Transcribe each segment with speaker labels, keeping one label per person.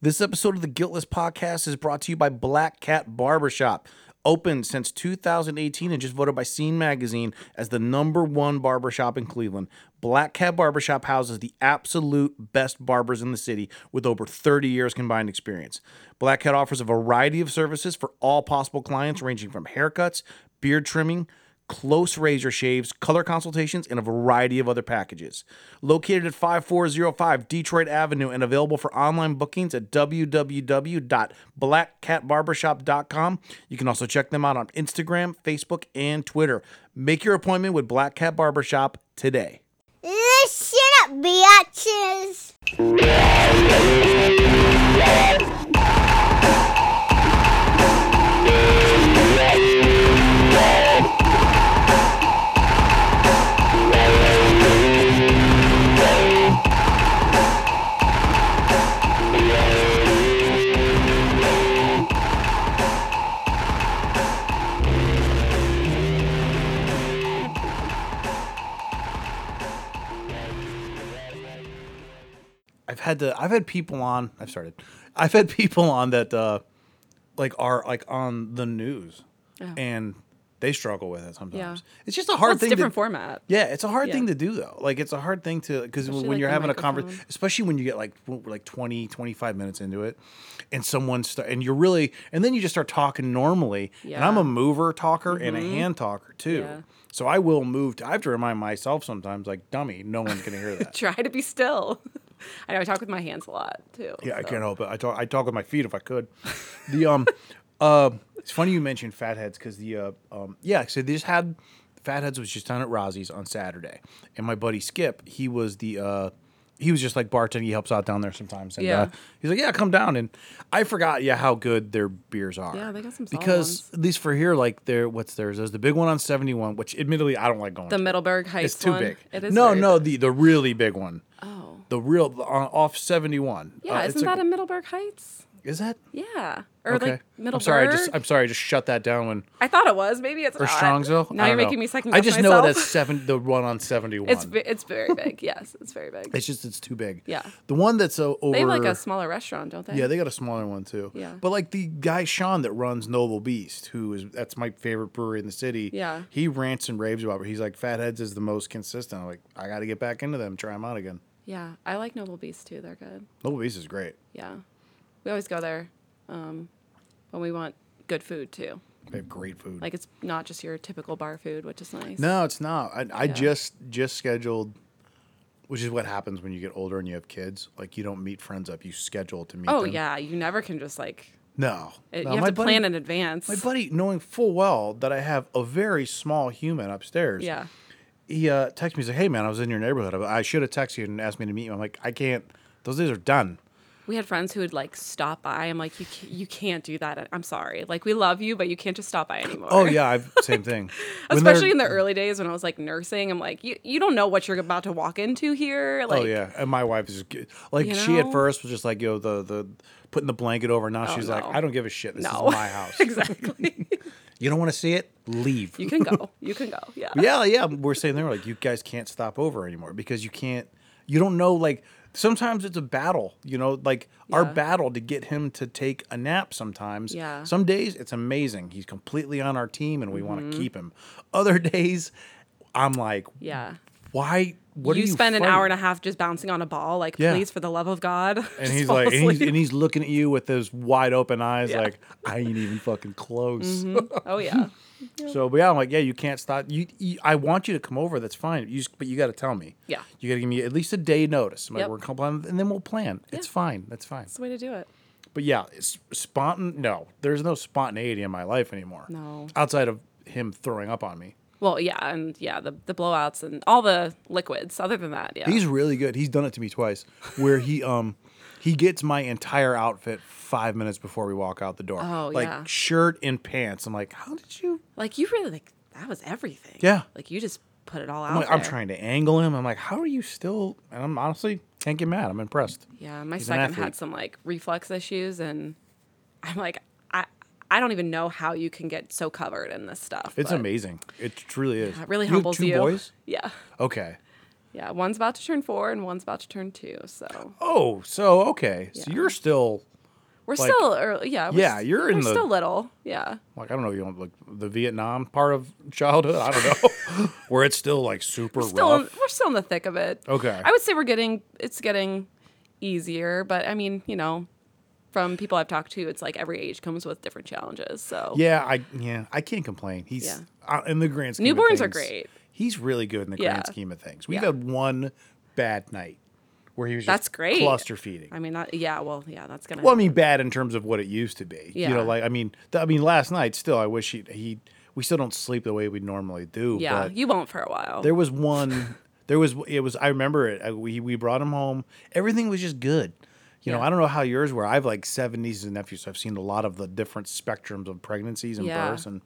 Speaker 1: This episode of the Guiltless Podcast is brought to you by Black Cat Barbershop, open since 2018 and just voted by Scene Magazine as the number one barbershop in Cleveland. Black Cat Barbershop houses the absolute best barbers in the city with over 30 years combined experience. Black Cat offers a variety of services for all possible clients, ranging from haircuts, beard trimming, close razor shaves, color consultations, and a variety of other packages. Located at 5405 Detroit Avenue and available for online bookings at www.blackcatbarbershop.com. You can also check them out on Instagram, Facebook, and Twitter. Make your appointment with Black Cat Barbershop today.
Speaker 2: Listen up, biatches.
Speaker 1: I've had to I've had people on I've started. I've had people on that uh like are like on the news
Speaker 3: Yeah.
Speaker 1: and they struggle with it sometimes.
Speaker 3: Yeah.
Speaker 1: It's just a hard
Speaker 3: Well, it's
Speaker 1: thing
Speaker 3: different
Speaker 1: to,
Speaker 3: format.
Speaker 1: Yeah, it's a hard
Speaker 3: Yeah.
Speaker 1: thing to do though. Like it's a hard thing to because when
Speaker 3: Especially, like,
Speaker 1: you're
Speaker 3: the
Speaker 1: having a conversation,
Speaker 3: microphone.
Speaker 1: especially when you get like w- like 20, 25 minutes into it, and someone start and you're really and then you just start talking normally. And I'm
Speaker 3: Yeah. Mm-hmm.
Speaker 1: a mover talker and a hand talker too,
Speaker 3: Yeah.
Speaker 1: so I will move. To, I have to remind myself sometimes, like dummy, no one's gonna hear that.
Speaker 3: Try to be still. I know I talk with my hands a lot too.
Speaker 1: yeah, I
Speaker 3: so.
Speaker 1: can't help it. I talk I talk with my feet if I could. The um, uh, it's funny you mentioned fatheads because the uh, um, yeah, so they just had fatheads was just down at Rosie's on Saturday, and my buddy Skip, he was the uh, he was just like bartending. He helps out down there sometimes, and
Speaker 3: Yeah.
Speaker 1: uh, he's like, yeah, come down, and I forgot yeah how good their beers are.
Speaker 3: Yeah, they got some solid
Speaker 1: because at least for here, like their what's theirs? There's the big one on seventy one, which admittedly I don't like going.
Speaker 3: The
Speaker 1: to.
Speaker 3: Middleburg Heights
Speaker 1: It's too
Speaker 3: one.
Speaker 1: big.
Speaker 3: It is
Speaker 1: no,
Speaker 3: very
Speaker 1: no, Uh,
Speaker 3: big.
Speaker 1: the the really big one.
Speaker 3: Oh.
Speaker 1: The real on, off Uh, seventy one.
Speaker 3: Yeah, isn't that in Middleburg Heights?
Speaker 1: is that?
Speaker 3: Yeah. Or
Speaker 1: okay.
Speaker 3: like Middleburg.
Speaker 1: I'm sorry. I just I'm sorry. I just shut that down when
Speaker 3: I thought it was. Maybe it's
Speaker 1: or
Speaker 3: not.
Speaker 1: Strongsville.
Speaker 3: Now
Speaker 1: I
Speaker 3: you're
Speaker 1: don't know.
Speaker 3: making me second
Speaker 1: I
Speaker 3: guess
Speaker 1: just know
Speaker 3: myself.
Speaker 1: it as seven. The one on seventy one.
Speaker 3: it's ve- it's very big. Yes, it's very big.
Speaker 1: it's just it's too big.
Speaker 3: Yeah.
Speaker 1: The one that's uh, over.
Speaker 3: they have like a smaller restaurant, don't they?
Speaker 1: yeah, they got a smaller one too.
Speaker 3: Yeah.
Speaker 1: But like the guy Sean that runs Noble Beast, who is that's my favorite brewery in the city.
Speaker 3: Yeah.
Speaker 1: He rants and raves about it. He's like, Fatheads is the most consistent. I'm like, I got to get back into them. Try them out again.
Speaker 3: yeah. I like Noble Beast too. They're good.
Speaker 1: Noble Beast is great.
Speaker 3: Yeah. We always go there um, when we want good food too.
Speaker 1: They have great food.
Speaker 3: Like it's not just your typical bar food, which is nice.
Speaker 1: No, it's not. I, I just just scheduled, which is what happens when you get older and you have kids. Like you don't meet friends up. You schedule to meet.
Speaker 3: Oh
Speaker 1: them.
Speaker 3: yeah, you never can just like
Speaker 1: No,
Speaker 3: it,
Speaker 1: no,
Speaker 3: you have
Speaker 1: my
Speaker 3: to
Speaker 1: buddy,
Speaker 3: plan in advance.
Speaker 1: My buddy, knowing full well that I have a very small human upstairs.
Speaker 3: yeah,
Speaker 1: He uh, texted me. He's like, "Hey man, I was in your neighborhood. I, I should have texted you and asked me to meet you." I'm like, "I can't. Those days are done."
Speaker 3: we had friends who would like stop by. I'm like, you ca- you can't do that. I'm sorry. Like we love you, but you can't just stop by anymore.
Speaker 1: Oh yeah, I've same thing. When they're-
Speaker 3: Especially in the early days when I was like nursing, I'm like, you, you don't know what you're about to walk into here. Like,
Speaker 1: oh yeah, and my wife is g- like
Speaker 3: You
Speaker 1: she at
Speaker 3: know? Oh,
Speaker 1: first was just like yo the the putting the blanket over. Now she's like
Speaker 3: no.
Speaker 1: I don't give a shit. This
Speaker 3: no,
Speaker 1: is my house.
Speaker 3: exactly.
Speaker 1: You don't want to see it? Leave.
Speaker 3: you can go. You can go. Yeah.
Speaker 1: yeah, yeah. We're saying they were like, you guys can't stop over anymore because you can't, you don't know. Like, sometimes it's a battle, you know, like our
Speaker 3: Yeah.
Speaker 1: battle to get him to take a nap sometimes.
Speaker 3: Yeah.
Speaker 1: Some days it's amazing. He's completely on our team and we want to keep him. Other days, I'm like,
Speaker 3: Mm-hmm. Yeah.
Speaker 1: why? What
Speaker 3: you
Speaker 1: are you
Speaker 3: spend an hour and
Speaker 1: fighting?
Speaker 3: a half just bouncing on a ball. Like,
Speaker 1: Yeah.
Speaker 3: please, for the love of God.
Speaker 1: And he's like, and he's, and he's looking at you with those wide open eyes,
Speaker 3: Yeah.
Speaker 1: like, I ain't even fucking close.
Speaker 3: oh yeah.
Speaker 1: So, but yeah, I'm like, yeah, you can't stop. You, you I want you to come over. That's fine. You, just- but you got to tell me.
Speaker 3: Yeah.
Speaker 1: You got to give me at least a day notice. I'm like,
Speaker 3: Yep.
Speaker 1: we're complying, and then we'll plan. It's fine. That's fine.
Speaker 3: That's the way to do it.
Speaker 1: But yeah, it's spontan. No, there's no spontaneity in my life anymore.
Speaker 3: No.
Speaker 1: Outside of him throwing up on me,
Speaker 3: Well, yeah, and yeah, the, the blowouts and all the liquids. Other than that, yeah.
Speaker 1: he's really good. He's done it to me twice, where he um. He gets my entire outfit five minutes before we walk out the door.
Speaker 3: Oh,
Speaker 1: like
Speaker 3: yeah.
Speaker 1: shirt and pants. I'm like, how did you?
Speaker 3: like you really like that was everything.
Speaker 1: Yeah.
Speaker 3: Like you just put it all out.
Speaker 1: I'm, like, I'm
Speaker 3: there.
Speaker 1: trying to angle him. I'm like, how are you still? And I'm honestly can't get mad. I'm impressed.
Speaker 3: Yeah, my
Speaker 1: He's an
Speaker 3: second
Speaker 1: athlete.
Speaker 3: had some like reflex issues, and I'm like, I I don't even know how you can get so covered in this stuff.
Speaker 1: It's
Speaker 3: but
Speaker 1: amazing. It really is.
Speaker 3: It really
Speaker 1: You have
Speaker 3: humbles
Speaker 1: two
Speaker 3: you.
Speaker 1: boys?
Speaker 3: Yeah,
Speaker 1: Okay.
Speaker 3: yeah. One's about to turn four, and one's about to turn two. So
Speaker 1: Oh, so okay. So
Speaker 3: Yeah.
Speaker 1: you're still
Speaker 3: We're
Speaker 1: Like-
Speaker 3: still early. Yeah. We're
Speaker 1: Yeah,
Speaker 3: s-
Speaker 1: you're in
Speaker 3: we're
Speaker 1: the-
Speaker 3: still little. Yeah.
Speaker 1: Like I don't know, you know, like the Vietnam part of childhood. I don't know, where it's still like super
Speaker 3: Still, in,
Speaker 1: rough.
Speaker 3: we're still in the thick of it.
Speaker 1: Okay.
Speaker 3: I would say we're getting. It's getting easier, but I mean, you know, from people I've talked to, it's like every age comes with different challenges. So
Speaker 1: Yeah, I yeah, I can't complain. He's
Speaker 3: Yeah.
Speaker 1: uh, in the grand scheme.
Speaker 3: Newborns
Speaker 1: of
Speaker 3: are
Speaker 1: things,
Speaker 3: great.
Speaker 1: He's really good in the
Speaker 3: Yeah.
Speaker 1: grand scheme of things. We've
Speaker 3: Yeah.
Speaker 1: had one bad night where he was just
Speaker 3: That's great.
Speaker 1: cluster feeding.
Speaker 3: I mean, that, yeah. Well, yeah. That's gonna.
Speaker 1: well, I mean, bad in terms of what it used to be. You
Speaker 3: Yeah.
Speaker 1: know, like I mean, th- I mean, last night still, I wish he he we still don't sleep the way we normally do.
Speaker 3: yeah.
Speaker 1: but
Speaker 3: You won't for a while.
Speaker 1: there was one. There was it was I remember it. I, we we brought him home. Everything was just good. You know,
Speaker 3: Yeah.
Speaker 1: I don't know how yours were. I have like seven nieces and nephews, so I've seen a lot of the different spectrums of pregnancies and
Speaker 3: Yeah.
Speaker 1: births. And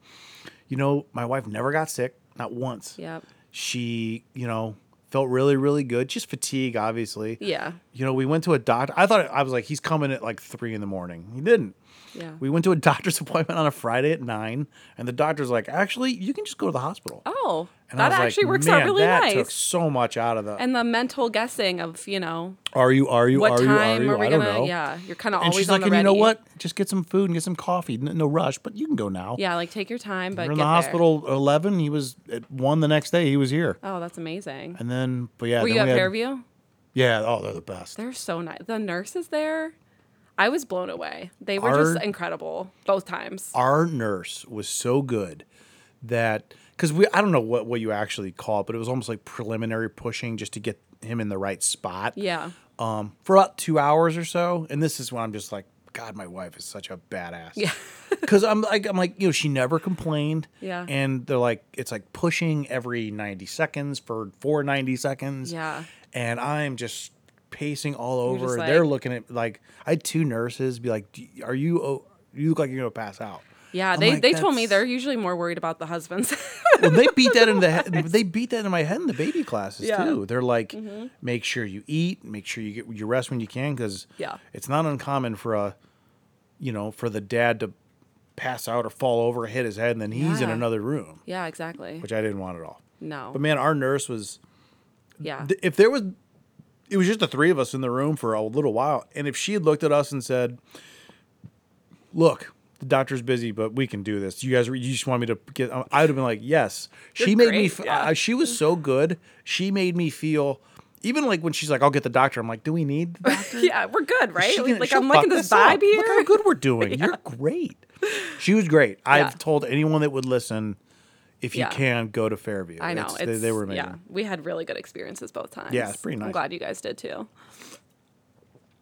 Speaker 1: you know, my wife never got sick, not once.
Speaker 3: Yep.
Speaker 1: She, you know, felt really, really good. Just fatigue, obviously.
Speaker 3: Yeah.
Speaker 1: You know, we went to a doctor. I thought I was like, he's coming at like three in the morning. He didn't.
Speaker 3: Yeah.
Speaker 1: We went to a doctor's appointment on a Friday at nine, and the doctor's like, actually, you can just go to the hospital.
Speaker 3: oh,
Speaker 1: And I
Speaker 3: that
Speaker 1: was like,
Speaker 3: actually works out
Speaker 1: "Man,
Speaker 3: really
Speaker 1: that
Speaker 3: nice.
Speaker 1: Took so much out of the.
Speaker 3: and the mental guessing of you know
Speaker 1: are you? Are you?
Speaker 3: what
Speaker 1: are
Speaker 3: time
Speaker 1: you? Are you?
Speaker 3: are we
Speaker 1: I don't
Speaker 3: gonna?
Speaker 1: know.
Speaker 3: Yeah. You're kind of
Speaker 1: And
Speaker 3: always
Speaker 1: she's
Speaker 3: on
Speaker 1: like, and
Speaker 3: the
Speaker 1: you know
Speaker 3: ready.
Speaker 1: what? Just get some food and get some coffee. N- No, rush, but you can go now.
Speaker 3: Yeah. Like take your time, but
Speaker 1: We're
Speaker 3: get
Speaker 1: in the
Speaker 3: there.
Speaker 1: hospital at eleven. He was at one the next day. He was here,
Speaker 3: Oh, that's amazing.
Speaker 1: and then but yeah.
Speaker 3: Were
Speaker 1: then
Speaker 3: you at
Speaker 1: we had-
Speaker 3: Fairview?
Speaker 1: Yeah. Oh, they're the best.
Speaker 3: They're so nice. The nurses there, I was blown away. They were
Speaker 1: Our-
Speaker 3: just incredible both times.
Speaker 1: our nurse was so good that because we I don't know what what you actually call it, but it was almost like preliminary pushing just to get him in the right spot.
Speaker 3: Yeah.
Speaker 1: Um, for about two hours or so, and this is when I'm just like, God, my wife is such a badass.
Speaker 3: Yeah.
Speaker 1: Because I'm like I'm like you know she never complained.
Speaker 3: Yeah.
Speaker 1: And they're like it's like pushing every 90 seconds for four 90 seconds.
Speaker 3: Yeah.
Speaker 1: And I'm just pacing all
Speaker 3: just
Speaker 1: over.
Speaker 3: like-
Speaker 1: they're looking at like I had two nurses be like, "Do- "Are you? Oh, you look like you're gonna pass out."
Speaker 3: Yeah.
Speaker 1: I'm
Speaker 3: they
Speaker 1: like,
Speaker 3: they told me
Speaker 1: "That's-
Speaker 3: they're usually more worried about the husbands.
Speaker 1: well, they beat that in the he- they beat that in my head in the baby classes
Speaker 3: Yeah. Mm-hmm.
Speaker 1: too. They're like, make sure you eat, make sure you get you rest when you can, because
Speaker 3: Yeah.
Speaker 1: it's not uncommon for a, you know, for the dad to pass out or fall over, hit his head, and then he's in
Speaker 3: Yeah. Oh.
Speaker 1: another room,
Speaker 3: yeah. Exactly.
Speaker 1: which I didn't want at all.
Speaker 3: No.
Speaker 1: But man, our nurse was
Speaker 3: yeah.
Speaker 1: th- if there was it was just the three of us in the room for a little while and if she had looked at us and said look the doctor's busy but we can do this you guys you just want me to get um," i would have been like yes she
Speaker 3: You're
Speaker 1: made me
Speaker 3: great,
Speaker 1: f-
Speaker 3: yeah.
Speaker 1: uh, she was so good she made me feel even like when she's like i'll get the doctor i'm like do we need the doctor
Speaker 3: yeah. We're good, right?
Speaker 1: She gonna-
Speaker 3: like
Speaker 1: she'll
Speaker 3: I'm
Speaker 1: fuck
Speaker 3: liking this
Speaker 1: this up.
Speaker 3: vibe here.
Speaker 1: Look how good we're doing. You're great. She was great.
Speaker 3: Yeah.
Speaker 1: I've told anyone that would listen, if you
Speaker 3: Yeah.
Speaker 1: can, go to Fairview.
Speaker 3: I know.
Speaker 1: It's-
Speaker 3: It's,
Speaker 1: they- they, were amazing.
Speaker 3: Yeah. We had really good experiences both times.
Speaker 1: Yeah, it's pretty nice.
Speaker 3: I'm glad you guys did too.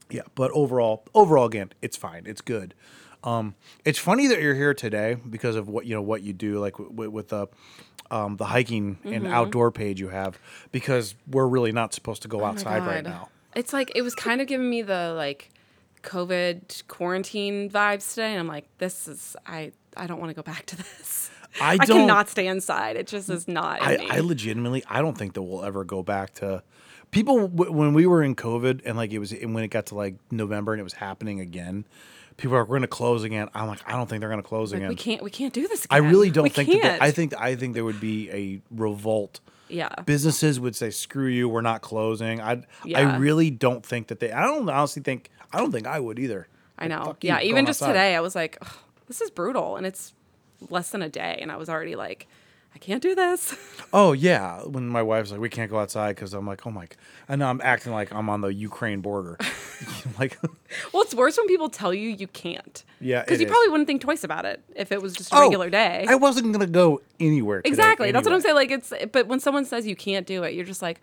Speaker 1: Yeah, but overall, overall again, it's fine. It's good. Um, it's funny that you're here today because of what you know what you do, like w- with the um, the hiking
Speaker 3: Mm-hmm.
Speaker 1: and outdoor page you have. Because we're really not supposed to go
Speaker 3: Oh my
Speaker 1: outside right
Speaker 3: God.
Speaker 1: now.
Speaker 3: It's like it was kind of giving me the like COVID quarantine vibes today, and I'm like, this is I I don't want to go back to this.
Speaker 1: I
Speaker 3: I
Speaker 1: don't-
Speaker 3: cannot stay inside. It just is not. in
Speaker 1: I,
Speaker 3: me.
Speaker 1: I legitimately, I don't think that we'll ever go back to people w- when we were in COVID and like it was and when it got to like November and it was happening again. People are like, we're going to close again. I'm like, I don't think they're going to close
Speaker 3: Like,
Speaker 1: again.
Speaker 3: we can't we can't do this.
Speaker 1: I
Speaker 3: Again.
Speaker 1: really don't
Speaker 3: We
Speaker 1: think
Speaker 3: can't.
Speaker 1: that. They, I think I think there would be a revolt.
Speaker 3: Yeah.
Speaker 1: businesses would say, "Screw you, we're not closing." I I
Speaker 3: Yeah.
Speaker 1: really don't think that they. I don't honestly think. I don't think I would either.
Speaker 3: I know.
Speaker 1: fuck you,
Speaker 3: Yeah.
Speaker 1: going
Speaker 3: Even just
Speaker 1: outside.
Speaker 3: today, I was like, "Ugh, this is brutal, and it's less than a day, and I was already like, I can't do this.
Speaker 1: Oh yeah, when my wife's like, "We can't go outside," because I'm like, "Oh my," g-" I know I'm acting like I'm on the Ukraine border. like,
Speaker 3: well, it's worse when people tell you you can't.
Speaker 1: Yeah,
Speaker 3: Because
Speaker 1: it
Speaker 3: you
Speaker 1: is.
Speaker 3: probably wouldn't think twice about it if it was just a
Speaker 1: oh,
Speaker 3: regular day.
Speaker 1: I wasn't gonna go anywhere. today
Speaker 3: Exactly. That's what I'm
Speaker 1: anyway.
Speaker 3: saying. Like it's but when someone says you can't do it, you're just like,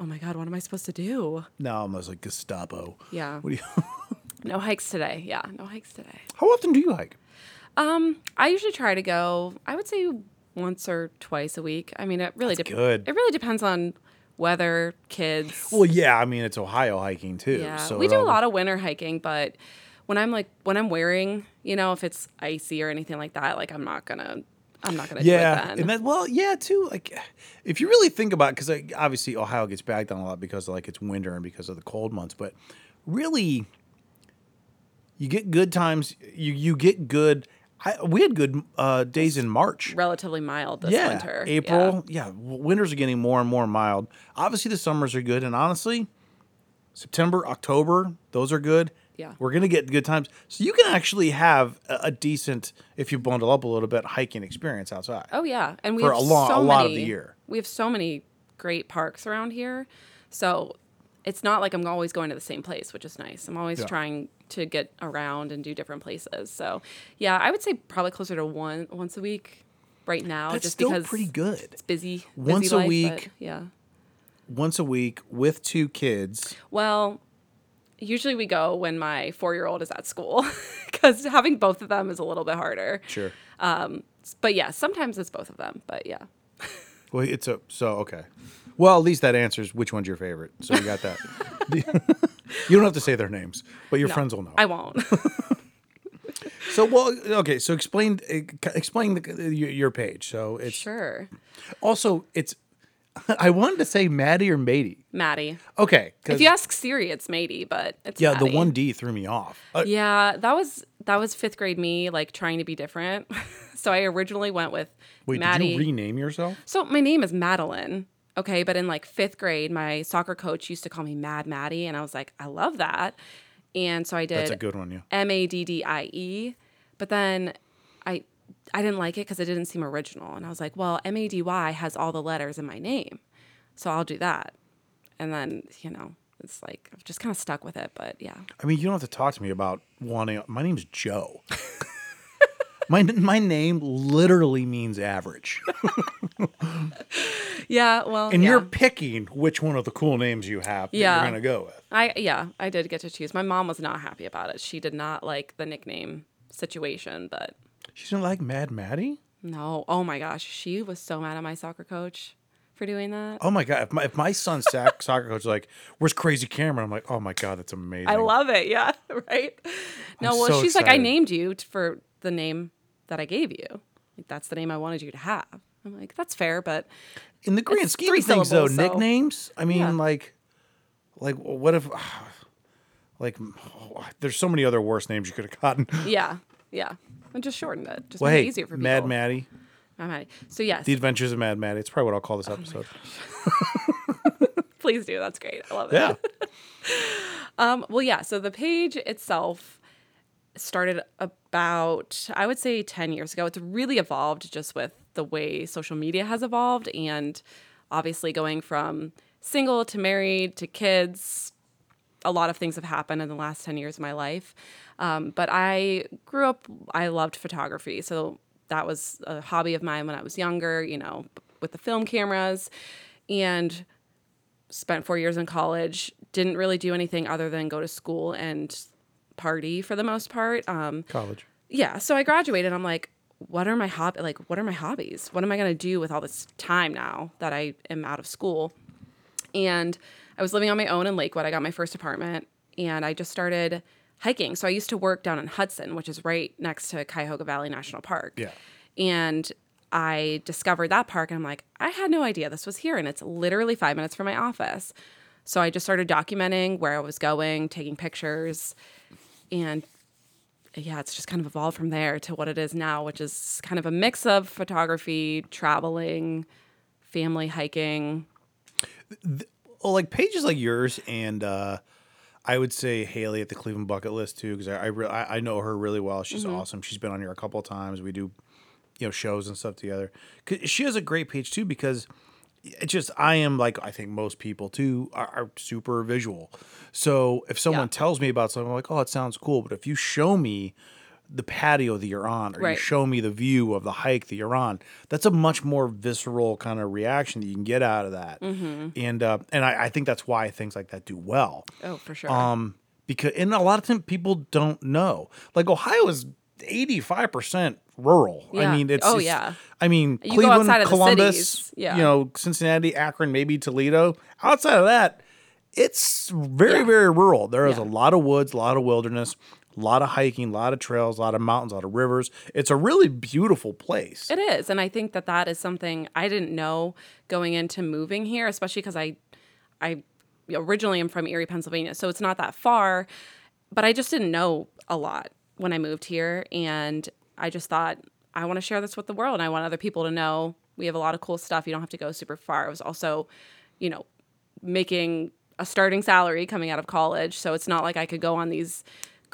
Speaker 3: Oh my god, what am I supposed to do?
Speaker 1: No, I'm just like Gestapo.
Speaker 3: Yeah.
Speaker 1: What do you?
Speaker 3: No hikes today. Yeah, no hikes today.
Speaker 1: How often do you hike?
Speaker 3: Um, I usually try to go, I would say once or twice a week. I mean it really
Speaker 1: That's
Speaker 3: dep-
Speaker 1: good.
Speaker 3: It really depends on weather, kids.
Speaker 1: Well, yeah, I mean it's Ohio hiking too.
Speaker 3: yeah.
Speaker 1: so
Speaker 3: we
Speaker 1: it
Speaker 3: do a
Speaker 1: all-
Speaker 3: lot of winter hiking, but when I'm like when I'm wearing, you know, if it's icy or anything like that, like I'm not gonna I'm not gonna do
Speaker 1: Yeah,
Speaker 3: it then.
Speaker 1: and that well, yeah, too. Like, if you really think about, because like, obviously Ohio gets bagged on a lot because like it's winter and because of the cold months, but really, you get good times. You you get good. I, we had good uh, days in March.
Speaker 3: relatively mild this
Speaker 1: yeah,
Speaker 3: winter. Yeah.
Speaker 1: April. Yeah. w winters are getting more and more mild. Obviously, the summers are good, and honestly, September, October, those are good.
Speaker 3: Yeah.
Speaker 1: We're gonna get good times. So you can actually have a, a decent, if you bundle up a little bit, hiking experience outside.
Speaker 3: Oh yeah, and we
Speaker 1: For
Speaker 3: have
Speaker 1: a lo-
Speaker 3: so
Speaker 1: a lot of
Speaker 3: many-
Speaker 1: the year.
Speaker 3: We have so many great parks around here, so it's not like I'm always going to the same place, which is nice. I'm always
Speaker 1: Yeah.
Speaker 3: trying to get around and do different places. So yeah, I would say probably closer to one once a week right now,
Speaker 1: That's
Speaker 3: Oh, just
Speaker 1: still
Speaker 3: because
Speaker 1: pretty good.
Speaker 3: It's busy. busy
Speaker 1: Once a
Speaker 3: life, but
Speaker 1: week.
Speaker 3: yeah.
Speaker 1: Once a week with two kids.
Speaker 3: Well, usually we go when my four year old is at school because having both of them is a little bit harder.
Speaker 1: Sure.
Speaker 3: But yeah, sometimes it's both of them. But yeah.
Speaker 1: Well, it's a so okay. Well, at least that answers which one's your favorite. So you got that. you don't have to say their names, but your
Speaker 3: No,
Speaker 1: friends will know.
Speaker 3: I won't.
Speaker 1: so well, okay. So explain eh, explain the, your, your page. So it's
Speaker 3: sure.
Speaker 1: also it's. I wanted to say Maddie or Matey.
Speaker 3: Maddie.
Speaker 1: Okay,
Speaker 3: If
Speaker 1: because
Speaker 3: you ask Siri, it's matey, but it's
Speaker 1: yeah, the
Speaker 3: Maddie.
Speaker 1: one D threw me off. Uh,
Speaker 3: Yeah, that was that was fifth grade me, like trying to be different. so I originally went with
Speaker 1: wait,
Speaker 3: Maddie.
Speaker 1: did you rename yourself?
Speaker 3: so my name is Madeline. Okay, but in like fifth grade, my soccer coach used to call me Mad Maddie, and I was like, I love that. And so I did
Speaker 1: That's a good one. Yeah.
Speaker 3: M A D D I E. But then I I didn't like it because it didn't seem original. And I was like, well, M A D Y has all the letters in my name. So I'll do that. And then, you know, it's like I've just kind of stuck with it. But yeah.
Speaker 1: I mean, you don't have to talk to me about wanting. My name's Joe. my my name literally means average.
Speaker 3: Yeah. Well
Speaker 1: and
Speaker 3: yeah.
Speaker 1: you're picking which one of the cool names you have that
Speaker 3: Yeah.
Speaker 1: you're gonna go with.
Speaker 3: I yeah, I did get to choose. My mom was not happy about it. She did not like the nickname situation, but
Speaker 1: She's gonna like Mad Maddie.
Speaker 3: no. Oh my gosh. She was so mad at my soccer coach for doing that.
Speaker 1: Oh my god! If my, if my son's sac- soccer coach is like, "Where's Crazy Cameron?" I'm like, "Oh my god, that's amazing."
Speaker 3: I love it. Yeah. Right. No, well,
Speaker 1: so
Speaker 3: she's like, I
Speaker 1: excited.
Speaker 3: named you t- for the name that I gave you. Like, that's the name I wanted you to have. I'm like, that's fair, but
Speaker 1: in the grand
Speaker 3: It's
Speaker 1: scheme
Speaker 3: three
Speaker 1: of things, though,
Speaker 3: syllables, so-
Speaker 1: nicknames. I mean,
Speaker 3: Yeah.
Speaker 1: like, like what if? Like, oh, there's so many other worse names you could have gotten.
Speaker 3: yeah, yeah. I just shortened it. Just
Speaker 1: Well,
Speaker 3: made
Speaker 1: hey,
Speaker 3: it easier for people.
Speaker 1: Mad Maddie,
Speaker 3: Mad Maddie. So yes,
Speaker 1: The Adventures of Mad Maddie. It's probably what I'll call this
Speaker 3: Oh
Speaker 1: episode.
Speaker 3: please do. That's great. I love it.
Speaker 1: yeah,
Speaker 3: Um, well, yeah. So the page itself started about, I would say, 10 years ago. It's really evolved just with the way social media has evolved and obviously going from single to married to kids. A lot of things have happened in the last 10 years of my life. Um, but I grew up, I loved photography. So that was a hobby of mine when I was younger, you know, with the film cameras. And spent four years in college didn't really do anything other than go to school and party for the most part um,
Speaker 1: college.
Speaker 3: yeah so i graduated i'm like what are my hob like what are my hobbies what am i going to do with all this time now that i am out of school and i was living on my own in lakewood i got my first apartment and i just started hiking so i used to work down in hudson which is right next to cuyahoga valley national park
Speaker 1: Yeah.
Speaker 3: and i discovered that park and i'm like i had no idea this was here and it's literally five minutes from my office so i just started documenting where i was going taking pictures and yeah, it's just kind of evolved from there to what it is now, which is kind of a mix of photography, traveling, family hiking.
Speaker 1: well, like pages like yours and uh I would say Haley at the Cleveland Bucket List too, because I I, re- I I know her really well. She's awesome. She's been on here a couple of times. We do, you know, shows and stuff together. 'Cause She has a great page too, because it just I am like I think most people too are, are super visual. So if someone tells me about something, I'm like, oh, it sounds cool. But if you show me the patio that you're on, or you
Speaker 3: Right.
Speaker 1: show me the view of the hike that you're on, that's a much more visceral kind of reaction that you can get out of that. And uh, and I, I think that's why things like that do well.
Speaker 3: Oh, for sure.
Speaker 1: Um, because and a lot of time people don't know. Like Ohio is eighty five percent rural.
Speaker 3: Yeah.
Speaker 1: I mean, it's
Speaker 3: Oh,
Speaker 1: it's-
Speaker 3: yeah.
Speaker 1: I mean,
Speaker 3: You go
Speaker 1: Cleveland,
Speaker 3: outside of the
Speaker 1: Columbus,
Speaker 3: cities, yeah.
Speaker 1: you know, Cincinnati, Akron, maybe Toledo. Outside of that, it's very very rural. There is a
Speaker 3: Yeah.
Speaker 1: lot of woods, a lot of wilderness. A lot of hiking, a lot of trails, a lot of mountains, a lot of rivers. It's a really beautiful place.
Speaker 3: it is, and I think that that is something I didn't know going into moving here, especially because I, I originally am from Erie, Pennsylvania, so it's not that far, but I just didn't know a lot when I moved here, and I just thought I want to share this with the world, and I want other people to know we have a lot of cool stuff. You don't have to go super far. It was also, you know, making a starting salary coming out of college, so it's not like I could go on these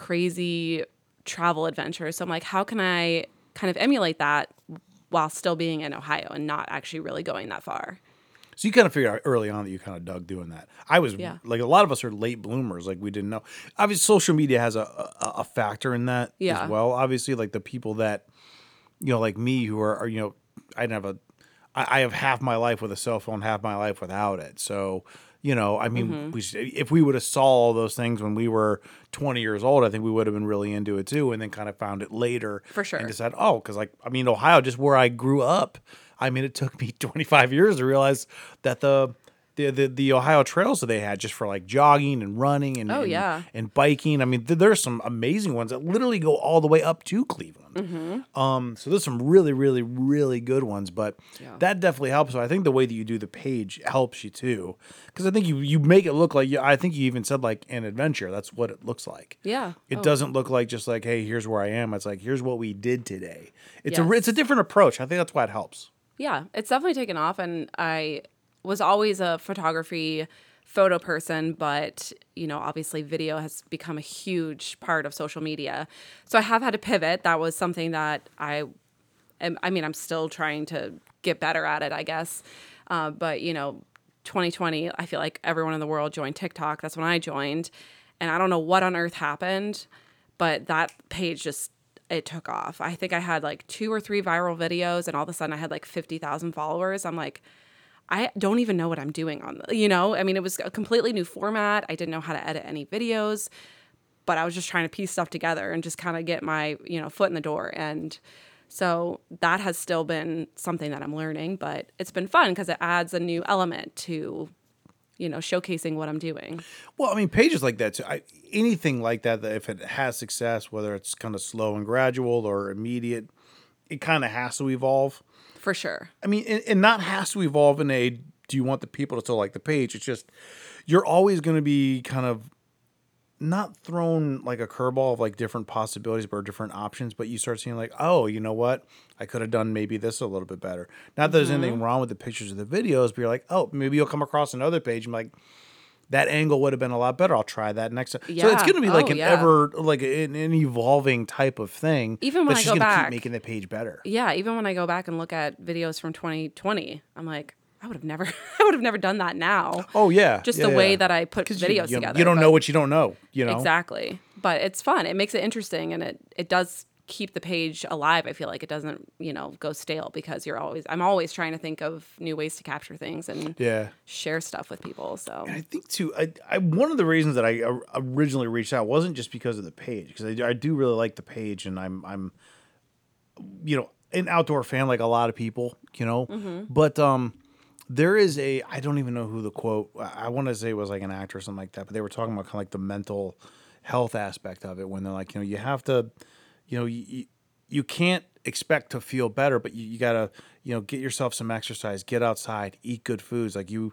Speaker 3: crazy travel adventures. So I'm like, how can I kind of emulate that while still being in Ohio and not actually really going that far?
Speaker 1: So you kind of figured out early on that you kind of dug doing that. I was
Speaker 3: Yeah.
Speaker 1: like a lot of us are late bloomers, like we didn't know. Obviously, social media has a a, a factor in that
Speaker 3: Yeah.
Speaker 1: as well. Obviously, like the people that you know, like me, who are, are you know, I didn't have a, I, I have half my life with a cell phone, half my life without it. So you know, I mean,
Speaker 3: Mm-hmm.
Speaker 1: we should, if we would have saw all those things when we were 20 years old, I think we would have been really into it too, and then kind of found it later
Speaker 3: For sure.
Speaker 1: and decided, oh, because like I mean, Ohio, just where I grew up. I mean, it took me 25 years to realize that the the the, the Ohio trails that they had just for like jogging and running and
Speaker 3: Oh,
Speaker 1: and,
Speaker 3: yeah.
Speaker 1: and biking. I mean, th- there's some amazing ones that literally go all the way up to
Speaker 3: Mm-hmm.
Speaker 1: Cleveland. Um, so there's some really, really, really good ones, but that definitely helps. So I think the way that you do the page helps you too, because I think you you make it look like you, I think you even said like an adventure. That's what it looks like.
Speaker 3: Yeah.
Speaker 1: It
Speaker 3: Oh,
Speaker 1: doesn't look like just like, hey, here's where I am. It's like here's what we did today. It's a
Speaker 3: Yes.
Speaker 1: it's a different approach. I think that's why it helps.
Speaker 3: Yeah, it's definitely taken off, and I was always a photography photo person, but you know, obviously, video has become a huge part of social media. So I have had to pivot. That was something that I, am, I mean, I'm still trying to get better at it, I guess. Uh, but you know, 2020, I feel like everyone in the world joined TikTok. That's when I joined, and I don't know what on earth happened, but that page just it took off. I think I had like two or three viral videos, and all of a sudden I had like fifty thousand followers. I'm like, I don't even know what I'm doing on, the, you know. I mean, it was a completely new format. I didn't know how to edit any videos, but I was just trying to piece stuff together and just kind of get my you know foot in the door. And so that has still been something that I'm learning, but it's been fun because it adds a new element to, you know, showcasing what I'm doing.
Speaker 1: Well, I mean, pages like that, too. I, anything like that, that if it has success, whether it's kind of slow and gradual or immediate, it kind of has to evolve.
Speaker 3: For sure.
Speaker 1: I mean, and, and not has to evolve in a do you want the people to still like the page? It's just you're always going to be kind of not thrown like a curveball of like different possibilities or different options, but you start seeing like, oh, you know what? I could have done maybe this a little bit better. Not that there's
Speaker 3: Mm-hmm.
Speaker 1: anything wrong with the pictures or the videos, but you're like, oh, maybe you'll come across another page and like that angle would have been a lot better. I'll try that next time. So it's
Speaker 3: Yeah.
Speaker 1: going to be like
Speaker 3: Oh,
Speaker 1: an
Speaker 3: yeah.
Speaker 1: ever like an, an evolving type of thing.
Speaker 3: Even when
Speaker 1: that's
Speaker 3: I
Speaker 1: just
Speaker 3: go
Speaker 1: gonna
Speaker 3: back-
Speaker 1: keep making the page better.
Speaker 3: yeah, even when I go back and look at videos from 2020, I'm like, I would have never, I would have never done that now.
Speaker 1: Oh yeah,
Speaker 3: Just
Speaker 1: Yeah,
Speaker 3: the
Speaker 1: yeah,
Speaker 3: way
Speaker 1: yeah.
Speaker 3: that I put
Speaker 1: 'Cause
Speaker 3: videos
Speaker 1: you, you,
Speaker 3: together.
Speaker 1: You don't
Speaker 3: but-
Speaker 1: know what you don't know. You know
Speaker 3: exactly, but it's fun. It makes it interesting, and it it does keep the page alive. I feel like it doesn't, you know, go stale because you're always, I'm always trying to think of new ways to capture things and
Speaker 1: Yeah.
Speaker 3: share stuff with people. So
Speaker 1: I think too. I, I one of the reasons that I or- originally reached out wasn't just because of the page, because I, do- I do really like the page, and I'm I'm, you know, an outdoor fan like a lot of people, you know.
Speaker 3: Mm-hmm.
Speaker 1: But um, there is a I don't even know who the quote I want to say it was like an actor or something like that, but they were talking about kind of like the mental health aspect of it when they're like, you know, you have to, you know, you you, you can't expect to feel better, but you, you gotta you know get yourself some exercise, get outside, eat good foods, like you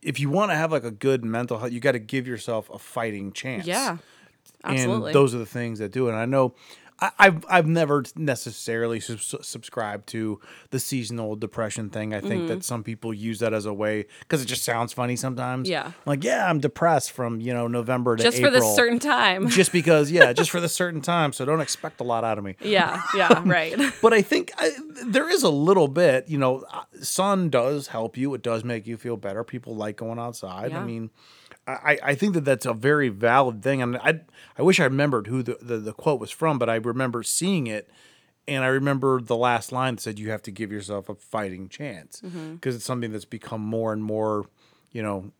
Speaker 1: if you want to have like a good mental health, you got to give yourself a fighting chance.
Speaker 3: yeah, absolutely.
Speaker 1: And those are the things that do it. And I know I, I've I've never necessarily sub- subscribed to the seasonal depression thing. I
Speaker 3: Mm-hmm.
Speaker 1: think that some people use that as a way because it just sounds funny sometimes.
Speaker 3: Yeah.
Speaker 1: Like yeah, I'm depressed from you know November to
Speaker 3: just
Speaker 1: April.
Speaker 3: for this certain time.
Speaker 1: Just because, yeah, just for this certain time. So don't expect a lot out of me
Speaker 3: yeah, yeah, right.
Speaker 1: but I think I, there is a little bit, you know, uh, sun does help you. It does make you feel better. People like going outside. I
Speaker 3: Yeah.
Speaker 1: mean, I, I- I think that that's a very valid thing. And I, I wish I remembered who the, the, the quote was from, but I remember seeing it. And I remember the last line that said, you have to give yourself a fighting chance because
Speaker 3: Mm-hmm.
Speaker 1: it's something that's become more and more, you know,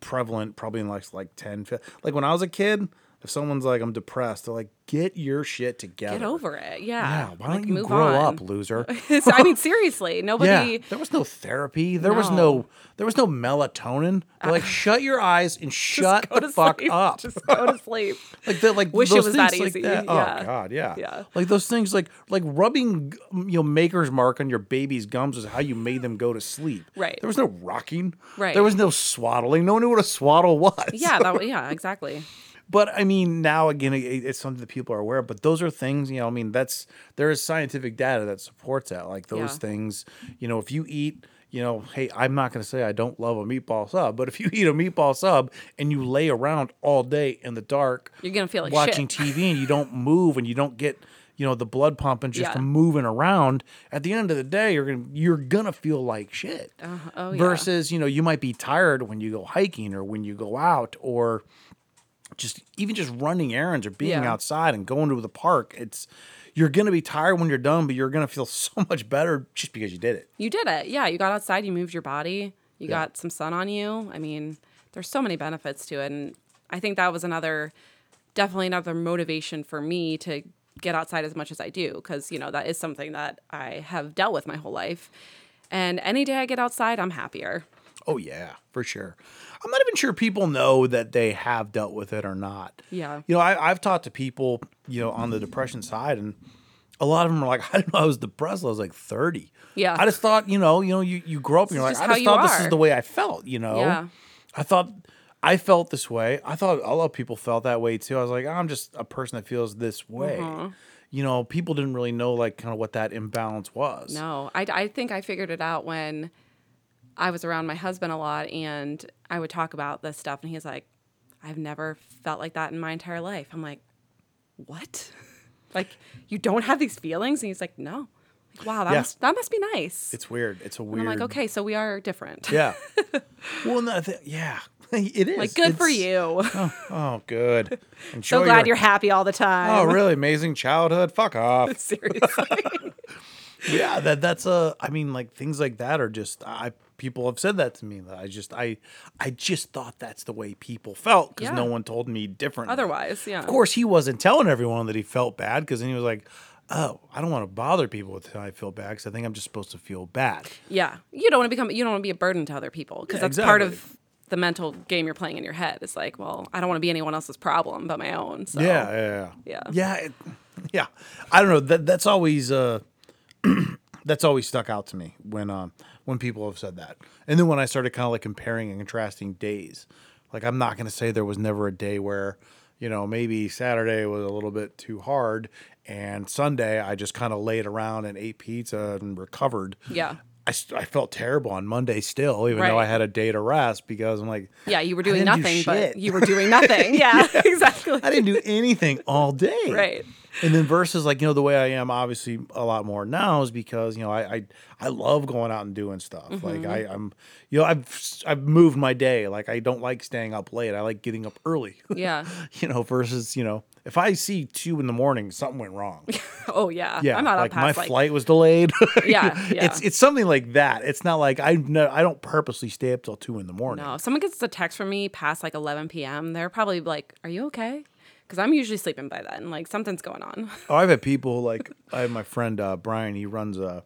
Speaker 1: prevalent probably in like, like 10, 15. Like when I was a kid, if someone's like, I'm depressed, they're like, get your shit together.
Speaker 3: Get over it. Yeah.
Speaker 1: Yeah, why don't
Speaker 3: Like,
Speaker 1: you
Speaker 3: move
Speaker 1: grow
Speaker 3: on.
Speaker 1: up, loser?
Speaker 3: So, I mean, seriously, nobody.
Speaker 1: yeah, there was no therapy. There was
Speaker 3: No.
Speaker 1: no there was no melatonin. They're like, shut your eyes and shut
Speaker 3: go
Speaker 1: the
Speaker 3: to
Speaker 1: fuck
Speaker 3: sleep.
Speaker 1: up.
Speaker 3: Just go to sleep.
Speaker 1: like that, like
Speaker 3: Wish it
Speaker 1: those
Speaker 3: was
Speaker 1: things
Speaker 3: that
Speaker 1: like
Speaker 3: easy.
Speaker 1: that. Oh
Speaker 3: Yeah.
Speaker 1: god, yeah,
Speaker 3: Yeah.
Speaker 1: Like those things, like like rubbing mm, you know Maker's mark on your baby's gums is how you made them go to sleep.
Speaker 3: Right.
Speaker 1: There was no rocking.
Speaker 3: Right.
Speaker 1: There was no swaddling. No one knew what a swaddle was.
Speaker 3: yeah, that, yeah, exactly.
Speaker 1: But I mean, now again, it, it's something that people are aware of. But those are things, you know. I mean, that's there is scientific data that supports that. Like those
Speaker 3: Yeah.
Speaker 1: things, you know, if you eat, you know, hey, I'm not going to say I don't love a meatball sub, but if you eat a meatball sub and you lay around all day in the dark,
Speaker 3: You're gonna feel like
Speaker 1: watching
Speaker 3: shit.
Speaker 1: TV and you don't move and you don't get, you know, the blood pumping just
Speaker 3: Yeah.
Speaker 1: from moving around. At the end of the day, you're gonna you're gonna feel like shit.
Speaker 3: oh, yeah.
Speaker 1: Versus, you know, you might be tired when you go hiking or when you go out or just even just running errands or being
Speaker 3: Yeah.
Speaker 1: outside and going to the park. It's you're gonna be tired when you're done, but you're gonna feel so much better just because you did it.
Speaker 3: You did it. Yeah, you got outside, you moved your body, you got some sun on you. I mean, there's so many benefits to it. And I think that was another, definitely another motivation for me to get outside as much as I do, because, you know, that is something that I have dealt with my whole life. And any day I get outside, I'm happier.
Speaker 1: Oh yeah, for sure. I'm not even sure people know that they have dealt with it or not.
Speaker 3: Yeah.
Speaker 1: You know, I, I've talked to people, you know, on the depression side, and a lot of them are like, I didn't know I was depressed. till I was like 30.
Speaker 3: Yeah.
Speaker 1: I just thought, you know, you know, you, you grow up and you're like,
Speaker 3: is just
Speaker 1: I
Speaker 3: how
Speaker 1: just
Speaker 3: you
Speaker 1: thought this is
Speaker 3: are."
Speaker 1: the way I felt, you know.
Speaker 3: Yeah.
Speaker 1: I thought I felt this way. I thought a lot of people felt that way too. I was like, I'm just a person that feels this way.
Speaker 3: Uh-huh.
Speaker 1: You know, people didn't really know like kind of what that imbalance was.
Speaker 3: No, I, I think I figured it out when I was around my husband a lot and I would talk about this stuff, and he's like, I've never felt like that in my entire life. I'm like, what? like, you don't have these feelings? And he's like, no. Like, wow, that,
Speaker 1: Yeah.
Speaker 3: must, that must be nice.
Speaker 1: It's weird. It's a weird.
Speaker 3: I'm like, okay, so we are different.
Speaker 1: Yeah. well, no, th- yeah, it is.
Speaker 3: like, good for
Speaker 1: It's-
Speaker 3: you.
Speaker 1: Oh, good. Enjoy
Speaker 3: so glad
Speaker 1: your-
Speaker 3: you're happy all the time.
Speaker 1: Oh, really amazing childhood. Fuck off.
Speaker 3: Seriously.
Speaker 1: yeah, that that's a. I mean, like things like that are just. I people have said that to me. That I just I I just thought that's the way people felt because
Speaker 3: Yeah.
Speaker 1: no one told me different.
Speaker 3: Otherwise, yeah.
Speaker 1: Of course, he wasn't telling everyone that he felt bad because then he was like, "Oh, I don't want to bother people with how I feel bad because I think I'm just supposed to feel bad."
Speaker 3: Yeah, you don't want to become you don't want to be a burden to other people because
Speaker 1: Yeah,
Speaker 3: that's part
Speaker 1: exactly.
Speaker 3: of the mental game you're playing in your head. It's like, well, I don't want to be anyone else's problem but my own. So
Speaker 1: Yeah, yeah,
Speaker 3: Yeah.
Speaker 1: yeah, it, yeah. I don't know. That that's always uh, that's always stuck out to me when um when people have said that, and then when I started kind of like comparing and contrasting days, like I'm not gonna say there was never a day where you know maybe Saturday was a little bit too hard, and Sunday I just kind of laid around and ate pizza and recovered.
Speaker 3: Yeah.
Speaker 1: I, st- I felt terrible on Monday still, even though
Speaker 3: Right.
Speaker 1: I had a day to rest because I'm like,
Speaker 3: yeah, you were
Speaker 1: I
Speaker 3: doing
Speaker 1: didn't do
Speaker 3: nothing,
Speaker 1: shit.
Speaker 3: but you were doing nothing. Yeah, exactly.
Speaker 1: I didn't do anything all day.
Speaker 3: Right.
Speaker 1: And then versus like, you know, the way I am obviously a lot more now is because, you know, I I, I love going out and doing stuff.
Speaker 3: Mm-hmm.
Speaker 1: Like I, I'm you know, I've I've moved my day. Like I don't like staying up late. I like getting up early.
Speaker 3: Yeah.
Speaker 1: you know, versus, you know, if I see two in the morning, something went wrong.
Speaker 3: Oh yeah.
Speaker 1: Yeah,
Speaker 3: I'm not
Speaker 1: like
Speaker 3: up past
Speaker 1: my
Speaker 3: like
Speaker 1: flight was delayed.
Speaker 3: Yeah, yeah.
Speaker 1: it's it's something like that. It's not like I no, I don't purposely stay up till two in the morning.
Speaker 3: no. If someone gets a text from me past like 11 p.m. They're probably like, "Are you okay?" Because I'm usually sleeping by then. Like something's going on.
Speaker 1: Oh, I've had people like I have my friend uh, Brian. He runs a,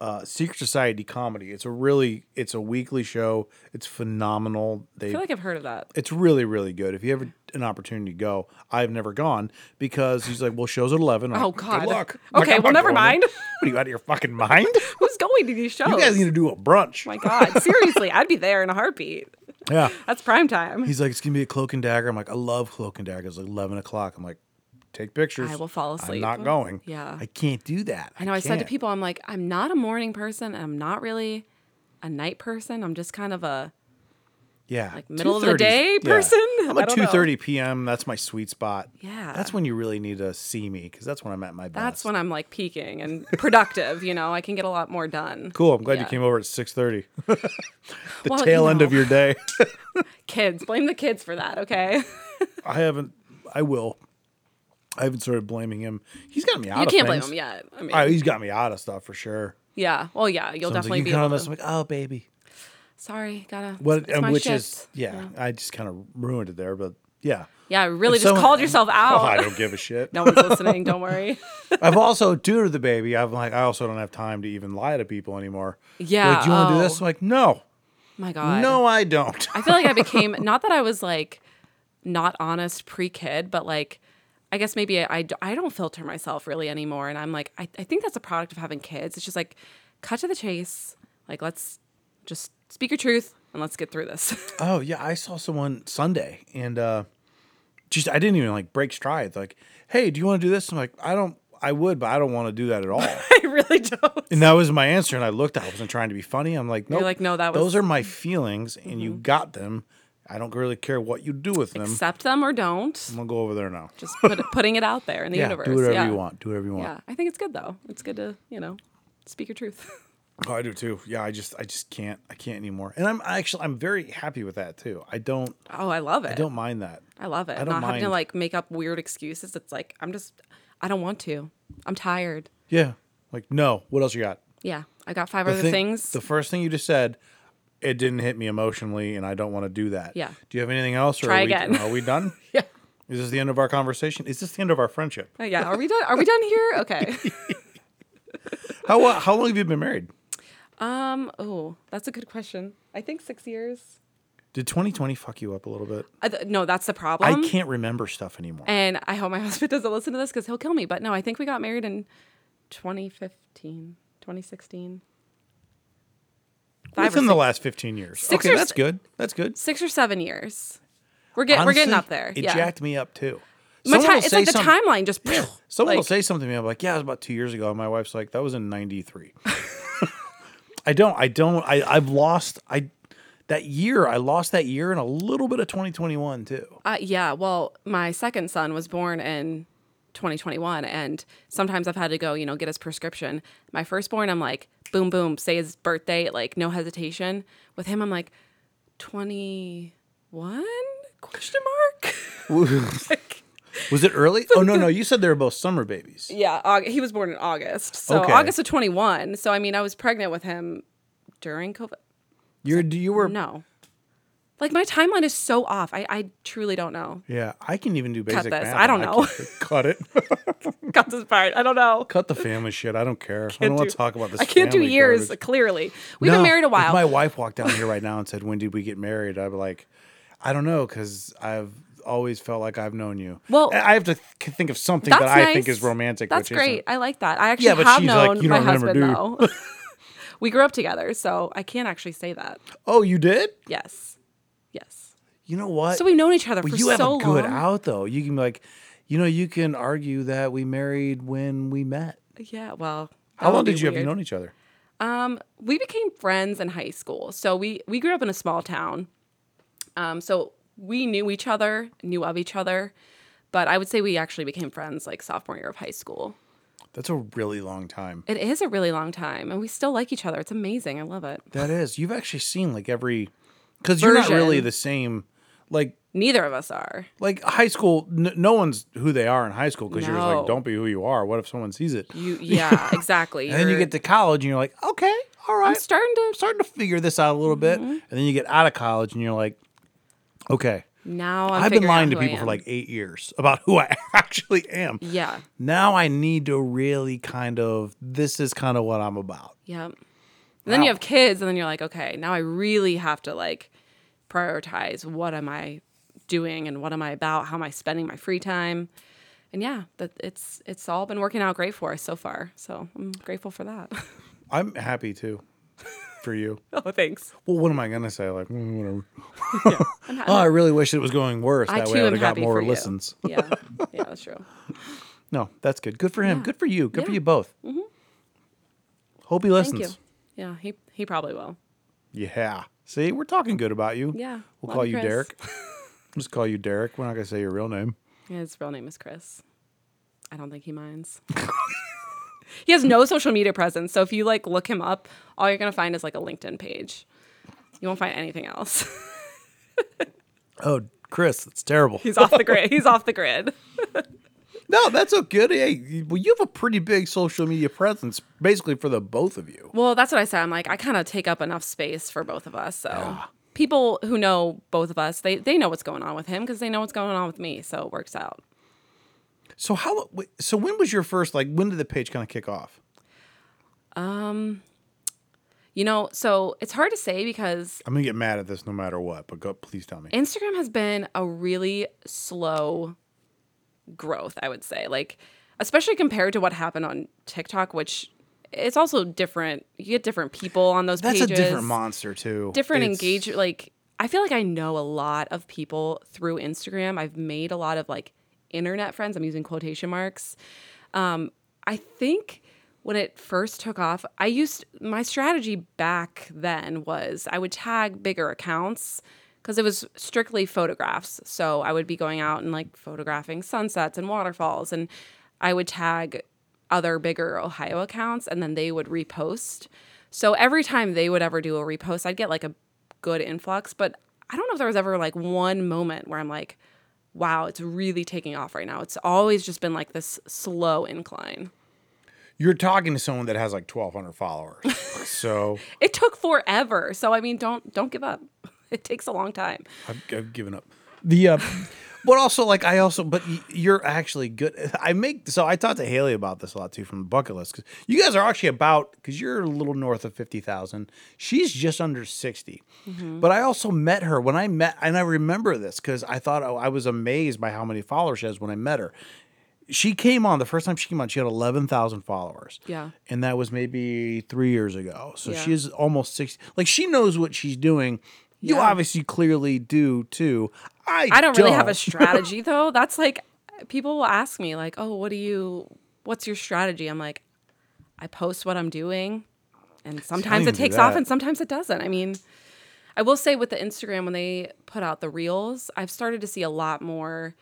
Speaker 1: uh secret society comedy. It's a really it's a weekly show. It's phenomenal. They
Speaker 3: I feel like I've heard of that.
Speaker 1: it's really really good. If you ever an opportunity to go, I've never gone because he's like, well, shows at eleven. I'm
Speaker 3: Oh,
Speaker 1: like,
Speaker 3: God.
Speaker 1: Good luck. I'm
Speaker 3: Okay,
Speaker 1: "I'm
Speaker 3: well,
Speaker 1: not
Speaker 3: never
Speaker 1: going."
Speaker 3: mind.
Speaker 1: What are you out of your fucking mind?
Speaker 3: Who's going to these shows?
Speaker 1: You guys need to do a brunch.
Speaker 3: My God, seriously, I'd be there in a heartbeat.
Speaker 1: yeah.
Speaker 3: That's prime time.
Speaker 1: He's like, it's gonna be a cloak and dagger. I'm like, I love cloak and dagger. It's like eleven o'clock. I'm like, take pictures.
Speaker 3: I will fall
Speaker 1: I'm
Speaker 3: asleep.
Speaker 1: not going.
Speaker 3: Yeah.
Speaker 1: I can't do that.
Speaker 3: I know. I, said to
Speaker 1: can't.
Speaker 3: people, I'm like, I'm not a morning person, and I'm not really a night person. I'm just kind of a
Speaker 1: Yeah.
Speaker 3: like middle of the
Speaker 1: 2:30 's-
Speaker 3: day
Speaker 1: yeah.
Speaker 3: person?
Speaker 1: I'm
Speaker 3: I
Speaker 1: a
Speaker 3: don't know.
Speaker 1: 2:30 p.m. That's my sweet spot.
Speaker 3: Yeah.
Speaker 1: That's when you really need to see me cuz that's when I'm at my best.
Speaker 3: that's when I'm like peaking and productive. you know, I can get a lot more done.
Speaker 1: Cool. I'm glad you
Speaker 3: Yeah.
Speaker 1: came over at 6:30. the
Speaker 3: Well, you
Speaker 1: tail end of
Speaker 3: know.
Speaker 1: your day.
Speaker 3: Kids, blame the kids for that. Okay,
Speaker 1: I haven't I will. I haven't started blaming him. He's got me out
Speaker 3: you
Speaker 1: of
Speaker 3: can't blame
Speaker 1: things.
Speaker 3: them yet. I mean,
Speaker 1: Oh, he's got me out of stuff for sure.
Speaker 3: yeah. Well, yeah, you'll
Speaker 1: Sometimes
Speaker 3: definitely
Speaker 1: you
Speaker 3: be.
Speaker 1: count
Speaker 3: Able
Speaker 1: on this.
Speaker 3: to,
Speaker 1: I'm like, oh baby.
Speaker 3: sorry, gotta.
Speaker 1: What
Speaker 3: it's
Speaker 1: and
Speaker 3: my
Speaker 1: which
Speaker 3: shift.
Speaker 1: is yeah, I just kind of ruined it there, but yeah.
Speaker 3: yeah, really
Speaker 1: If
Speaker 3: just
Speaker 1: someone-
Speaker 3: called yourself
Speaker 1: Oh, I
Speaker 3: out.
Speaker 1: don't give a shit.
Speaker 3: no one's listening. Don't worry.
Speaker 1: I've also due to the baby, I'm like, I also don't have time to even lie to people anymore.
Speaker 3: Yeah,
Speaker 1: Like, do you want to do
Speaker 3: oh.
Speaker 1: this? I'm like, no,
Speaker 3: My God.
Speaker 1: no, I don't.
Speaker 3: I feel like I became not that I was like not honest pre kid, but like I guess maybe I, I, d- I don't filter myself really anymore. And I'm like, I, I think that's a product of having kids. It's just like cut to the chase. Like, let's just speak your truth and let's get through this.
Speaker 1: oh yeah, I saw someone Sunday and uh just I didn't even like break stride. Like, hey, do you want to do this? I'm like, I don't. I would, but I don't want to do that at all.
Speaker 3: I really don't.
Speaker 1: and that was my answer. And I looked, I wasn't trying to be funny. I'm like, no,
Speaker 3: like, no, that
Speaker 1: those
Speaker 3: was- Mm-hmm.
Speaker 1: are my feelings, and you got them. I don't really care what you do with them.
Speaker 3: Accept them or don't.
Speaker 1: I'm gonna go over there now.
Speaker 3: Just put, putting it out there in the
Speaker 1: yeah,
Speaker 3: universe.
Speaker 1: do whatever
Speaker 3: yeah.
Speaker 1: you want. Do whatever you want.
Speaker 3: Yeah, I think it's good though. It's good to you know speak your truth.
Speaker 1: Oh, I do too. Yeah, I just, I just can't, I can't anymore. And I'm actually, I'm very happy with that too. I don't,
Speaker 3: oh, I love it.
Speaker 1: I don't mind that.
Speaker 3: I love it.
Speaker 1: I don't
Speaker 3: Not having to
Speaker 1: mind.
Speaker 3: like make up weird excuses. It's like I'm just I don't want to. I'm tired.
Speaker 1: Yeah, like no. What else you got?
Speaker 3: Yeah, I got five other
Speaker 1: thing-
Speaker 3: things.
Speaker 1: The first thing you just said, it didn't hit me emotionally, and I don't want to do that.
Speaker 3: Yeah.
Speaker 1: Do you have anything else? Or
Speaker 3: Try
Speaker 1: are we,
Speaker 3: again.
Speaker 1: Are we done?
Speaker 3: yeah.
Speaker 1: Is this the end of our conversation? Is this the end of our friendship?
Speaker 3: Oh, yeah. Are we done? Are we done here? Okay.
Speaker 1: How uh, how long have you been married?
Speaker 3: um. Oh, that's a good question. I think six years.
Speaker 1: Did 2020 fuck you up a little bit?
Speaker 3: I th- no, that's the
Speaker 1: I
Speaker 3: problem.
Speaker 1: can't remember stuff anymore.
Speaker 3: Um, And I hope my husband doesn't listen to this because he'll kill me. But no, I think we got married in 2015, 2016. Five or
Speaker 1: Within the
Speaker 3: six-
Speaker 1: last 15 years.
Speaker 3: Six
Speaker 1: okay,
Speaker 3: or
Speaker 1: that's
Speaker 3: s-
Speaker 1: good. That's good.
Speaker 3: six or seven years. We're getting we're getting
Speaker 1: Honestly,
Speaker 3: up there.
Speaker 1: It
Speaker 3: yeah.
Speaker 1: jacked me up too.
Speaker 3: My
Speaker 1: Someone
Speaker 3: ti-
Speaker 1: will
Speaker 3: it's
Speaker 1: say
Speaker 3: like the
Speaker 1: some-
Speaker 3: timeline just.
Speaker 1: Someone will
Speaker 3: like-
Speaker 1: say something to me. I'm like, yeah, it was about two years ago. And my wife's like, that was in 93. I don't, I don't, I, I've lost, I, that year, I lost that year and a little bit of 2021 too.
Speaker 3: Uh, yeah, well, my second son was born in 2021, and sometimes I've had to go, you know, get his prescription. My firstborn, I'm like, boom, boom, say his birthday, like no hesitation. With him, I'm like, 21? Question mark? Like,
Speaker 1: Was it early? Oh, no, no. You said they were both summer babies.
Speaker 3: yeah, Aug he was born in August, so
Speaker 1: Okay.
Speaker 3: August of 21. So I mean, I was pregnant with him during COVID.
Speaker 1: You're, you were,
Speaker 3: No, like my timeline is so off. I I truly don't know.
Speaker 1: yeah, I can even do basic
Speaker 3: this.
Speaker 1: math.
Speaker 3: I don't know.
Speaker 1: can- Cut it.
Speaker 3: Got this part. I don't know.
Speaker 1: Cut the family shit. I don't care. I don't want to talk about this.
Speaker 3: I can't do
Speaker 1: family
Speaker 3: years.
Speaker 1: garbage.
Speaker 3: Clearly, we've been
Speaker 1: No,
Speaker 3: married a
Speaker 1: if
Speaker 3: while.
Speaker 1: my wife walked down here right now and said, "When did we get married?" I'd be like, "I don't know," because I've always felt like I've known you.
Speaker 3: Well-
Speaker 1: I I have to th- think of something
Speaker 3: That's
Speaker 1: that I
Speaker 3: nice.
Speaker 1: think is romantic.
Speaker 3: That's
Speaker 1: which
Speaker 3: great. I like that. I actually
Speaker 1: Yeah, but
Speaker 3: have
Speaker 1: she's like,
Speaker 3: known
Speaker 1: "You
Speaker 3: my
Speaker 1: don't remember,
Speaker 3: husband
Speaker 1: do you?"
Speaker 3: though. we grew up together, so I can't actually say that.
Speaker 1: Isn't. Oh, you did.
Speaker 3: Yes, yes.
Speaker 1: You know what?
Speaker 3: So we've known each other
Speaker 1: But
Speaker 3: for
Speaker 1: you have
Speaker 3: so
Speaker 1: a good
Speaker 3: long.
Speaker 1: out though. You can be like, you know, you can argue that we married when we met.
Speaker 3: Yeah. Well, that
Speaker 1: How
Speaker 3: would
Speaker 1: long
Speaker 3: Oh, be
Speaker 1: did you have
Speaker 3: weird.
Speaker 1: known each other?
Speaker 3: Um, we became friends in high school. So we we grew up in a small town. Um, so we knew each other, knew of each other, but I would say we actually became friends like sophomore year of high school.
Speaker 1: That's a really long time.
Speaker 3: It is a really long time, and we still like each other. It's amazing. I love it.
Speaker 1: That is. You've actually seen like every, because you're not really
Speaker 3: Version.
Speaker 1: the same. Like
Speaker 3: Neither of us are.
Speaker 1: like high school n- no one's who they are in high school because you're just like
Speaker 3: No.
Speaker 1: don't be who you are what if someone sees it
Speaker 3: You, yeah, exactly.
Speaker 1: and then you
Speaker 3: You're-
Speaker 1: get to college and you're like okay all right
Speaker 3: I'm Mm-hmm. starting to
Speaker 1: starting to figure this out a little bit and then you get out of college and you're like okay
Speaker 3: now. I'm
Speaker 1: i have been
Speaker 3: figuring out
Speaker 1: lying to
Speaker 3: who I
Speaker 1: people for
Speaker 3: am.
Speaker 1: like eight years about who i actually am
Speaker 3: yeah,
Speaker 1: now i need to really kind of this is kind of what i'm about
Speaker 3: yeah. And then you
Speaker 1: Wow.
Speaker 3: have kids, and then you're like, okay, now I really have to like prioritize what am I doing and what am I about? How am I spending my free time? And yeah, that it's it's all been working out great for us so far. So I'm grateful for that.
Speaker 1: i'm happy too for you
Speaker 3: oh, thanks.
Speaker 1: well what am i gonna say like mm, whatever oh i really wish it was going worse
Speaker 3: I
Speaker 1: that
Speaker 3: too
Speaker 1: way i would
Speaker 3: am
Speaker 1: have got
Speaker 3: happy
Speaker 1: more
Speaker 3: for you.
Speaker 1: listens
Speaker 3: Yeah, yeah, that's true.
Speaker 1: No, that's good. Good for him.
Speaker 3: Yeah.
Speaker 1: Good for you. Good for
Speaker 3: Yeah. Mm-hmm.
Speaker 1: you both. Hope he
Speaker 3: Thank you.
Speaker 1: listens.
Speaker 3: Yeah, he he probably will.
Speaker 1: Yeah. See, we're talking good about you.
Speaker 3: Yeah.
Speaker 1: We'll
Speaker 3: Love
Speaker 1: call
Speaker 3: you,
Speaker 1: you
Speaker 3: Chris.
Speaker 1: Derek. Just call you Derek. We're not gonna say your real name.
Speaker 3: His real name is Chris. I don't think he minds. he has no social media presence, so if you like look him up, all you're gonna find is like a LinkedIn page. You won't find anything else.
Speaker 1: Oh, Chris, that's terrible.
Speaker 3: He's off the grid. He's off the grid.
Speaker 1: No, that's so good. Hey, you- well, you have a pretty big social media presence, basically for the both of you.
Speaker 3: Well, that's what I said. I'm like, I kind of take up enough space for both of us. So people who know both of us, they they know what's going on with him because they know what's going on with me. So it works out.
Speaker 1: So how? wait, So when was your first? Like, when did the page kind of kick off?
Speaker 3: You know, so it's hard to say because
Speaker 1: I'm gonna get mad at this no matter what. But go, please tell me.
Speaker 3: Instagram has been a really slow growth, I would say. Like, especially compared to what happened on TikTok, which it's also different. You get different people on those
Speaker 1: That's
Speaker 3: pages.
Speaker 1: a different monster too.
Speaker 3: Different
Speaker 1: It's-
Speaker 3: engage like I feel like I know a lot of people through Instagram. I've made a lot of like internet friends. I'm using quotation marks. Um, I think when it first took off, I used my strategy back then was I would tag bigger accounts because it was strictly photographs. So I would be going out and like photographing sunsets and waterfalls and I would tag other bigger Ohio accounts and then they would repost. So every time they would ever do a repost, I'd get like a good influx, but I don't know if there was ever like one moment where I'm like, wow, it's really taking off right now. It's always just been like this slow incline.
Speaker 1: You're talking to someone that has like 1,200 followers. so
Speaker 3: It took forever. So I mean, don't don't give up. It takes a long time.
Speaker 1: I've, I've given up. The uh, but also like I also but y- you're actually good. I make so I talked to Haley about this a lot too from the bucket list because you guys are actually about because you're a little north of fifty thousand. She's just under 60
Speaker 3: Mm-hmm.
Speaker 1: But I also met her when I met, and I remember this because I thought oh, I was amazed by how many followers she has when I met her. She came on the first time she came on. She had eleven thousand followers.
Speaker 3: Yeah.
Speaker 1: and that was maybe three years ago. So
Speaker 3: Yeah.
Speaker 1: she's almost sixty. Like she knows what she's doing. You
Speaker 3: Yeah.
Speaker 1: obviously clearly do too. I
Speaker 3: I don't really have a
Speaker 1: don't.
Speaker 3: strategy though. That's like people will ask me like, "Oh, what do you what's your strategy?" I'm like, "I post what I'm doing." And sometimes
Speaker 1: even
Speaker 3: it
Speaker 1: do
Speaker 3: takes off
Speaker 1: that.
Speaker 3: and sometimes it doesn't. I mean, I will say with the Instagram when they put out the reels, I've started to see a lot more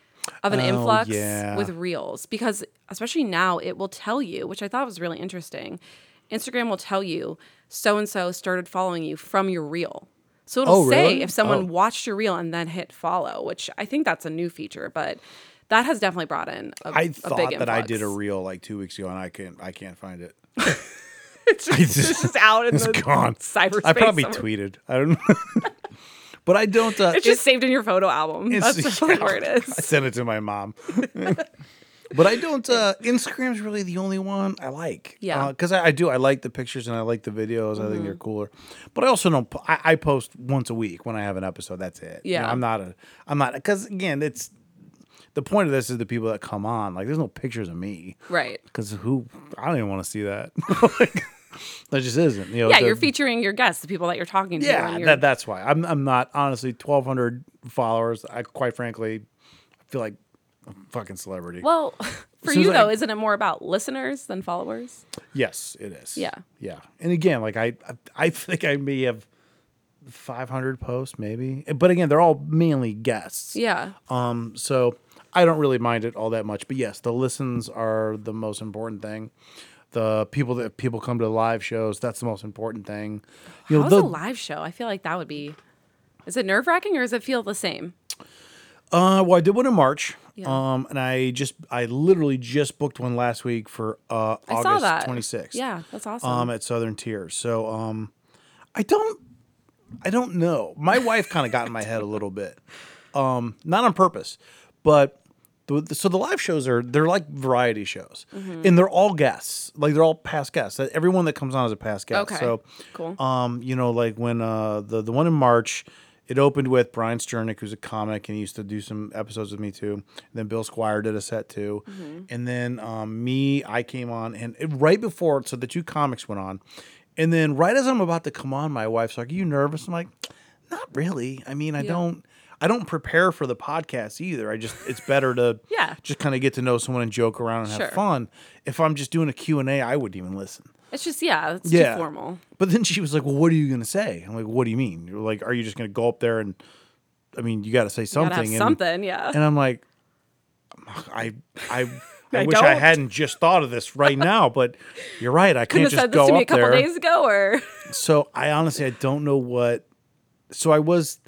Speaker 3: of an influx
Speaker 1: Oh, yeah.
Speaker 3: with reels because especially now it will tell you, which I thought was really interesting. Instagram will tell you so and so started following you from your reel. So it'll
Speaker 1: Oh,
Speaker 3: say
Speaker 1: really?
Speaker 3: if someone
Speaker 1: Oh.
Speaker 3: watched your reel and then hit follow, which I think that's a new feature, but that has definitely brought in a,
Speaker 1: I
Speaker 3: a
Speaker 1: thought
Speaker 3: big
Speaker 1: that I did a
Speaker 3: influx.
Speaker 1: reel like two weeks ago, and I can't. I can't find it.
Speaker 3: it's, just,
Speaker 1: just-
Speaker 3: it's just out in
Speaker 1: It's
Speaker 3: the
Speaker 1: gone.
Speaker 3: cyberspace.
Speaker 1: I probably
Speaker 3: somewhere.
Speaker 1: tweeted. I don't. know. but I don't. Uh,
Speaker 3: It's just saved in your photo album.
Speaker 1: it's-
Speaker 3: That's definitely where it
Speaker 1: I
Speaker 3: is.
Speaker 1: sent it to my mom. but I don't. Uh, Instagram's really the only one I like.
Speaker 3: Yeah. Mm-hmm.
Speaker 1: Because I, I do. I like the pictures and I like the videos. I think they're cooler. But I also don't. po- I, I post once a week when I have an episode. That's it. You know,
Speaker 3: Yeah.
Speaker 1: I'm not a. I'm not because again, it's the point of this is the people that come on. Like, there's no pictures of me.
Speaker 3: Right.
Speaker 1: Because who? I don't even want to see that. like, that just isn't. You know,
Speaker 3: Yeah,
Speaker 1: the-
Speaker 3: you're featuring your guests, the people that you're talking to.
Speaker 1: yeah,
Speaker 3: and you're-
Speaker 1: that, that's why. I'm I'm not honestly 1,200 followers. I quite frankly, I feel like a fucking celebrity.
Speaker 3: well, for
Speaker 1: Soon
Speaker 3: you
Speaker 1: as I-
Speaker 3: though, isn't it more about listeners than followers?
Speaker 1: yes, it is.
Speaker 3: Yeah.
Speaker 1: yeah. And again, like I, I, I think I may have 500 posts, maybe. But again, they're all mainly guests.
Speaker 3: Yeah.
Speaker 1: Um. So I don't really mind it all that much. But yes, the listens are the most important thing. The people that people come to the live shows, that's the most important thing. You
Speaker 3: How's
Speaker 1: the-
Speaker 3: a live show? I feel like that would be. Is it nerve wracking or does it feel the same?
Speaker 1: Uh, well, I did one in March.
Speaker 3: Yeah.
Speaker 1: Um, and I just, I literally just booked one last week for uh,
Speaker 3: I saw that.
Speaker 1: August 26th.
Speaker 3: Yeah, that's awesome.
Speaker 1: Um, at Southern Tier. So, um, I don't, I don't know. My wife kind of got in my head a little bit. Um, not on purpose, but the, the- so the live shows are they're like variety shows,
Speaker 3: Mm-hmm.
Speaker 1: and they're all guests. Like they're all past guests. Everyone that comes on is a past guest.
Speaker 3: Okay.
Speaker 1: So
Speaker 3: Cool.
Speaker 1: um, you know, like when uh, the the one in March, it opened with Brian Sternick, who's a comic, and he used to do some episodes with me too. And then Bill Squire did a set too,
Speaker 3: Mm-hmm.
Speaker 1: and then um, me, I came on, and it, right before, so the two comics went on, and then right as I'm about to come on, my wife's like, "Are you nervous?" I'm like, "Not really. I mean, I don't." I don't prepare for the podcast either. I just it's better to
Speaker 3: Yeah.
Speaker 1: just kind of get to know someone and joke around and
Speaker 3: Sure.
Speaker 1: have fun. If I'm just doing a Q&A, I wouldn't even listen.
Speaker 3: it's just yeah, it's too formal.
Speaker 1: But then she was like, "Well, what are you going to say?" I'm like, "What do you mean? You're like, are you just going to go up there and? I mean, you got to say
Speaker 3: Gotta
Speaker 1: something."
Speaker 3: have
Speaker 1: and,
Speaker 3: something. Yeah.
Speaker 1: And I'm like, I, I, I,
Speaker 3: I
Speaker 1: wish I
Speaker 3: don't.
Speaker 1: hadn't just thought of this right now. But you're right. I
Speaker 3: Couldn't
Speaker 1: can't
Speaker 3: have
Speaker 1: just
Speaker 3: said this
Speaker 1: go
Speaker 3: to me a
Speaker 1: up
Speaker 3: couple
Speaker 1: there.
Speaker 3: days ago or
Speaker 1: So I honestly, I don't know what. So I was,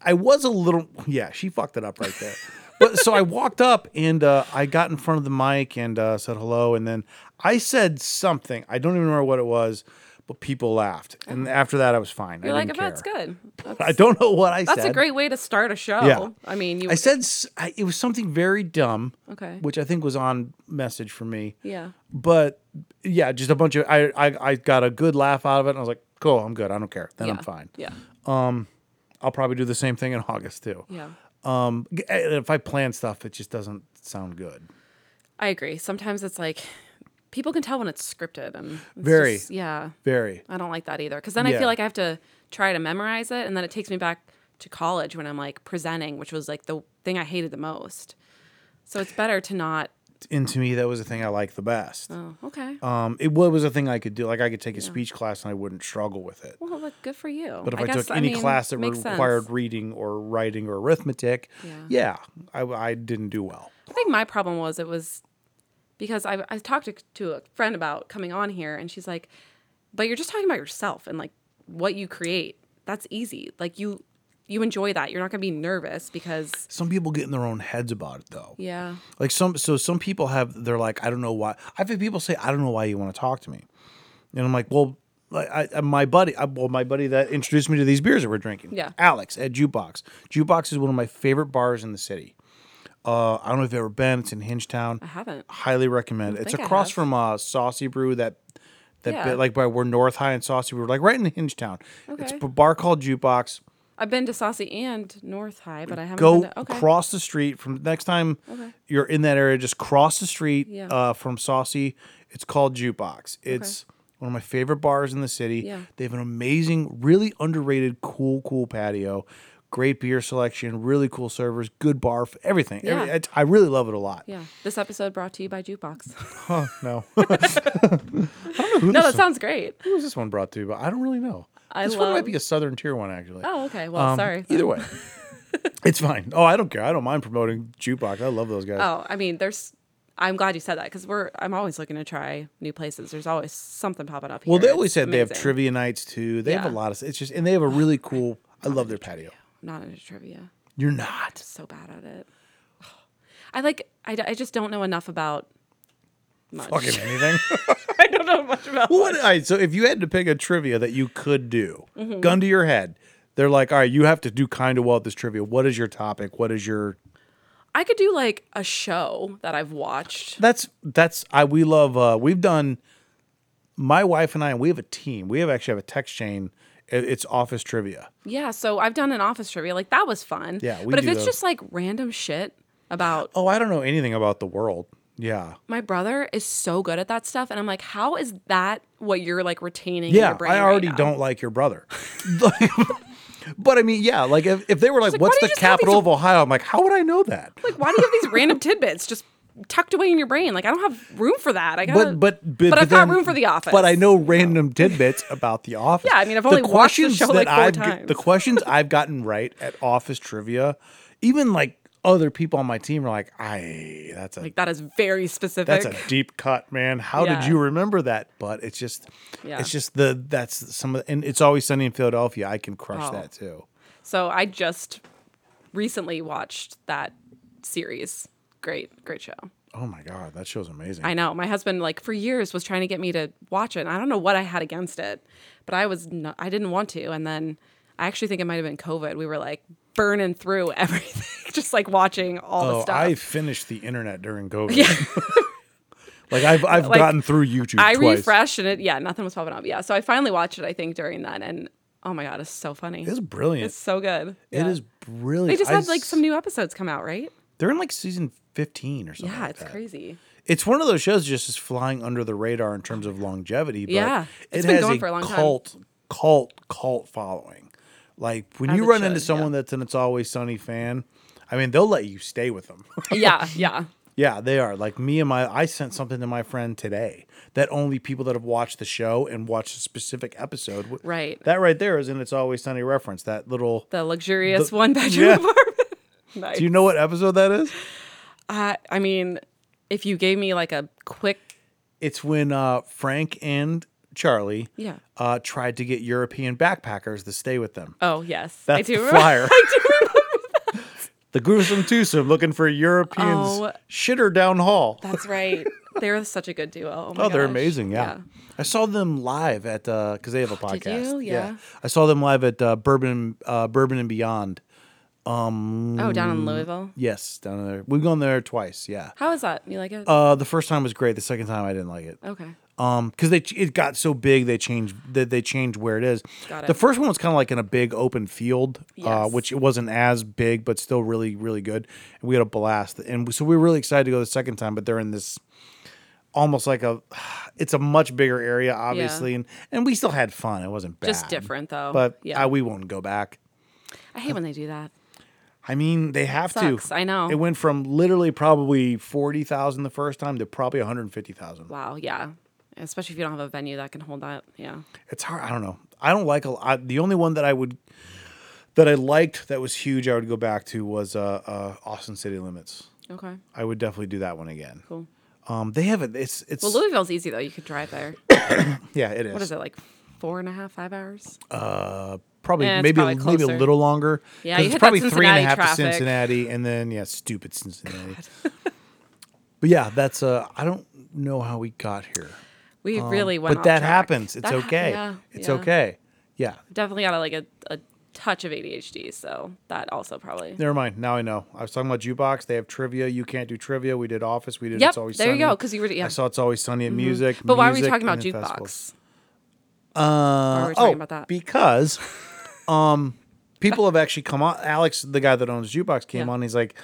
Speaker 1: I was a little. Yeah, she fucked it up right there. But so I walked up and uh, I got in front of the mic and uh, said hello, and then I said something. I don't even remember what it was, but people laughed, and after that I was fine.
Speaker 3: Oh. you're
Speaker 1: I
Speaker 3: like,
Speaker 1: didn't
Speaker 3: if that's
Speaker 1: care.
Speaker 3: good. That's,
Speaker 1: I don't know what I said.
Speaker 3: that's a great way to start a show.
Speaker 1: Yeah.
Speaker 3: I mean, you
Speaker 1: I said s I it was something very dumb,
Speaker 3: Okay.
Speaker 1: which I think was on message for me
Speaker 3: yeah.
Speaker 1: but yeah, just a bunch of I, I I got a good laugh out of it, and I was like, cool, I'm good, I don't care, then
Speaker 3: yeah.
Speaker 1: I'm fine.
Speaker 3: Yeah.
Speaker 1: I'll probably do the same thing in August too.
Speaker 3: Yeah.
Speaker 1: Um, g- and if I plan stuff, it just doesn't sound good.
Speaker 3: I agree. Sometimes it's like people can tell when it's scripted and it's
Speaker 1: Very.
Speaker 3: just- yeah.
Speaker 1: Very.
Speaker 3: I don't like that either because then I
Speaker 1: Yeah.
Speaker 3: feel like I have to try to memorize it, and then it takes me back to college when I'm like presenting, which was like the thing I hated the most. So it's better to
Speaker 1: baked
Speaker 3: not
Speaker 1: into me that was the thing I liked the best.
Speaker 3: Oh, okay.
Speaker 1: Um, it wa- was a thing I could do. Like I could take a speech class and I wouldn't struggle with it.
Speaker 3: well, look, good for you.
Speaker 1: But if I,
Speaker 3: guess,
Speaker 1: took any
Speaker 3: mean,
Speaker 1: class that
Speaker 3: makes
Speaker 1: required
Speaker 3: sense.
Speaker 1: reading or writing or arithmetic, yeah, I, I didn't do well.
Speaker 3: I think my problem was it was because I, I talked to, to a friend about coming on here, and she's like, "But you're just talking about yourself and like what you create. That's easy. Like you you enjoy that. You're not gonna be nervous because
Speaker 1: Some people get in their own heads about it though.
Speaker 3: yeah,
Speaker 1: Like some, so some people have. They're like, I don't know why. I've had people say, I don't know why you want to talk to me, and I'm like, well, like, I, I, my buddy, I, well, my buddy that introduced me to these beers that we're drinking.
Speaker 3: Yeah.
Speaker 1: Alex at Jukebox. Jukebox is one of my favorite bars in the city. Uh, I don't know if you've ever been. It's in Hingetown.
Speaker 3: I haven't.
Speaker 1: Highly recommend. it. It's
Speaker 3: think I
Speaker 1: across
Speaker 3: have.
Speaker 1: from uh, Saucy Brew that that
Speaker 3: Yeah.
Speaker 1: bit like by where North High and Saucy Brew, like right in Hingetown. It's
Speaker 3: Okay.
Speaker 1: a bar called Jukebox.
Speaker 3: I've been to Saucy and North High, but I haven't
Speaker 1: Go
Speaker 3: been to, okay.
Speaker 1: cross the street from next time you're in that area. Just cross the street
Speaker 3: Yeah.
Speaker 1: uh, from Saucy. It's called Jukebox. It's one of my favorite bars in the city.
Speaker 3: Yeah.
Speaker 1: They have an amazing, really underrated, cool, cool patio. Great beer selection, really cool servers, good bar, f- everything. Every-
Speaker 3: Yeah.
Speaker 1: I, I really love it a lot.
Speaker 3: yeah, this episode brought to you by Jukebox.
Speaker 1: Oh, no. I don't know who
Speaker 3: no,
Speaker 1: this
Speaker 3: that sounds great.
Speaker 1: Who was this one brought to? But I don't really know.
Speaker 3: I
Speaker 1: this one might
Speaker 3: love-
Speaker 1: be a Southern Tier one, actually.
Speaker 3: Oh, okay. Well,
Speaker 1: Um,
Speaker 3: sorry.
Speaker 1: Either way, it's fine. Oh, I don't care. I don't mind promoting jukebox. I love those guys.
Speaker 3: Oh, I mean, there's. I'm glad you said that because we're. I'm always looking to try new places. There's always something popping up. Here.
Speaker 1: well, they
Speaker 3: It's
Speaker 1: always said they have
Speaker 3: amazing.
Speaker 1: trivia nights too. They have
Speaker 3: Yeah.
Speaker 1: a lot of. It's just and they have a really cool. I love their patio.
Speaker 3: Not into trivia.
Speaker 1: You're not.
Speaker 3: So bad at it. I like. I, d- I just don't know enough about. Much.
Speaker 1: Fucking anything.
Speaker 3: I don't know much about.
Speaker 1: well, what, all right, so if you had to pick a trivia that you could do,
Speaker 3: Mm-hmm.
Speaker 1: gun to your head, they're like, all right, you have to do kind of well at this trivia. What is your topic? What is your
Speaker 3: I could do like a show that I've watched.
Speaker 1: That's that's I we love uh we've done my wife and I we have a team. We have actually have a text chain. It- It's office trivia.
Speaker 3: Yeah, so I've done an office trivia. Like that was fun.
Speaker 1: Yeah, we
Speaker 3: but if
Speaker 1: do
Speaker 3: it's
Speaker 1: those.
Speaker 3: just like random shit about
Speaker 1: Oh, I don't know anything about the world. Yeah.
Speaker 3: my brother is so good at that stuff, and I'm like, how is that what you're like retaining? in
Speaker 1: Yeah,
Speaker 3: your brain
Speaker 1: I
Speaker 3: right
Speaker 1: already
Speaker 3: now?
Speaker 1: don't like your brother. Like, but I mean, yeah, like if, if they were like,
Speaker 3: like, why
Speaker 1: what's
Speaker 3: do
Speaker 1: the
Speaker 3: you just have these-
Speaker 1: capital of Ohio? I'm like, how would I know that?
Speaker 3: Like, why do you have these random tidbits just tucked away in your brain? Like, I don't have room for that. I gotta,
Speaker 1: But but
Speaker 3: uh, but, I've
Speaker 1: then-
Speaker 3: got room for the office.
Speaker 1: But I know random tidbits about the office.
Speaker 3: Yeah, I mean, I've only watched the show, like, four
Speaker 1: I've g-
Speaker 3: times.
Speaker 1: the questions I've gotten right at office trivia, even like other people on my team are like, I that's a
Speaker 3: Like, that is very specific.
Speaker 1: that's a deep cut, man. How did
Speaker 3: Yeah.
Speaker 1: you remember that? But it's just,
Speaker 3: Yeah.
Speaker 1: it's just the that's some of, the, and it's always sunny in Philadelphia. I can crush
Speaker 3: Oh.
Speaker 1: that too.
Speaker 3: so I just recently watched that series. Great, great show.
Speaker 1: Oh my god, that show's amazing.
Speaker 3: I know my husband like for years was trying to get me to watch it. And I don't know what I had against it, but I was not, I didn't want to. And then I actually think it might have been COVID. We were like burning through everything, just like watching all the
Speaker 1: oh,
Speaker 3: stuff.
Speaker 1: I finished the internet during COVID. like I've I've
Speaker 3: Like,
Speaker 1: gotten through YouTube.
Speaker 3: I
Speaker 1: twice.
Speaker 3: refreshed and it, yeah, nothing was popping up. Yeah. So I finally watched it, I think, during that. And oh my God, it's so funny.
Speaker 1: It's brilliant.
Speaker 3: It's so good.
Speaker 1: It is brilliant.
Speaker 3: They just
Speaker 1: I
Speaker 3: had like some
Speaker 1: s-
Speaker 3: new episodes come out, right?
Speaker 1: They're in like season fifteen or something.
Speaker 3: Yeah,
Speaker 1: like
Speaker 3: it's
Speaker 1: that.
Speaker 3: crazy.
Speaker 1: It's one of those shows just is flying under the radar in terms of longevity. But
Speaker 3: Yeah,
Speaker 1: it
Speaker 3: it's been
Speaker 1: has
Speaker 3: going
Speaker 1: a,
Speaker 3: for a long time.
Speaker 1: cult, cult, cult following. Like when
Speaker 3: As
Speaker 1: you
Speaker 3: it
Speaker 1: run into
Speaker 3: should,
Speaker 1: someone that's an It's Always Sunny fan, I mean they'll let you stay with them.
Speaker 3: Yeah, yeah.
Speaker 1: yeah, they are. Like me and my, I sent something to my friend today that only people that have watched the show and watched a specific episode. w-
Speaker 3: Right.
Speaker 1: That right there is an It's Always Sunny reference. That little.
Speaker 3: The luxurious one bedroom
Speaker 1: yeah.
Speaker 3: apartment. nice.
Speaker 1: Do you know what episode that is?
Speaker 3: I, I mean, if you gave me like a quick,
Speaker 1: It's when uh, Frank and Charlie
Speaker 3: Yeah.
Speaker 1: uh, tried to get European backpackers to stay with them.
Speaker 3: oh, yes. I
Speaker 1: That's
Speaker 3: do
Speaker 1: the
Speaker 3: remember.
Speaker 1: flyer. The gruesome twosome looking for Europeans
Speaker 3: Oh.
Speaker 1: shitter down hall.
Speaker 3: That's right. They're such a good duo. Oh, my
Speaker 1: Oh, they're
Speaker 3: gosh.
Speaker 1: amazing. Yeah. I saw them live at because they have a podcast.
Speaker 3: you? Yeah.
Speaker 1: I saw them live at uh, Bourbon uh, Bourbon and Beyond.
Speaker 3: Oh, down in Louisville.
Speaker 1: Yes, down there. We've gone there twice. Yeah.
Speaker 3: How is that? You like it?
Speaker 1: Uh, the first time was great. The second time I didn't like it.
Speaker 3: okay.
Speaker 1: um because they it got so big they changed that they changed where it is
Speaker 3: Got
Speaker 1: the
Speaker 3: it.
Speaker 1: first one was kind of like in a big open field uh
Speaker 3: Yes.
Speaker 1: which it wasn't as big but still really really good and we had a blast and so we were really excited to go the second time but they're in this almost like a it's a much bigger area obviously and and we still had fun it wasn't bad
Speaker 3: Just different, though.
Speaker 1: but
Speaker 3: Yeah.
Speaker 1: yeah we won't go back
Speaker 3: I hate when they do that.
Speaker 1: I mean, they have
Speaker 3: Sucks,
Speaker 1: to.
Speaker 3: I know.
Speaker 1: It went from literally probably 40,000 the first time to probably 150,000.
Speaker 3: Wow, yeah. Especially if you don't have a venue that can hold that. Yeah.
Speaker 1: It's hard. I don't know. I don't like a lot. The only one that I would, that I liked that was huge, I would go back to was uh, uh, Austin City Limits.
Speaker 3: Okay.
Speaker 1: I would definitely do that one again.
Speaker 3: Cool.
Speaker 1: Um, they have it. It's, it's,
Speaker 3: Well, Louisville's easy though. You could drive there.
Speaker 1: yeah, it is.
Speaker 3: What is it like? Four and a half, five hours.
Speaker 1: Probably,
Speaker 3: Yeah, it's
Speaker 1: maybe,
Speaker 3: probably
Speaker 1: maybe a
Speaker 3: closer.
Speaker 1: little longer.
Speaker 3: Yeah,
Speaker 1: 'cause
Speaker 3: you
Speaker 1: it's
Speaker 3: hit that
Speaker 1: probably three and a
Speaker 3: Cincinnati
Speaker 1: half to
Speaker 3: traffic.
Speaker 1: Cincinnati, and then yeah, stupid Cincinnati. but yeah, that's uh, I don't know how we got here, Um,
Speaker 3: We really went.
Speaker 1: Uh, but
Speaker 3: off
Speaker 1: that
Speaker 3: track.
Speaker 1: happens. It's
Speaker 3: That ha-
Speaker 1: okay.
Speaker 3: yeah,
Speaker 1: it's
Speaker 3: yeah.
Speaker 1: okay. Yeah,
Speaker 3: Definitely got a, like a, a touch of ADHD, so that also probably.
Speaker 1: Never mind. Now I know. I was talking about jukebox. They have trivia. You can't do trivia. We did office. We did.
Speaker 3: Yep,
Speaker 1: It's always
Speaker 3: there
Speaker 1: sunny.
Speaker 3: you go, 'cause you were- yeah. Mm-hmm.
Speaker 1: I saw it's always sunny in music.
Speaker 3: But why were we
Speaker 1: music,
Speaker 3: talking about
Speaker 1: and in festivals.
Speaker 3: jukebox?
Speaker 1: Uh,
Speaker 3: we talking
Speaker 1: oh,
Speaker 3: about that?
Speaker 1: because um, people have actually come on. Alex, the guy that owns jukebox, came
Speaker 3: Yeah.
Speaker 1: on. He's like,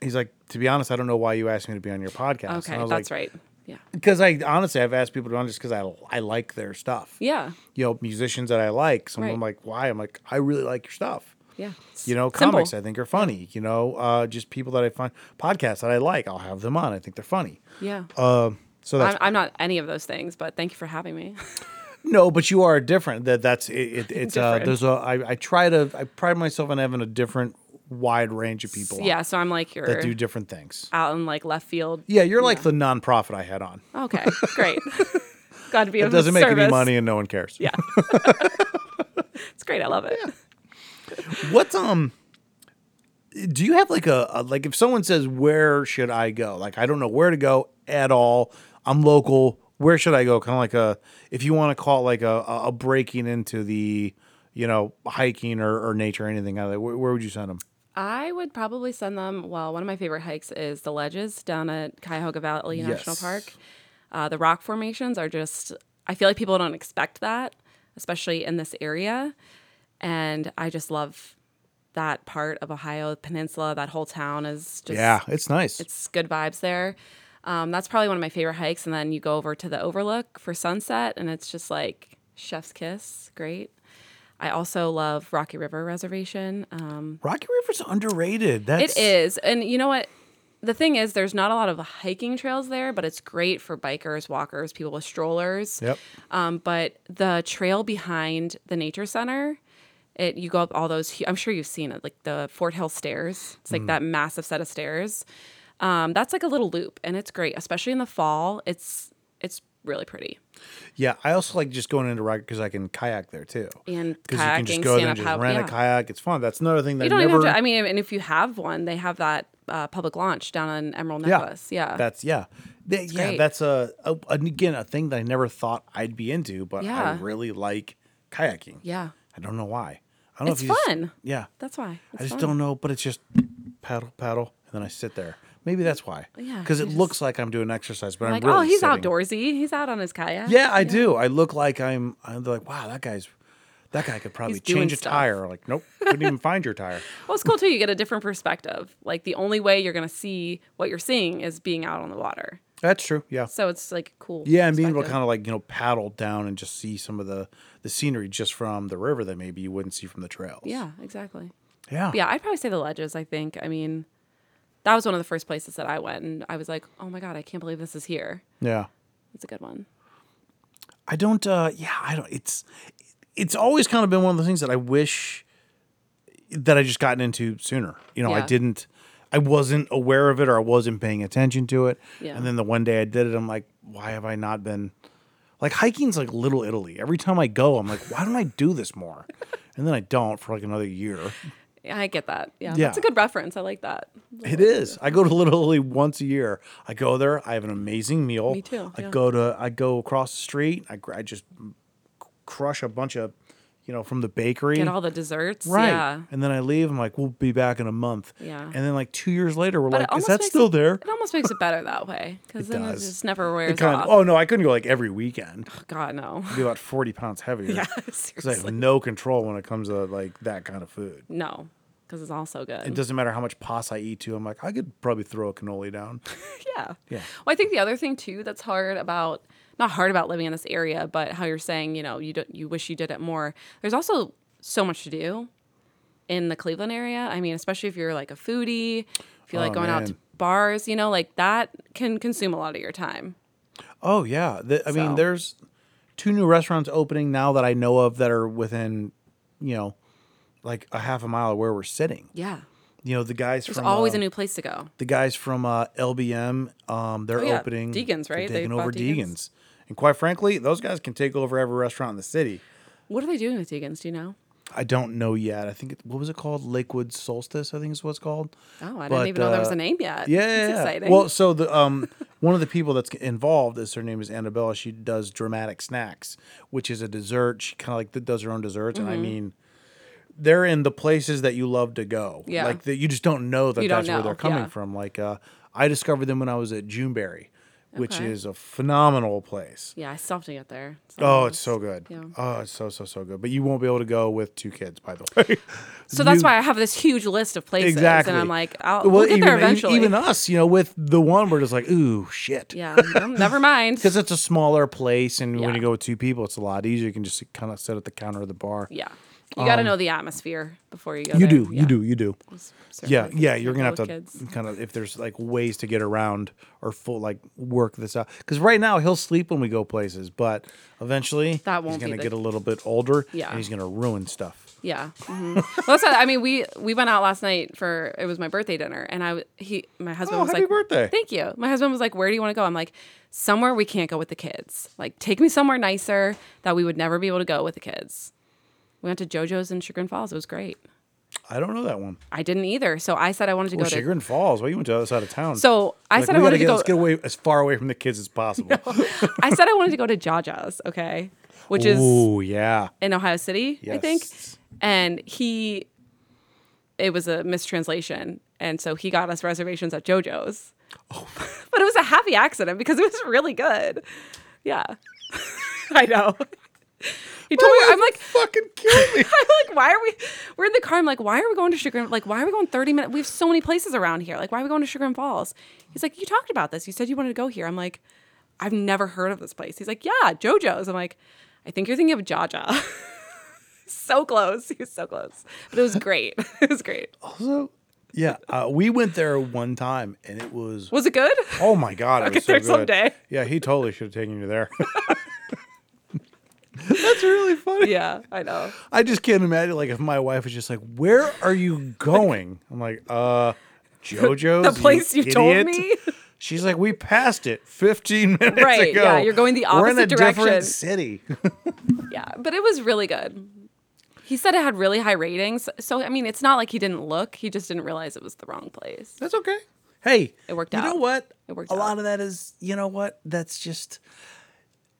Speaker 1: he's like, to be honest, I don't know why you asked me to be on your podcast.
Speaker 3: Okay, that's right. Yeah.
Speaker 1: Because I honestly, I've asked people to be on just because I I like their stuff.
Speaker 3: Yeah.
Speaker 1: You know, musicians that I like. Some of them
Speaker 3: Right.
Speaker 1: like, why? I'm like, I really like your stuff.
Speaker 3: Yeah.
Speaker 1: You know,
Speaker 3: Simple.
Speaker 1: comics I think are funny. You know, uh, just people that I find podcasts that I like, I'll have them on. I think they're funny.
Speaker 3: Yeah.
Speaker 1: So Oh, that's
Speaker 3: I'm, I'm not any of those things, but thank you for having me.
Speaker 1: no, but you are different. That that's it. it it's uh,
Speaker 3: Different.
Speaker 1: there's a I, I try to I pride myself on having a different wide range of people. on
Speaker 3: yeah. So I'm like you're
Speaker 1: that do different things.
Speaker 3: out in like left field.
Speaker 1: Yeah, you're like the nonprofit I had on.
Speaker 3: Okay. Great. Glad to be.
Speaker 1: It
Speaker 3: of
Speaker 1: doesn't make any
Speaker 3: service.
Speaker 1: money and no one cares.
Speaker 3: Yeah. it's great. I love it.
Speaker 1: What's um do you have like a, a like if someone says where should I go? Like I don't know where to go at all. I'm local. Where should I go? Kind of like a if you want to call it like a a a breaking into the you know hiking or, or nature or anything out of that. Where, where would you send them?
Speaker 3: I would probably send them. Well, one of my favorite hikes is the ledges down at Cuyahoga Valley National
Speaker 1: Yes.
Speaker 3: Park. Uh, the rock formations are just, I feel like people don't expect that, especially in this area. And I just love that part of Ohio Peninsula. That whole town is just
Speaker 1: Yeah, it's nice.
Speaker 3: it's good vibes there. Um, that's probably one of my favorite hikes. And then you go over to the overlook for sunset, and it's just like chef's kiss. Great. I also love Rocky River Reservation. Um,
Speaker 1: Rocky River's underrated. That's
Speaker 3: it is. And you know what? The thing is, there's not a lot of hiking trails there, but it's great for bikers, walkers, people with strollers.
Speaker 1: Yep.
Speaker 3: Um, but the trail behind the nature center, it you go up all those. hu- I'm sure you've seen it, like the Fort Hill stairs. It's
Speaker 1: Mm.
Speaker 3: like that massive set of stairs. Um, that's like a little loop, and it's great, especially in the fall. It's it's really pretty.
Speaker 1: Yeah, I also like just going into Rocky because I can kayak there too.
Speaker 3: And
Speaker 1: because you can just
Speaker 3: kayaking,
Speaker 1: go there and
Speaker 3: stand-up
Speaker 1: just
Speaker 3: paddle-
Speaker 1: rent a
Speaker 3: yeah.
Speaker 1: kayak. It's fun. That's another thing that
Speaker 3: You
Speaker 1: I
Speaker 3: don't
Speaker 1: never.
Speaker 3: even have to. I mean, and if you have one, they have that uh, public launch down on Emerald Necklace. Yeah.
Speaker 1: That's yeah. Th- yeah,
Speaker 3: great.
Speaker 1: that's a, a and again a thing that I never thought I'd be into, but
Speaker 3: Yeah.
Speaker 1: I really like kayaking.
Speaker 3: yeah.
Speaker 1: I don't know why. I don't know if
Speaker 3: It's
Speaker 1: you just-
Speaker 3: fun.
Speaker 1: yeah.
Speaker 3: That's why.
Speaker 1: I just
Speaker 3: It's fun.
Speaker 1: don't know, but it's just paddle, paddle, and then I sit there. Maybe that's why.
Speaker 3: Yeah,
Speaker 1: Because
Speaker 3: you
Speaker 1: it
Speaker 3: just-
Speaker 1: looks like I'm doing exercise, but
Speaker 3: Like,
Speaker 1: I'm really
Speaker 3: oh, he's
Speaker 1: sitting.
Speaker 3: outdoorsy. He's out on his kayak.
Speaker 1: Yeah, I do. I look like I'm. I'm like, wow, that guy's. That guy could probably
Speaker 3: doing
Speaker 1: change a
Speaker 3: stuff.
Speaker 1: tire. Like, nope, couldn't even find your tire.
Speaker 3: Well, it's cool too. You get a different perspective. Like the only way you're gonna see what you're seeing is being out on the water.
Speaker 1: That's true. Yeah.
Speaker 3: So it's like cool.
Speaker 1: Yeah, and being able to kind of like you know paddle down and just see some of the the scenery just from the river that maybe you wouldn't see from the trails.
Speaker 3: Yeah, exactly.
Speaker 1: yeah,
Speaker 3: Yeah, I'd probably say the ledges. I think. I mean, that was one of the first places that I went, and I was like, oh my god, I can't believe this is here.
Speaker 1: yeah.
Speaker 3: It's a good one.
Speaker 1: I don't. uh Yeah, I don't. It's it's always kind of been one of the things that I wish that I just gotten into sooner. You know, I
Speaker 3: Yeah.
Speaker 1: didn't. I wasn't aware of it, or I wasn't paying attention to it.
Speaker 3: Yeah.
Speaker 1: And then the one day I did it, I'm like, why have I not been? Like hiking's like Little Italy. Every time I go, I'm like, why don't I do this more? And then I don't for like another year.
Speaker 3: Yeah, I get that. Yeah,
Speaker 1: Yeah.
Speaker 3: that's a good reference. I like that.
Speaker 1: It is. I go to Little Italy once a year. I go there. I have an amazing meal.
Speaker 3: Me too,
Speaker 1: I
Speaker 3: yeah.
Speaker 1: go to. I go across the street. I, gr- I just c- crush a bunch of, you know, from the bakery.
Speaker 3: Get all the desserts.
Speaker 1: right.
Speaker 3: Yeah.
Speaker 1: And then I leave. I'm like, we'll be back in a month.
Speaker 3: Yeah.
Speaker 1: And then like two years later, we're
Speaker 3: But it
Speaker 1: like, is
Speaker 3: almost
Speaker 1: that
Speaker 3: makes
Speaker 1: still
Speaker 3: it-
Speaker 1: there?
Speaker 3: It almost makes it better that way because then
Speaker 1: does.
Speaker 3: it just never wears
Speaker 1: It kinda-
Speaker 3: off.
Speaker 1: oh no, I couldn't go like every weekend.
Speaker 3: God no.
Speaker 1: I'd be about forty pounds heavier.
Speaker 3: yeah,
Speaker 1: Because I
Speaker 3: seriously.
Speaker 1: have no control when it comes to like that kind of food.
Speaker 3: No, because it's all so good.
Speaker 1: It doesn't matter how much pasta I eat too. I'm like, I could probably throw a cannoli down.
Speaker 3: Yeah. Yeah. Well, I think the other thing too that's hard about not hard about living in this area, but how you're saying, you know, you don't you wish you did it more. There's also so much to do in the Cleveland area. I mean, especially if you're like a foodie, if you like
Speaker 1: Oh,
Speaker 3: going out to
Speaker 1: man.
Speaker 3: bars, you know, like that can consume a lot of your time.
Speaker 1: Oh yeah, The- I mean,
Speaker 3: So-
Speaker 1: there's two new restaurants opening now that I know of that are within, you know, like a half a mile of where we're sitting.
Speaker 3: Yeah.
Speaker 1: You know, the guys
Speaker 3: There's
Speaker 1: from
Speaker 3: always
Speaker 1: uh,
Speaker 3: a new place to go.
Speaker 1: the guys from uh, LBM, um, they're
Speaker 3: Oh, yeah.
Speaker 1: opening
Speaker 3: Deegan's,
Speaker 1: they're
Speaker 3: right? They
Speaker 1: taking
Speaker 3: bought
Speaker 1: over Deegan's.
Speaker 3: Deegan's.
Speaker 1: and quite frankly, those guys can take over every restaurant in the city.
Speaker 3: What are they doing with Deegan's? Do you know?
Speaker 1: I don't know yet. I think it, what was it called? Lakewood Solstice, I think is what's called.
Speaker 3: Oh, I
Speaker 1: But,
Speaker 3: didn't even know there was
Speaker 1: uh,
Speaker 3: a name yet.
Speaker 1: Yeah, yeah,
Speaker 3: It's
Speaker 1: yeah.
Speaker 3: exciting.
Speaker 1: Well, so the um one of the people that's involved is her name is Annabella. She does dramatic snacks, which is a dessert. She kind of like does her own desserts, and I
Speaker 3: Mm-hmm.
Speaker 1: mean, they're in the places that you love to go.
Speaker 3: Yeah.
Speaker 1: like that you just don't know that
Speaker 3: You don't
Speaker 1: that's where
Speaker 3: know,
Speaker 1: they're coming
Speaker 3: yeah.
Speaker 1: from. Like uh, I discovered them when I was at Juneberry, which
Speaker 3: Okay.
Speaker 1: is a phenomenal place.
Speaker 3: yeah, I still have to get there. So-
Speaker 1: Oh, it's so good.
Speaker 3: Yeah.
Speaker 1: Oh, it's so so so good. But you won't be able to go with two kids, by the way.
Speaker 3: So that's
Speaker 1: you-
Speaker 3: why I have this huge list of places,
Speaker 1: Exactly.
Speaker 3: and I'm like, I'll
Speaker 1: Well,
Speaker 3: we'll get
Speaker 1: even,
Speaker 3: there
Speaker 1: e-
Speaker 3: eventually.
Speaker 1: Even us, you know, with the one, we're just like, ooh, shit.
Speaker 3: yeah, no, never mind.
Speaker 1: Because it's a smaller place, and when
Speaker 3: Yeah.
Speaker 1: you go with two people, it's a lot easier. You can just kind of sit at the counter of the bar.
Speaker 3: Yeah, you got to know the atmosphere before you go.
Speaker 1: Um, You
Speaker 3: there.
Speaker 1: do,
Speaker 3: Yeah.
Speaker 1: you do, you do.
Speaker 3: Certainly
Speaker 1: Yeah,
Speaker 3: think
Speaker 1: yeah.
Speaker 3: you
Speaker 1: You're
Speaker 3: can
Speaker 1: gonna have
Speaker 3: go
Speaker 1: to
Speaker 3: with kids.
Speaker 1: kind of if there's like ways to get around or full like work this out. Because right now he'll sleep when we go places, but eventually
Speaker 3: That
Speaker 1: he's
Speaker 3: won't be
Speaker 1: gonna
Speaker 3: the-
Speaker 1: get a little bit older.
Speaker 3: Yeah.
Speaker 1: and he's gonna ruin stuff.
Speaker 3: Yeah. Mhm. well, that's what, I mean, we we went out last night for it was my birthday dinner, and I w- he my husband
Speaker 1: Oh,
Speaker 3: was
Speaker 1: happy
Speaker 3: like,
Speaker 1: birthday.
Speaker 3: Thank you. My husband was like, Where do you want to go? I'm like, Somewhere we can't go with the kids. Like, take me somewhere nicer that we would never be able to go with the kids. We went to JoJo's in Sugar Falls. It was great.
Speaker 1: I don't know that one.
Speaker 3: I didn't either, so I said I wanted to
Speaker 1: Or
Speaker 3: go to.
Speaker 1: Chagrin Falls. Why you went to the other side of town?
Speaker 3: So I
Speaker 1: Like,
Speaker 3: said
Speaker 1: we
Speaker 3: I
Speaker 1: gotta
Speaker 3: wanted to
Speaker 1: get,
Speaker 3: go.
Speaker 1: Let's get away as far away from the kids as possible.
Speaker 3: I said I wanted to go to Jaja's, okay, which is
Speaker 1: Ooh, yeah.
Speaker 3: in Ohio City, I think.
Speaker 1: Yes.
Speaker 3: And he, it was a mistranslation, and so he got us reservations at JoJo's.
Speaker 1: Oh
Speaker 3: but it was a happy accident because it was really good. Yeah, I know. He told me, I'm like,
Speaker 1: fucking kill me.
Speaker 3: I'm like, why are we? We're in the car. I'm like, why are we going to Sugar? Like, why are we going 30 minutes? We have so many places around here. Like, why are we going to Sugar and Falls? He's like, you talked about this. You said you wanted to go here. I'm like, I've never heard of this place. He's like, yeah, JoJo's. I'm like, I think you're thinking of Jaja. so close. He was so close. But it was great. it was great.
Speaker 1: Also, yeah, uh, we went there one time and it was
Speaker 3: Was it good?
Speaker 1: oh my god, it
Speaker 3: I'll
Speaker 1: was
Speaker 3: get
Speaker 1: so
Speaker 3: there
Speaker 1: good.
Speaker 3: someday.
Speaker 1: Yeah, he totally should have taken you there. That's really funny.
Speaker 3: yeah, I know.
Speaker 1: I just can't imagine like if my wife was just like, "Where are you going?" I'm like, "Uh, JoJo's."
Speaker 3: The place you told
Speaker 1: idiot."
Speaker 3: me.
Speaker 1: She's like, "We passed it 15 minutes
Speaker 3: Right,
Speaker 1: ago."
Speaker 3: yeah, you're going the
Speaker 1: We're in a
Speaker 3: opposite direction."
Speaker 1: different city.
Speaker 3: Yeah, but it was really good. He said it had really high ratings. So, I mean, it's not like he didn't look. He just didn't realize it was the wrong place.
Speaker 1: That's okay. Hey,
Speaker 3: It worked
Speaker 1: You
Speaker 3: out.
Speaker 1: know what?
Speaker 3: It worked
Speaker 1: A lot
Speaker 3: out.
Speaker 1: of that is, you know what? That's just.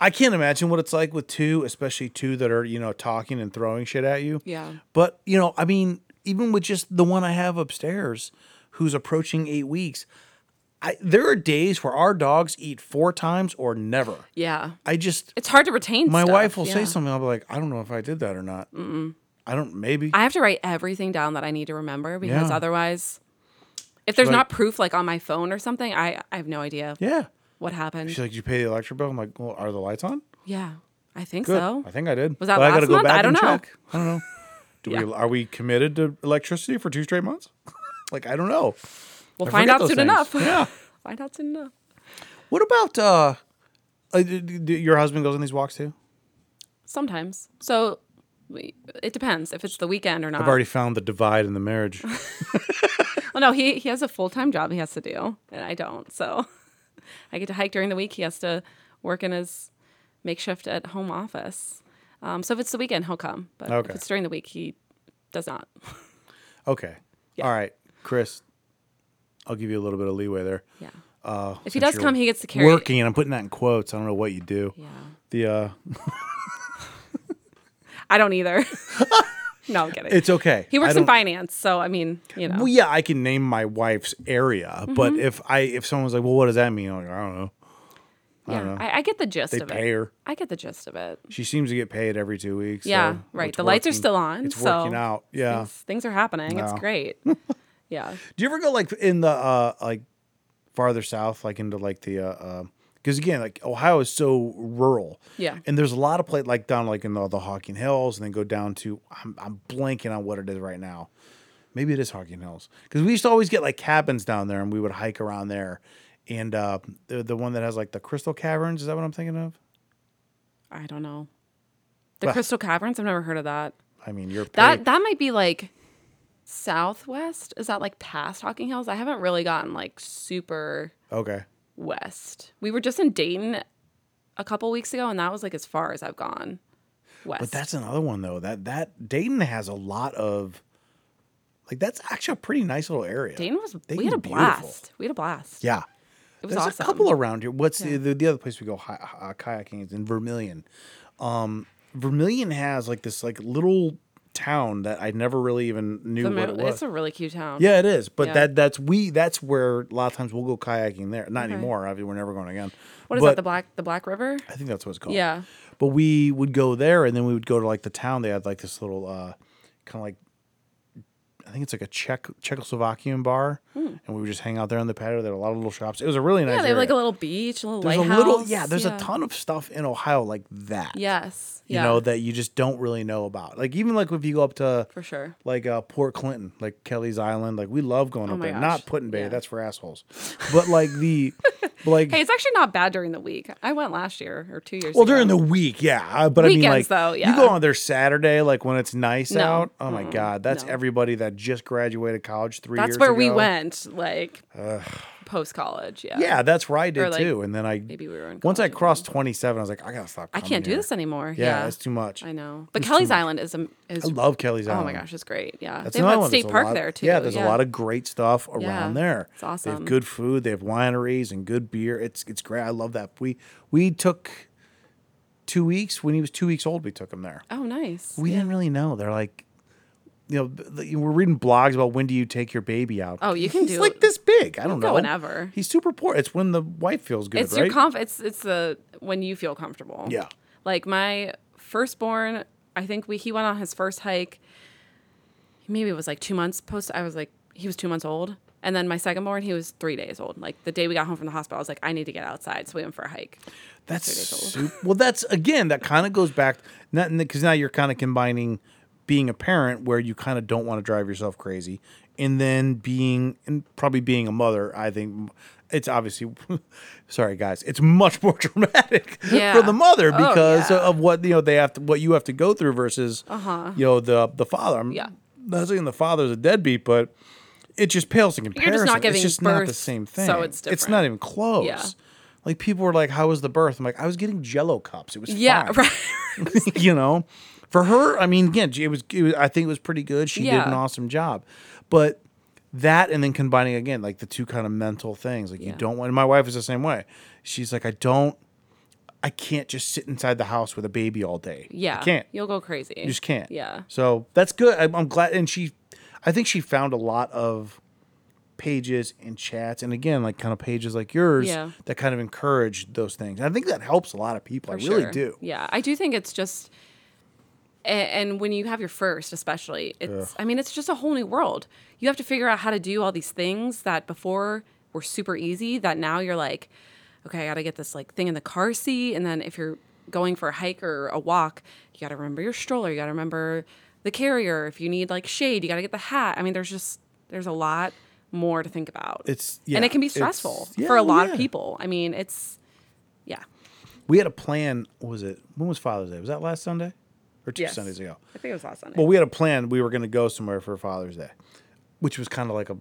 Speaker 1: I can't imagine what it's like with two, especially two that are, you know, talking and throwing shit at you.
Speaker 3: Yeah.
Speaker 1: But, you know, I mean, even with just the one I have upstairs who's approaching eight weeks, I, there are days where our dogs eat four times or never.
Speaker 3: Yeah.
Speaker 1: I just,
Speaker 3: It's hard to retain
Speaker 1: my
Speaker 3: stuff,
Speaker 1: wife will say
Speaker 3: yeah.
Speaker 1: something. I'll be like, I don't know if I did that or not. I don't, maybe.
Speaker 3: I have to write everything down that I need to remember because
Speaker 1: Yeah.
Speaker 3: otherwise, if there's
Speaker 1: Right.
Speaker 3: not proof like on my phone or something, I, I have no idea
Speaker 1: yeah.
Speaker 3: what happened.
Speaker 1: She's like, Did you pay the electric bill? I'm like, Well, are the lights on?
Speaker 3: yeah. I think
Speaker 1: Good.
Speaker 3: so.
Speaker 1: I think I did.
Speaker 3: Was that
Speaker 1: But I
Speaker 3: last
Speaker 1: gotta go
Speaker 3: month?
Speaker 1: back
Speaker 3: I don't
Speaker 1: and
Speaker 3: know.
Speaker 1: check. I don't know. Do
Speaker 3: Yeah.
Speaker 1: we are we committed to electricity for two straight months? like I don't know.
Speaker 3: We'll
Speaker 1: I
Speaker 3: find
Speaker 1: forget
Speaker 3: out
Speaker 1: those
Speaker 3: soon
Speaker 1: things.
Speaker 3: enough.
Speaker 1: Yeah.
Speaker 3: find out soon enough.
Speaker 1: What about uh, uh d- d- d- your husband goes on these walks too?
Speaker 3: Sometimes. So we, it depends if it's the weekend or not.
Speaker 1: I've already found the divide in the marriage.
Speaker 3: Well, no, he, he has a full time job he has to do, and I don't. So I get to hike during the week. He has to work in his makeshift at home office. Um, so if it's the weekend, he'll come. But
Speaker 1: Okay.
Speaker 3: if it's during the week, he does not.
Speaker 1: okay. All right, Chris. I'll give you a little bit of leeway there.
Speaker 3: Yeah.
Speaker 1: Uh,
Speaker 3: If he
Speaker 1: since
Speaker 3: does
Speaker 1: you're
Speaker 3: come, he gets to carry.
Speaker 1: working, and I'm putting that in quotes. I don't know what you do.
Speaker 3: Yeah.
Speaker 1: The uh,
Speaker 3: I don't either. no, I'm kidding.
Speaker 1: it's okay.
Speaker 3: he works
Speaker 1: I
Speaker 3: in
Speaker 1: don't-
Speaker 3: finance, so I mean, you know.
Speaker 1: Well, yeah, I can name my wife's area, but
Speaker 3: Mm-hmm.
Speaker 1: if I if someone's like, well, what does that mean? I'm like, I don't know.
Speaker 3: yeah, I, I, get the gist
Speaker 1: They
Speaker 3: of
Speaker 1: pay
Speaker 3: it.
Speaker 1: her.
Speaker 3: I get the gist of it.
Speaker 1: She seems to get paid every two weeks.
Speaker 3: Yeah,
Speaker 1: so
Speaker 3: right.
Speaker 1: it's
Speaker 3: The lights are
Speaker 1: working-
Speaker 3: still on,
Speaker 1: It's working
Speaker 3: so
Speaker 1: out. Yeah.
Speaker 3: Things, things are happening. It's
Speaker 1: No.
Speaker 3: great. yeah.
Speaker 1: Do you ever go like in the uh like farther south, like into like the uh, uh Because again, like Ohio is so rural.
Speaker 3: Yeah.
Speaker 1: And there's a lot of play like down like in the, the Hocking Hills and then go down to I'm I'm blanking on what it is right now. Maybe it is Hocking Hills. Because we used to always get like cabins down there and we would hike around there. And uh the, the one that has like the crystal caverns, is that what I'm thinking of?
Speaker 3: I don't know. The
Speaker 1: Well-
Speaker 3: Crystal Caverns. I've never heard of that.
Speaker 1: I mean you're
Speaker 3: That
Speaker 1: paid-
Speaker 3: that might be like southwest. Is that like past Hocking Hills? I haven't really gotten like super
Speaker 1: okay.
Speaker 3: west. We were just in Dayton a couple weeks ago, and that was like as far as I've gone west.
Speaker 1: But that's another one though. That that Dayton has a lot of like that's actually a pretty nice little area.
Speaker 3: Dayton was. we
Speaker 1: Dayton's
Speaker 3: had a
Speaker 1: beautiful.
Speaker 3: blast. We had a blast.
Speaker 1: Yeah.
Speaker 3: it was
Speaker 1: There's
Speaker 3: awesome.
Speaker 1: a couple around here. What's the, the the other place we go hi, uh, kayaking is in Vermilion. Um, Vermilion has like this like little town that I never really even knew
Speaker 3: The
Speaker 1: what
Speaker 3: mo-
Speaker 1: it was.
Speaker 3: it's a really cute town.
Speaker 1: yeah, it is. But
Speaker 3: Yeah.
Speaker 1: that that's we that's where a lot of times we'll go kayaking there. Not anymore. Obviously, we're never going again.
Speaker 3: What is
Speaker 1: but
Speaker 3: that? The black the Black River.
Speaker 1: I think that's what it's called.
Speaker 3: Yeah.
Speaker 1: But we would go there, and then we would go to like the town. They had like this little uh, kind of like I think it's like a Czech Czechoslovakian bar, and we would just hang out there on the patio. There were a lot of little shops. It was a really nice.
Speaker 3: Hmm. Yeah, they have like
Speaker 1: area
Speaker 3: a little beach, a little
Speaker 1: there's
Speaker 3: lighthouse.
Speaker 1: a little yeah there's a ton of stuff in ohio like that
Speaker 3: Yes.
Speaker 1: you
Speaker 3: yeah,
Speaker 1: know that you just don't really know about like even like if you go up to
Speaker 3: for sure.
Speaker 1: like uh port clinton like kelly's island like we love going up
Speaker 3: Oh my
Speaker 1: there
Speaker 3: gosh,
Speaker 1: not put in bay
Speaker 3: yeah.
Speaker 1: that's for assholes but like the like
Speaker 3: Hey, it's actually not bad during the week. I went last year or two years.
Speaker 1: well
Speaker 3: ago.
Speaker 1: during the week yeah uh, but i mean like
Speaker 3: Weekends, though,
Speaker 1: you go
Speaker 3: yeah.
Speaker 1: on there saturday like when it's nice
Speaker 3: No,
Speaker 1: out oh my god that's
Speaker 3: no.
Speaker 1: everybody that just graduated college three years
Speaker 3: That's where we
Speaker 1: ago.
Speaker 3: went, like post college. Yeah.
Speaker 1: yeah that's where i did
Speaker 3: like,
Speaker 1: too and then i
Speaker 3: Maybe we were in.
Speaker 1: once i
Speaker 3: college.
Speaker 1: crossed 27 i was like i gotta stop
Speaker 3: I
Speaker 1: coming
Speaker 3: can't do
Speaker 1: here.
Speaker 3: this anymore.
Speaker 1: yeah,
Speaker 3: Yeah.
Speaker 1: it's too much
Speaker 3: I know. But Kelly's Island is a is.
Speaker 1: i love kelly's
Speaker 3: oh
Speaker 1: island
Speaker 3: my gosh, it's great. Yeah.
Speaker 1: That's
Speaker 3: they have
Speaker 1: another
Speaker 3: that
Speaker 1: one.
Speaker 3: state
Speaker 1: There's a
Speaker 3: park
Speaker 1: lot-
Speaker 3: there too.
Speaker 1: Yeah, there's a lot of great stuff around
Speaker 3: Yeah,
Speaker 1: there.
Speaker 3: it's
Speaker 1: They have
Speaker 3: awesome.
Speaker 1: good food. They have wineries and good beer. It's it's great. I love that. We we took two weeks when he was two weeks old. We took him there.
Speaker 3: Oh, nice.
Speaker 1: We didn't really know. They're like, you know, th- th- we're reading blogs about when do you take your baby out.
Speaker 3: Oh, you can
Speaker 1: He's
Speaker 3: do-
Speaker 1: like this big. I don't
Speaker 3: go
Speaker 1: know.
Speaker 3: whenever.
Speaker 1: He's super poor. It's when the wife feels good,
Speaker 3: it's
Speaker 1: right?
Speaker 3: your conf. It's it's the when you feel comfortable.
Speaker 1: Yeah.
Speaker 3: Like my firstborn, I think we he went on his first hike. Maybe it was like two months post. I was like he was two months old, and then my secondborn he was three days old. Like the day we got home from the hospital, I was like I need to get outside, so we went for a hike.
Speaker 1: That's
Speaker 3: days
Speaker 1: su- well. That's again. That kind of goes back. Not because now you're kind of combining being a parent, where you kind of don't want to drive yourself crazy, and then being and probably being a mother. I think it's obviously. sorry, guys. It's much more dramatic
Speaker 3: Yeah.
Speaker 1: for the mother
Speaker 3: Oh,
Speaker 1: because
Speaker 3: yeah. Uh-huh.
Speaker 1: of what you know they have to what you have to go through versus you know the the father. I'm
Speaker 3: Yeah.
Speaker 1: not saying the father's a deadbeat, but. It just pales in comparison.
Speaker 3: just not
Speaker 1: it's
Speaker 3: giving
Speaker 1: just not the
Speaker 3: birth,
Speaker 1: same
Speaker 3: so
Speaker 1: thing.
Speaker 3: it's
Speaker 1: It's not
Speaker 3: different.
Speaker 1: even close.
Speaker 3: Yeah.
Speaker 1: Like people were like, "How was the birth?" I'm like, "I was getting Jello cups. It was
Speaker 3: Yeah,
Speaker 1: fine."
Speaker 3: right.
Speaker 1: you know, for her, I mean, again, it was, it was. I think it was pretty good. She did an
Speaker 3: Yeah.
Speaker 1: awesome job, but that and then combining again, like the two kind of mental things. Like you
Speaker 3: Yeah.
Speaker 1: don't want. And my wife is the same way. She's like, I don't. I can't just sit inside the house with a baby all day.
Speaker 3: Yeah,
Speaker 1: I can't.
Speaker 3: You'll go crazy.
Speaker 1: You just can't.
Speaker 3: Yeah.
Speaker 1: So that's good. I'm, I'm glad. And she, I think she found a lot of pages and chats, and again, like kind of pages like yours
Speaker 3: Yeah.
Speaker 1: that kind of encourage those things. And I think that helps a lot of people. I
Speaker 3: for
Speaker 1: really
Speaker 3: sure.
Speaker 1: do.
Speaker 3: Yeah, I do think it's just, a- and, when you have your first, especially, it's. I mean, it's just a whole new world. You have to figure out how to do all these things that before were super easy. That now you're like, okay, I got to get this like thing in the car seat, and then if you're going for a hike or a walk, you got to remember your stroller. You got to remember the carrier. If you need like shade, you got to get the hat. I mean, there's just there's a lot more to think about.
Speaker 1: It's-
Speaker 3: and
Speaker 1: yeah,
Speaker 3: it can be
Speaker 1: it's-
Speaker 3: stressful
Speaker 1: yeah,
Speaker 3: for a
Speaker 1: oh,
Speaker 3: lot
Speaker 1: yeah.
Speaker 3: of people. I mean, it's yeah.
Speaker 1: We had a plan. What was it? When was Father's Day? Was that last Sunday or two
Speaker 3: Yes.
Speaker 1: Sundays ago?
Speaker 3: I think it was last Sunday.
Speaker 1: Well, we had a plan. We were going to go somewhere for Father's Day, which was kind of like a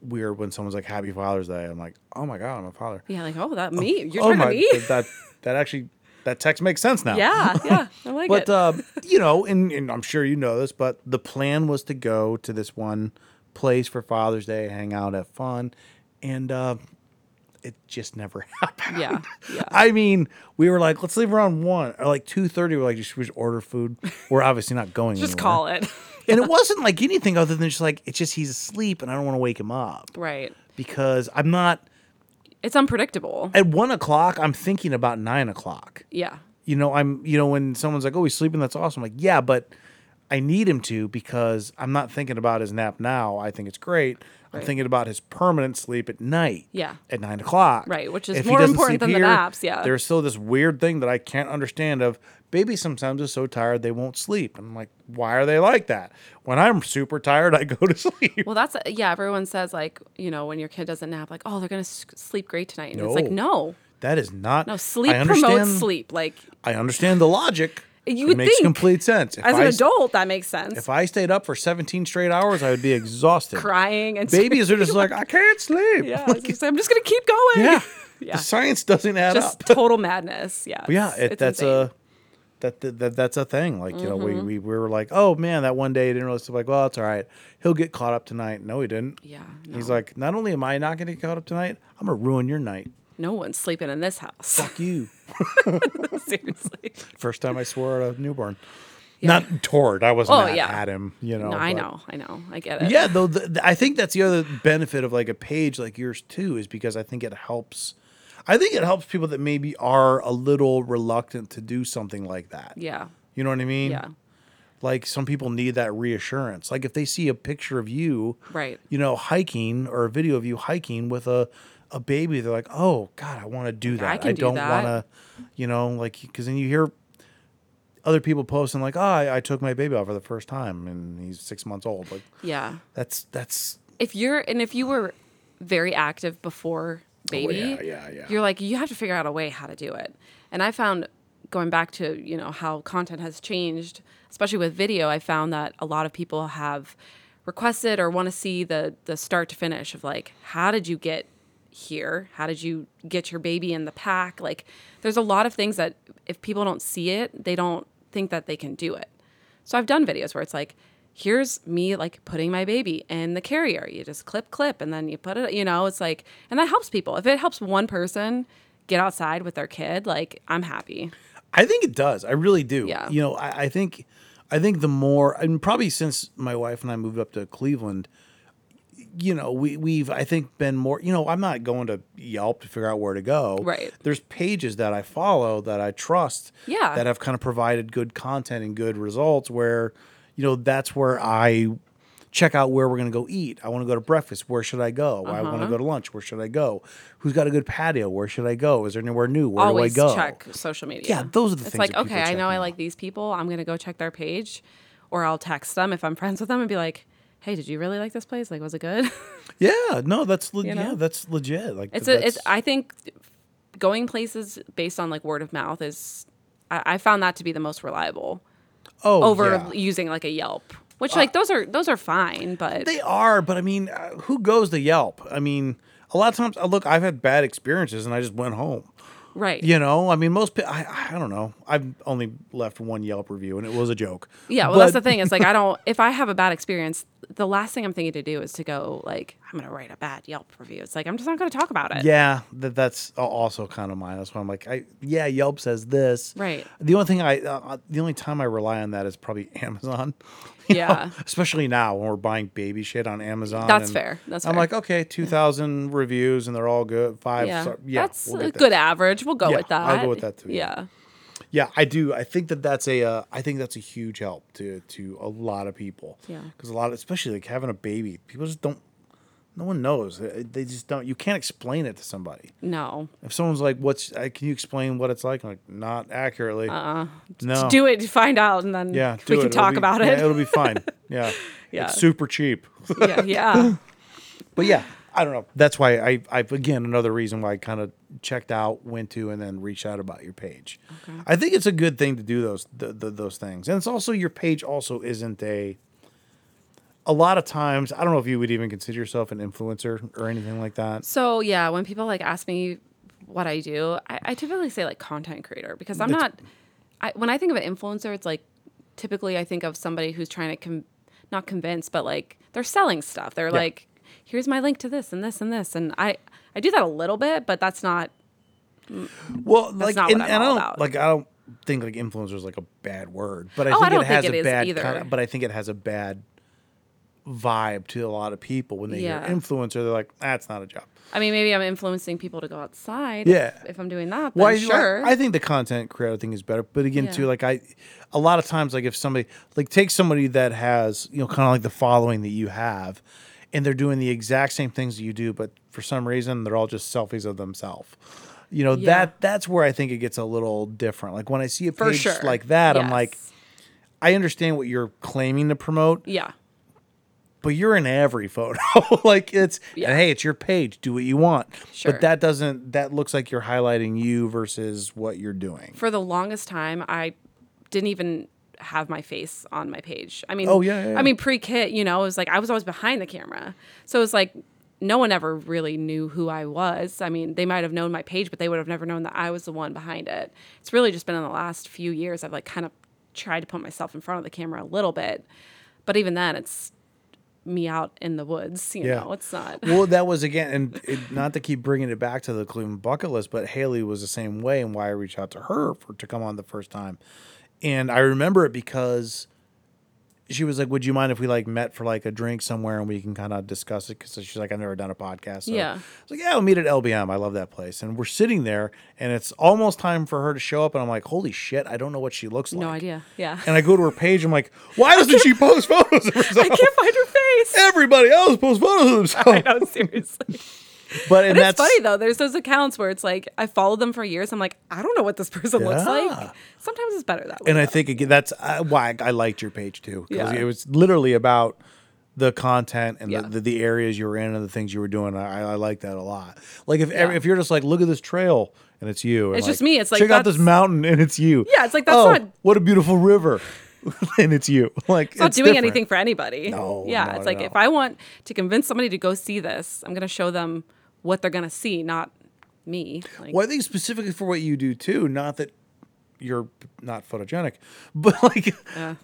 Speaker 1: weird when someone's like, "Happy Father's Day." I'm like, "Oh my god, I'm a father."
Speaker 3: Yeah, like, oh, that me. You're
Speaker 1: oh
Speaker 3: talking
Speaker 1: my,
Speaker 3: to me?
Speaker 1: that that actually that text makes sense now.
Speaker 3: yeah, yeah. I like
Speaker 1: but
Speaker 3: it.
Speaker 1: uh, you know, and, and I'm sure you know this, but the plan was to go to this one place for Father's Day, hang out, have fun, and uh, it just never happened.
Speaker 3: yeah, yeah.
Speaker 1: I mean, we were like, let's leave around one or like two thirty. We're like, just, we just order food. We're obviously not going.
Speaker 3: Just
Speaker 1: anywhere.
Speaker 3: call it.
Speaker 1: And it wasn't like anything other than just like it's just he's asleep and I don't want to wake him up
Speaker 3: right.
Speaker 1: because I'm not
Speaker 3: It's unpredictable.
Speaker 1: at one o'clock. I'm thinking about nine o'clock
Speaker 3: yeah.
Speaker 1: you know, I'm, you know, when someone's like, "Oh, he's sleeping. That's awesome." I'm like, yeah, but I need him to because I'm not thinking about his nap now. I think it's great. I'm
Speaker 3: Right.
Speaker 1: thinking about his permanent sleep at night.
Speaker 3: Yeah.
Speaker 1: At nine o'clock.
Speaker 3: Right, which is
Speaker 1: If he
Speaker 3: more
Speaker 1: doesn't
Speaker 3: important
Speaker 1: sleep
Speaker 3: than the
Speaker 1: here,
Speaker 3: naps, yeah.
Speaker 1: There's still this weird thing that I can't understand of babies sometimes are so tired they won't sleep. I'm like, why are they like that? When I'm super tired, I go to sleep.
Speaker 3: Well, that's yeah. Everyone says like you know when your kid doesn't nap, like oh they're gonna s- sleep great tonight, and it's like
Speaker 1: No.
Speaker 3: no,
Speaker 1: that is not
Speaker 3: no sleep
Speaker 1: I
Speaker 3: promotes
Speaker 1: understand-
Speaker 3: sleep. Like
Speaker 1: I understand the logic.
Speaker 3: You
Speaker 1: it
Speaker 3: would
Speaker 1: makes
Speaker 3: think,
Speaker 1: complete sense. If
Speaker 3: as
Speaker 1: I
Speaker 3: an
Speaker 1: s-
Speaker 3: adult, that makes sense.
Speaker 1: if I stayed up for 17 straight hours, I would be exhausted.
Speaker 3: Crying and
Speaker 1: Babies are just like, I can't sleep.
Speaker 3: yeah, it's just, I'm just gonna keep going.
Speaker 1: yeah.
Speaker 3: Yeah.
Speaker 1: The science doesn't add
Speaker 3: just
Speaker 1: up.
Speaker 3: total madness. Yeah,
Speaker 1: But yeah,
Speaker 3: it's-
Speaker 1: it,
Speaker 3: it's
Speaker 1: that's uh,
Speaker 3: insane. Mm-hmm.
Speaker 1: a that, that, that that's a thing. Like you know, we, we we were like, oh man, that one day he didn't really sleep. Like, well, it's all right. He'll get caught up tonight. No, he didn't.
Speaker 3: Yeah,
Speaker 1: He's
Speaker 3: no.
Speaker 1: like, not only am I not going to get caught up tonight, I'm gonna ruin your night.
Speaker 3: no one's sleeping in this house.
Speaker 1: Fuck you.
Speaker 3: Seriously.
Speaker 1: First time I swore at a newborn.
Speaker 3: Yeah.
Speaker 1: Not toward. I wasn't
Speaker 3: Oh,
Speaker 1: at,
Speaker 3: yeah.
Speaker 1: at him. You know.
Speaker 3: No, I
Speaker 1: but-
Speaker 3: know, I know, I get it.
Speaker 1: Yeah, though the, the- I think that's the other benefit of like a page like yours too is because I think it helps. I think it helps people that maybe are a little reluctant to do something like that.
Speaker 3: yeah,
Speaker 1: You know what I mean?
Speaker 3: yeah,
Speaker 1: Like some people need that reassurance. Like if they see a picture of you,
Speaker 3: Right.
Speaker 1: You know, hiking or a video of you hiking with a a baby, they're like, "Oh God, I want to do that.
Speaker 3: I can do
Speaker 1: don't
Speaker 3: that."
Speaker 1: want to, you know, like because then you hear other people posting like, "Oh, I, I took my baby out for the first time and he's six months old." Like
Speaker 3: yeah.
Speaker 1: that's that's
Speaker 3: If you're and if you were very active before baby,
Speaker 1: Oh, yeah, yeah, yeah.
Speaker 3: you're like you have to figure out a way how to do it. And I found going back to you know how content has changed, especially with video, I found that a lot of people have requested or want to see the the start to finish of like how did you get here? How did you get your baby in the pack? Like there's a lot of things that if people don't see it, they don't think that they can do it. So I've done videos where it's like, here's me like putting my baby in the carrier. You just clip, clip, and then you put it, you know, it's like, and that helps people. If it helps one person get outside with their kid, like, I'm happy.
Speaker 1: I think it does. I really do.
Speaker 3: Yeah.
Speaker 1: You know, I, I think I think the more and probably since my wife and I moved up to Cleveland, you know, we we've I think been more you know, I'm not going to Yelp to figure out where to go.
Speaker 3: Right.
Speaker 1: There's pages that I follow that I trust
Speaker 3: Yeah.
Speaker 1: that have kind of provided good content and good results where, you know, that's where I check out where we're going to go eat. I want to go to breakfast. Where should I go? I
Speaker 3: Uh-huh.
Speaker 1: want to go to lunch. Where should I go? Who's got a good patio? Where should I go? Is there anywhere new? Where
Speaker 3: Always
Speaker 1: do I go?
Speaker 3: check social media.
Speaker 1: Yeah, those are the
Speaker 3: it's
Speaker 1: things
Speaker 3: like,
Speaker 1: that people
Speaker 3: okay, I
Speaker 1: check
Speaker 3: know I
Speaker 1: out.
Speaker 3: like these people. I'm going to go check their page or I'll text them if I'm friends with them and be like, hey, did you really like this place? Like, was it good?
Speaker 1: Yeah, no, that's le- yeah,
Speaker 3: know?
Speaker 1: that's legit. Like
Speaker 3: It's
Speaker 1: that's,
Speaker 3: a, it's. uh, I think going places based on like word of mouth is. I, I found that to be the most reliable
Speaker 1: oh
Speaker 3: over
Speaker 1: yeah. Uh,
Speaker 3: using like a Yelp, which like those are those are fine, but
Speaker 1: They are, but I mean, uh, who goes to Yelp? I mean, a lot of times, uh, look, I've had bad experiences, and I just went home.
Speaker 3: right.
Speaker 1: You know, I mean, most people. I, I don't know. I've only left one Yelp review, and it was a joke.
Speaker 3: Yeah, well,
Speaker 1: But-
Speaker 3: that's the thing. It's like I don't. If I have a bad experience, the last thing I'm thinking to do is to go like I'm gonna write a bad Yelp review. It's like I'm just not gonna talk about it.
Speaker 1: Yeah, that that's al- also kind of mine. That's why I'm like, I yeah, Yelp says this.
Speaker 3: Right.
Speaker 1: The only thing I, uh, uh, the only time I rely on that is probably Amazon. You know,
Speaker 3: Yeah.
Speaker 1: Oh, Especially now when we're buying baby shit on Amazon.
Speaker 3: That's
Speaker 1: and
Speaker 3: fair. That's
Speaker 1: I'm
Speaker 3: fair.
Speaker 1: like, okay, two thousand reviews and they're all good. Five.
Speaker 3: Yeah,
Speaker 1: star- yeah
Speaker 3: that's
Speaker 1: we'll
Speaker 3: a
Speaker 1: get that.
Speaker 3: good average. We'll go
Speaker 1: Yeah,
Speaker 3: with that.
Speaker 1: I'll go with that too, yeah. Yeah,
Speaker 3: Yeah,
Speaker 1: I do. I think that that's a. Uh, I think that's a huge help to to a lot of people.
Speaker 3: Yeah.
Speaker 1: Because a lot, of, especially like having a baby, people just don't. No one knows. They they just don't. You can't explain it to somebody.
Speaker 3: no,
Speaker 1: If someone's like, "What's? Uh, can you explain what it's like?" I'm like, not accurately. Uh. No.
Speaker 3: do it, find out, and then
Speaker 1: Yeah.
Speaker 3: we
Speaker 1: do
Speaker 3: can
Speaker 1: it. It'll
Speaker 3: talk
Speaker 1: be-
Speaker 3: about
Speaker 1: Yeah,
Speaker 3: it.
Speaker 1: it'll be fine. Yeah.
Speaker 3: Yeah.
Speaker 1: It's super cheap.
Speaker 3: yeah, yeah,
Speaker 1: but yeah, I don't know. That's why I, I again another reason why I kind of checked out, went to, and then reached out about your page. I think it's a good thing to do those th- th- those things, and it's also your page also isn't a. A lot of times, I don't know if you would even consider yourself an influencer or anything like that.
Speaker 3: So yeah, when people like ask me what I do, I, I typically say like content creator because I'm not. I, when I think of an influencer, it's like typically I think of somebody who's trying to con not convince, but like they're selling stuff. They're like, here's my link to this and this and this, and I I do that a little bit, but that's not
Speaker 1: Well, like,
Speaker 3: not what
Speaker 1: and,
Speaker 3: I'm
Speaker 1: and I
Speaker 3: all
Speaker 1: don't
Speaker 3: about.
Speaker 1: like I don't think like influencer is like a bad word, but I
Speaker 3: Oh, I
Speaker 1: think
Speaker 3: don't
Speaker 1: it
Speaker 3: think
Speaker 1: has
Speaker 3: it
Speaker 1: a
Speaker 3: is
Speaker 1: bad.
Speaker 3: either.
Speaker 1: Kind but I think it has a bad vibe to a lot of people when they
Speaker 3: Yeah.
Speaker 1: hear influencer. They're like, that's not a job.
Speaker 3: I mean, maybe I'm influencing people to go outside.
Speaker 1: Yeah.
Speaker 3: If, if I'm doing that, then
Speaker 1: Why?
Speaker 3: sure.
Speaker 1: I, I think the content creator thing is better, but again,
Speaker 3: Yeah.
Speaker 1: too, like I, a lot of times, like if somebody, like take somebody that has, you know, kind of like the following that you have, and they're doing the exact same things that you do, but for some reason they're all just selfies of themselves. You know
Speaker 3: Yeah.
Speaker 1: that that's where I think it gets a little different. Like when I see a
Speaker 3: for
Speaker 1: page
Speaker 3: sure.
Speaker 1: like that, I'm
Speaker 3: Yes.
Speaker 1: like, I understand what you're claiming to promote,
Speaker 3: yeah.
Speaker 1: but you're in every photo. like it's
Speaker 3: Yeah.
Speaker 1: and hey, it's your page. Do what you want.
Speaker 3: Sure.
Speaker 1: But that doesn't that looks like you're highlighting you versus what you're doing.
Speaker 3: for the longest time I didn't even have my face on my page. I mean,
Speaker 1: Oh, yeah, yeah, yeah.
Speaker 3: I mean, pre kit, you know, it was like I was always behind the camera, so it was like no one ever really knew who I was. I mean, they might have known my page, but they would have never known that I was the one behind it. It's really just been in the last few years I've like kind of tried to put myself in front of the camera a little bit, but even then, it's me out in the woods. You
Speaker 1: Yeah.
Speaker 3: know, it's not.
Speaker 1: well, that was again, and it, not to keep bringing it back to the Cleveland bucket list, but Haley was the same way, and why I reached out to her for to come on the first time, and I remember it because she was like, "Would you mind if we like met for like a drink somewhere and we can kind of discuss it?" Because she's like, "I've never done a podcast." So
Speaker 3: Yeah.
Speaker 1: I was like, "Yeah, we'll meet at LBM. I love that place." And we're sitting there, and it's almost time for her to show up, and I'm like, "Holy shit! I don't know what she looks like."
Speaker 3: No idea. Yeah.
Speaker 1: And I go to her page. I'm like, "Why doesn't she post photos of herself?
Speaker 3: I can't find her face.
Speaker 1: Everybody else posts photos of
Speaker 3: I
Speaker 1: themselves."
Speaker 3: know, seriously.
Speaker 1: But and
Speaker 3: But
Speaker 1: that's
Speaker 3: it's funny though. There's those accounts where it's like I followed them for years. I'm like, I don't know what this person looks
Speaker 1: Yeah.
Speaker 3: like. Sometimes it's better that way.
Speaker 1: and I think again, that's uh, why I liked your page too, because
Speaker 3: Yeah.
Speaker 1: it was literally about the content and
Speaker 3: Yeah.
Speaker 1: the, the, the areas you were in and the things you were doing. I, I like that a lot. Like if ev- if you're just like, look at this trail and it's you. and
Speaker 3: It's just me. It's like,
Speaker 1: check out this
Speaker 3: that's-
Speaker 1: mountain and it's you.
Speaker 3: Yeah, it's like, that's
Speaker 1: oh,
Speaker 3: not-
Speaker 1: what a beautiful river, and it's you. Like it's
Speaker 3: it's not doing
Speaker 1: different.
Speaker 3: anything for anybody.
Speaker 1: No,
Speaker 3: yeah,
Speaker 1: not
Speaker 3: it's
Speaker 1: at
Speaker 3: like
Speaker 1: all.
Speaker 3: if I want to convince somebody to go see this, I'm gonna show them what they're gonna see, not me. Like,
Speaker 1: Well, I think specifically for what you do too. Not that you're not photogenic, but like,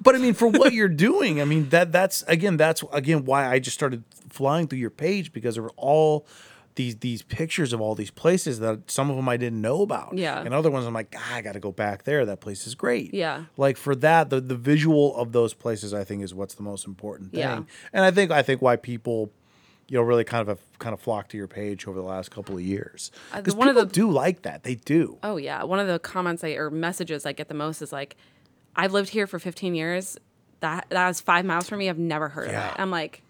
Speaker 1: but I mean, for what you're doing, I mean that that's again that's again why I just started flying through your page because there were all these these pictures of all these places that some of them I didn't know about.
Speaker 3: Yeah.
Speaker 1: and other ones I'm like, "Ah, I got to go back there. That place is great.
Speaker 3: Yeah.
Speaker 1: like for that, the the visual of those places I think is what's the most important thing.
Speaker 3: Yeah.
Speaker 1: And I think I think why people. You know, really kind of have kind of flocked to your page over the last couple of years
Speaker 3: Uh,
Speaker 1: because
Speaker 3: one of
Speaker 1: people
Speaker 3: the-
Speaker 1: do like that. They do.
Speaker 3: Oh yeah, one of the comments I or messages I get the most is like, "I've lived here for 15 years. That that is five miles from me. I've never heard
Speaker 1: Yeah.
Speaker 3: of it." I'm like,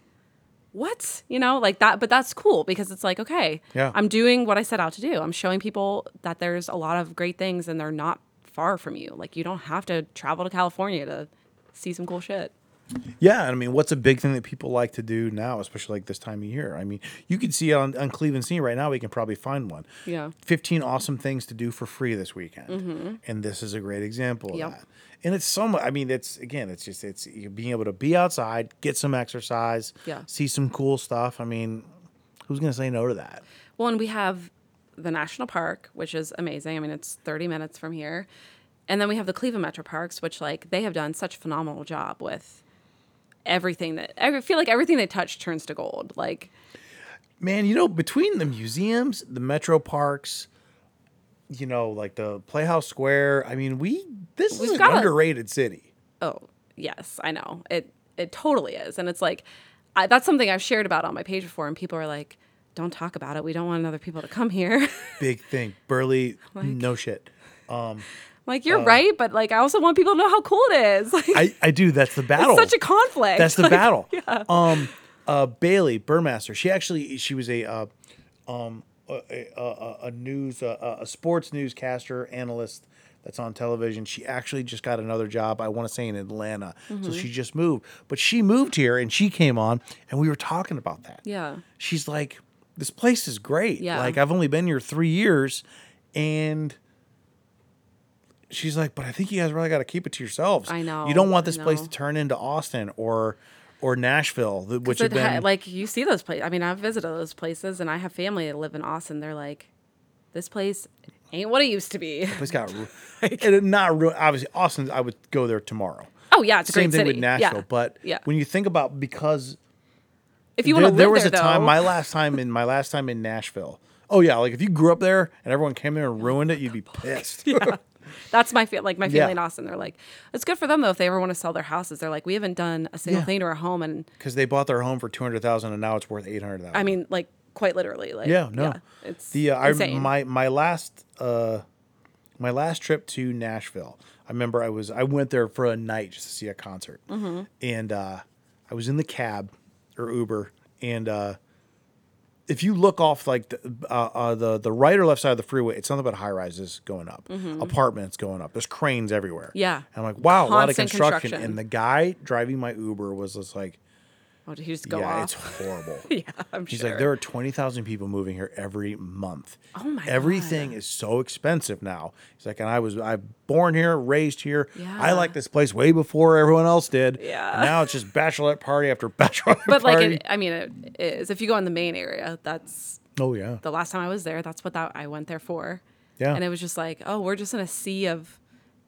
Speaker 3: "What?" You know, like that. But that's cool because it's like, okay,
Speaker 1: Yeah.
Speaker 3: I'm doing what I set out to do. I'm showing people that there's a lot of great things and they're not far from you. Like you don't have to travel to California to see some cool shit.
Speaker 1: Yeah, I mean, what's a big thing that people like to do now, especially like this time of year? I mean, you can see on, on Cleveland Scene right now, we can probably find one.
Speaker 3: Yeah. Mm-hmm.
Speaker 1: 15 awesome things to do for free this weekend. And this is a great example
Speaker 3: Yep.
Speaker 1: of that. And it's so much, I mean, it's again, it's just, it's you being able to be outside, get some exercise,
Speaker 3: Yeah.
Speaker 1: see some cool stuff. I mean, who's going to say no to that?
Speaker 3: Well, and we have the national park, which is amazing. I mean, it's 30 minutes from here. And then we have the Cleveland Metro Parks, which like they have done such a phenomenal job with everything that I feel like everything they touch turns to gold. Like
Speaker 1: man, you know, between the museums, the metro parks, you know, like the Playhouse Square, I mean, we this
Speaker 3: We've
Speaker 1: is an
Speaker 3: got a-
Speaker 1: underrated city.
Speaker 3: oh yes i know it it totally is and it's like I, that's something i've shared about on my page before and people are like don't talk about it we don't want other people to come here I'm
Speaker 1: Big thing, Burley, no shit.
Speaker 3: like you're right but like i also want people to know how cool it is like
Speaker 1: I I do. That's the battle.
Speaker 3: it's such a conflict
Speaker 1: That's the
Speaker 3: Like,
Speaker 1: battle. Um, uh, Bailey Burmaster. She actually she was a uh, um a, a, a, a news uh, a, a sports newscaster analyst that's on television. She actually just got another job. I want to say in Atlanta. So she just moved, but she moved here and she came on and we were talking about that.
Speaker 3: yeah
Speaker 1: She's like, this place is great.
Speaker 3: Yeah.
Speaker 1: Like I've only been here three years, and. She's like, but I think you guys really got to keep it to yourselves.
Speaker 3: I
Speaker 1: You
Speaker 3: know,
Speaker 1: don't want
Speaker 3: I
Speaker 1: this place
Speaker 3: know.
Speaker 1: to turn into Austin or or Nashville, th- which have
Speaker 3: But ha-
Speaker 1: been
Speaker 3: like you see those places. I mean, I've visited those places, and I have family that live in Austin. They're like, this place ain't what it used to be.
Speaker 1: place got ru- it not ru- obviously Austin. I would go there tomorrow.
Speaker 3: Oh yeah, it's a
Speaker 1: Same
Speaker 3: great
Speaker 1: thing
Speaker 3: city.
Speaker 1: with Nashville,
Speaker 3: yeah.
Speaker 1: but
Speaker 3: yeah,
Speaker 1: when you think about because
Speaker 3: if you want
Speaker 1: there,
Speaker 3: to live
Speaker 1: there was a
Speaker 3: though,
Speaker 1: time my last time in my last time in Nashville. Oh yeah, like if you grew up there and everyone came there and ruined it, you'd be pissed.
Speaker 3: yeah. That's my feel. Like my
Speaker 1: Yeah.
Speaker 3: family in Austin, they're like, it's good for them though if they ever want to sell their houses. They're like, we haven't done a single
Speaker 1: Yeah.
Speaker 3: thing to our home, and
Speaker 1: because they bought their home for two hundred thousand and now it's worth eight hundred thousand.
Speaker 3: I mean, like quite literally, like
Speaker 1: Yeah, no.
Speaker 3: it's
Speaker 1: the uh, I
Speaker 3: insane.
Speaker 1: my my last uh my last trip to Nashville. I remember I was I went there for a night just to see a concert,
Speaker 3: Mm-hmm.
Speaker 1: and uh, I was in the cab or Uber, and uh, if you look off like the, uh, uh, the the right or left side of the freeway, it's something about high rises going up, apartments going up. There's cranes everywhere.
Speaker 3: Mm-hmm. Yeah.
Speaker 1: and I'm like, wow, a lot of
Speaker 3: Constant
Speaker 1: construction.
Speaker 3: construction.
Speaker 1: And the guy driving my Uber was just like,
Speaker 3: oh, did he just go
Speaker 1: yeah,
Speaker 3: off?
Speaker 1: it's horrible.
Speaker 3: yeah, I'm
Speaker 1: He's
Speaker 3: sure.
Speaker 1: like, there are twenty thousand people moving here every month.
Speaker 3: Oh my
Speaker 1: Everything is so expensive now. He's like, and I was I born here, raised here. I
Speaker 3: Yeah.
Speaker 1: like this place way before everyone else did. And
Speaker 3: Yeah.
Speaker 1: now it's just bachelorette party after bachelorette
Speaker 3: but like,
Speaker 1: party.
Speaker 3: it, I mean, it is. If you go in the main area, that's
Speaker 1: oh yeah.
Speaker 3: the last time I was there. That's what that I went there for.
Speaker 1: Yeah.
Speaker 3: and it was just like, oh, we're just in a sea of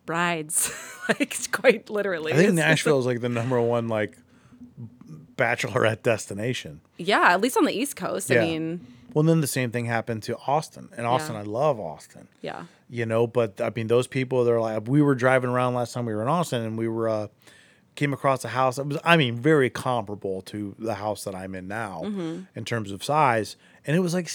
Speaker 3: brides, like it's quite literally.
Speaker 1: I think
Speaker 3: It's-
Speaker 1: Nashville is like the number one like bachelorette destination.
Speaker 3: Yeah, at least on the East Coast. I mean,
Speaker 1: well, then the same thing happened to Austin. And Austin, I love Austin.
Speaker 3: yeah.
Speaker 1: you know but i mean those people they're like we were driving around last time we were in austin and we were uh came across a house that was i mean very comparable to the house that i'm in now
Speaker 3: Mm-hmm.
Speaker 1: in terms of size and it was like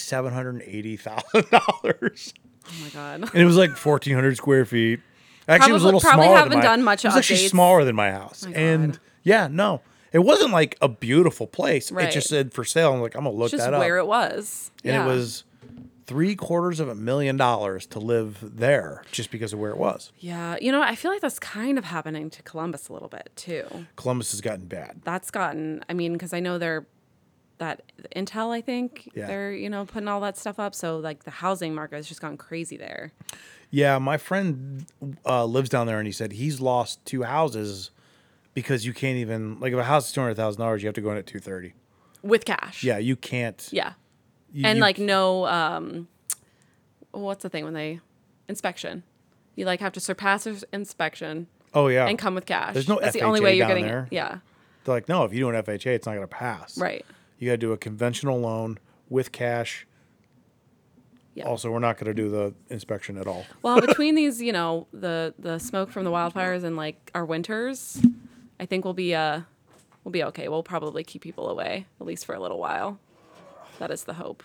Speaker 1: $780000
Speaker 3: Oh my god.
Speaker 1: and it was like 1400 square feet actually it was a
Speaker 3: Probably-
Speaker 1: little
Speaker 3: probably
Speaker 1: smaller
Speaker 3: haven't
Speaker 1: than my,
Speaker 3: done much
Speaker 1: it was actually
Speaker 3: updates.
Speaker 1: smaller than my house and yeah no it wasn't like a beautiful place it
Speaker 3: Right.
Speaker 1: just said for sale i'm like i'm gonna look
Speaker 3: Just
Speaker 1: that up
Speaker 3: where it was.
Speaker 1: and
Speaker 3: yeah.
Speaker 1: it was three quarters of a million dollars to live there just because of where it was.
Speaker 3: Yeah, you know, I feel like that's kind of happening to Columbus a little bit too.
Speaker 1: Columbus has gotten bad.
Speaker 3: That's gotten. I mean, because I know they're that Intel. I think
Speaker 1: Yeah.
Speaker 3: they're you know putting all that stuff up. So like the housing market has just gone crazy there.
Speaker 1: Yeah, my friend uh, lives down there, and he said he's lost two houses because you can't even like if a house is two hundred thousand dollars, you have to go in at two thirty.
Speaker 3: with cash.
Speaker 1: Yeah, you can't.
Speaker 3: Yeah.
Speaker 1: you-
Speaker 3: And
Speaker 1: you-
Speaker 3: like no um what's the thing when they inspection. You like have to surpass their inspection
Speaker 1: oh yeah,
Speaker 3: and come with cash.
Speaker 1: There's no
Speaker 3: That's the only
Speaker 1: FHA
Speaker 3: way you're
Speaker 1: down
Speaker 3: getting
Speaker 1: there.
Speaker 3: Yeah.
Speaker 1: They're like, no, if you do an FHA, it's not gonna pass.
Speaker 3: Right.
Speaker 1: You got to do a conventional loan with cash.
Speaker 3: Yeah.
Speaker 1: Also, we're not gonna do the inspection at all.
Speaker 3: Well, between these, you know, the the smoke from the wildfires and like our winters, I think we'll be uh we'll be okay. We'll probably keep people away at least for a little while. That is the hope.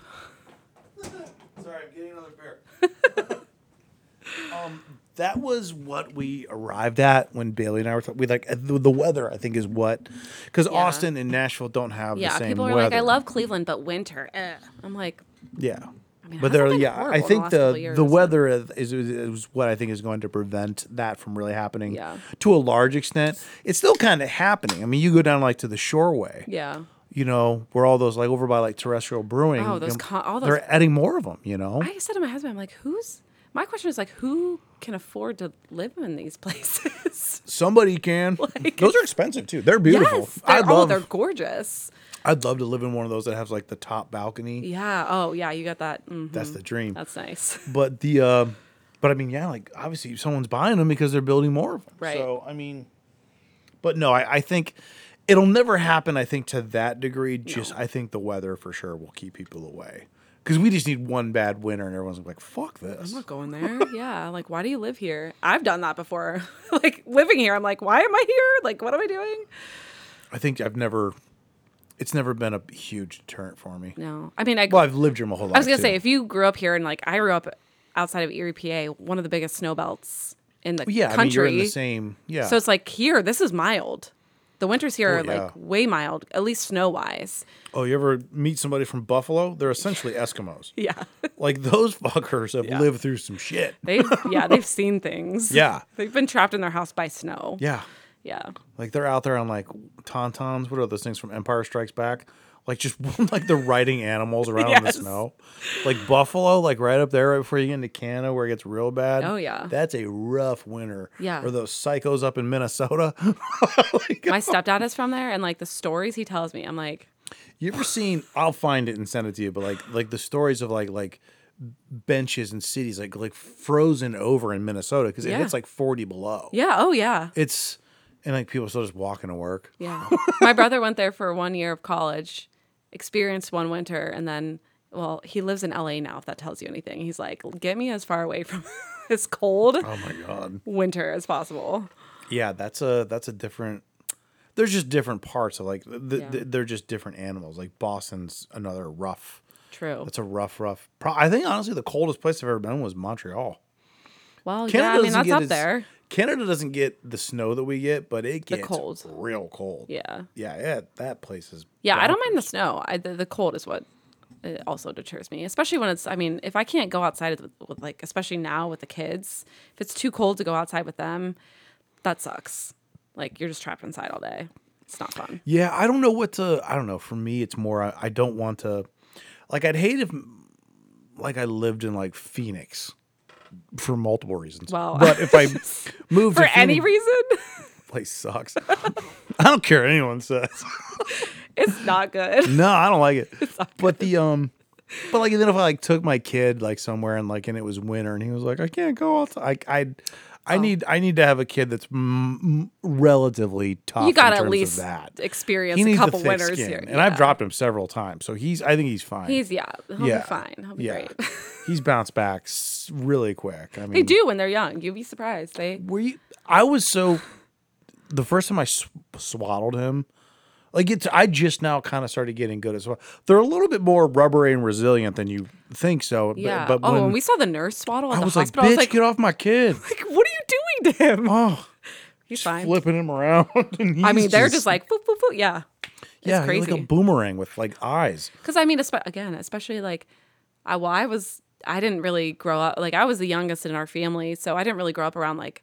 Speaker 1: Sorry, I'm getting another beer. um, that was what we arrived at when Bailey and I were talking. We like uh, the, the weather. I think is what because Austin and Nashville don't have the
Speaker 3: Yeah,
Speaker 1: same
Speaker 3: people are
Speaker 1: weather.
Speaker 3: like, I love Cleveland, but winter. eh." I'm like,
Speaker 1: Yeah.
Speaker 3: mean,
Speaker 1: but
Speaker 3: it hasn't
Speaker 1: there,
Speaker 3: been
Speaker 1: yeah,
Speaker 3: horrible
Speaker 1: I
Speaker 3: in the
Speaker 1: think
Speaker 3: last
Speaker 1: the
Speaker 3: couple years,
Speaker 1: the
Speaker 3: but-
Speaker 1: weather is, is, is what I think is going to prevent that from really happening
Speaker 3: Yeah.
Speaker 1: to a large extent. It's still kind of happening. I mean, you go down like to the Shoreway,
Speaker 3: yeah.
Speaker 1: you know, where all those like over by like terrestrial brewing.
Speaker 3: Oh,
Speaker 1: you
Speaker 3: those
Speaker 1: know,
Speaker 3: con- all those-
Speaker 1: they're adding more of them. You know,
Speaker 3: I said to my husband, I'm like, who's my question is like, who can afford to live in these places?
Speaker 1: somebody can.
Speaker 3: Like-
Speaker 1: those are expensive too. They're beautiful.
Speaker 3: yes,
Speaker 1: I
Speaker 3: they're, oh,
Speaker 1: love.
Speaker 3: they're gorgeous.
Speaker 1: I'd love to live in one of those that has like the top balcony.
Speaker 3: Yeah. Oh, yeah. You got that. mhm.
Speaker 1: That's the dream.
Speaker 3: That's nice.
Speaker 1: but the, uh, but I mean, yeah, like obviously someone's buying them because they're building more of them.
Speaker 3: Right.
Speaker 1: So I mean, but no, I, I think it'll never happen. I think to that degree. Just I think the weather for sure will keep people away because we just need one bad winter and everyone's like, "Fuck this."
Speaker 3: I'm not going there. Yeah. Like, why do you live here? I've done that before. like living here, I'm like, why am I here? Like, what am I doing?
Speaker 1: I think I've never. It's never been a huge deterrent for me.
Speaker 3: No. I mean, I.
Speaker 1: Well, I've lived here my whole life.
Speaker 3: I was gonna
Speaker 1: too.
Speaker 3: say, if you grew up here and like I grew up outside of Erie, PA, one of the biggest snow belts in the
Speaker 1: yeah, I mean,
Speaker 3: country.
Speaker 1: you're in the same. Yeah.
Speaker 3: So it's like here, this is mild. The winters here
Speaker 1: Oh,
Speaker 3: are
Speaker 1: yeah.
Speaker 3: like way mild, at least snow wise.
Speaker 1: oh, you ever meet somebody from Buffalo? They're essentially Eskimos.
Speaker 3: Yeah.
Speaker 1: Like those fuckers have lived through some shit.
Speaker 3: They've yeah, they've seen things.
Speaker 1: Yeah.
Speaker 3: They've been trapped in their house by snow.
Speaker 1: Yeah.
Speaker 3: Yeah.
Speaker 1: Like they're out there on like tauntauns. What are those things from Empire Strikes Back? Like just like the riding animals around in the
Speaker 3: Yes.
Speaker 1: snow. Like Buffalo, like right up there, right before you get into Canada where it gets real bad.
Speaker 3: Oh, yeah.
Speaker 1: That's a rough winter.
Speaker 3: Yeah.
Speaker 1: Or those psychos up in Minnesota. Like,
Speaker 3: My stepdad is from there and like the stories he tells me, I'm like,
Speaker 1: you ever seen I'll find it and send it to you, but like like the stories of like like benches and cities like like frozen over in Minnesota because it
Speaker 3: Yeah.
Speaker 1: hits like forty below.
Speaker 3: Yeah, oh yeah.
Speaker 1: It's and like people are still just walking to work.
Speaker 3: Yeah. My brother went there for one year of college, experienced one winter, and then well, he lives in LA now, if that tells you anything. He's like, get me as far away from this cold
Speaker 1: Oh my god.
Speaker 3: winter as possible.
Speaker 1: Yeah, that's a that's a different. There's just different parts of like th- th-
Speaker 3: Yeah.
Speaker 1: they're just different animals. Like Boston's another rough.
Speaker 3: True.
Speaker 1: That's a rough, rough. Pro- I think honestly, the coldest place I've ever been was Montreal.
Speaker 3: Well,
Speaker 1: Canada
Speaker 3: yeah, I mean,
Speaker 1: doesn't
Speaker 3: that's
Speaker 1: get
Speaker 3: up
Speaker 1: as-
Speaker 3: there.
Speaker 1: Canada doesn't get the snow that we get, but it gets
Speaker 3: cold.
Speaker 1: real cold.
Speaker 3: Yeah.
Speaker 1: yeah, yeah. That place is.
Speaker 3: Yeah, I
Speaker 1: dark.
Speaker 3: don't mind the snow. I, the, the cold is what uh also deters me, especially when it's. I mean, if I can't go outside with, with like, especially now with the kids, if it's too cold to go outside with them, that sucks. Like you're just trapped inside all day. It's not fun.
Speaker 1: Yeah, I don't know what to. I don't know. For me, it's more. I, I don't want to. Like, I'd hate if, like, I lived in like Phoenix, for multiple reasons.
Speaker 3: Wow.
Speaker 1: but if I moved
Speaker 3: For
Speaker 1: to
Speaker 3: any
Speaker 1: Phoenix,
Speaker 3: reason,
Speaker 1: place sucks. I don't care what anyone says.
Speaker 3: it's not good.
Speaker 1: No, I don't like it. But the um, but like even if I like took my kid like somewhere and like and it was winter and he was like I can't go outside. I I,
Speaker 3: Oh.
Speaker 1: I need I need to have a kid that's m- m- relatively tough.
Speaker 3: You got
Speaker 1: in
Speaker 3: to at
Speaker 1: terms of
Speaker 3: least
Speaker 1: that.
Speaker 3: experience
Speaker 1: He
Speaker 3: a
Speaker 1: needs
Speaker 3: couple
Speaker 1: the thick
Speaker 3: winters
Speaker 1: skin,
Speaker 3: here.
Speaker 1: and
Speaker 3: yeah.
Speaker 1: I've dropped him several times, so he's I think he's fine.
Speaker 3: He's yeah, he'll
Speaker 1: Yeah.
Speaker 3: be fine. He'll be
Speaker 1: yeah,
Speaker 3: great.
Speaker 1: he's bounced back s- really quick. I mean,
Speaker 3: they do when they're young. You'd be surprised. They
Speaker 1: were you i was so the first time i sw- swaddled him like it's i just now kind of started getting good as well they're a little bit more rubbery and resilient than you think so b-
Speaker 3: yeah.
Speaker 1: but,
Speaker 3: oh,
Speaker 1: when
Speaker 3: when we saw the nurse swaddle at
Speaker 1: i
Speaker 3: the
Speaker 1: was like
Speaker 3: hospital,
Speaker 1: bitch
Speaker 3: I
Speaker 1: get
Speaker 3: was
Speaker 1: off my kid
Speaker 3: like, "What are you doing to him?"
Speaker 1: oh
Speaker 3: He's fine.
Speaker 1: flipping him around and
Speaker 3: I
Speaker 1: he's
Speaker 3: mean, they're just like, boop, boop, boop. yeah.
Speaker 1: yeah
Speaker 3: it's
Speaker 1: you're like a
Speaker 3: crazy.
Speaker 1: boomerang with like eyes
Speaker 3: Because I mean, espe- again, especially like, I, well, I was, I didn't really grow up, like, I was the youngest in our family. So I didn't really grow up around like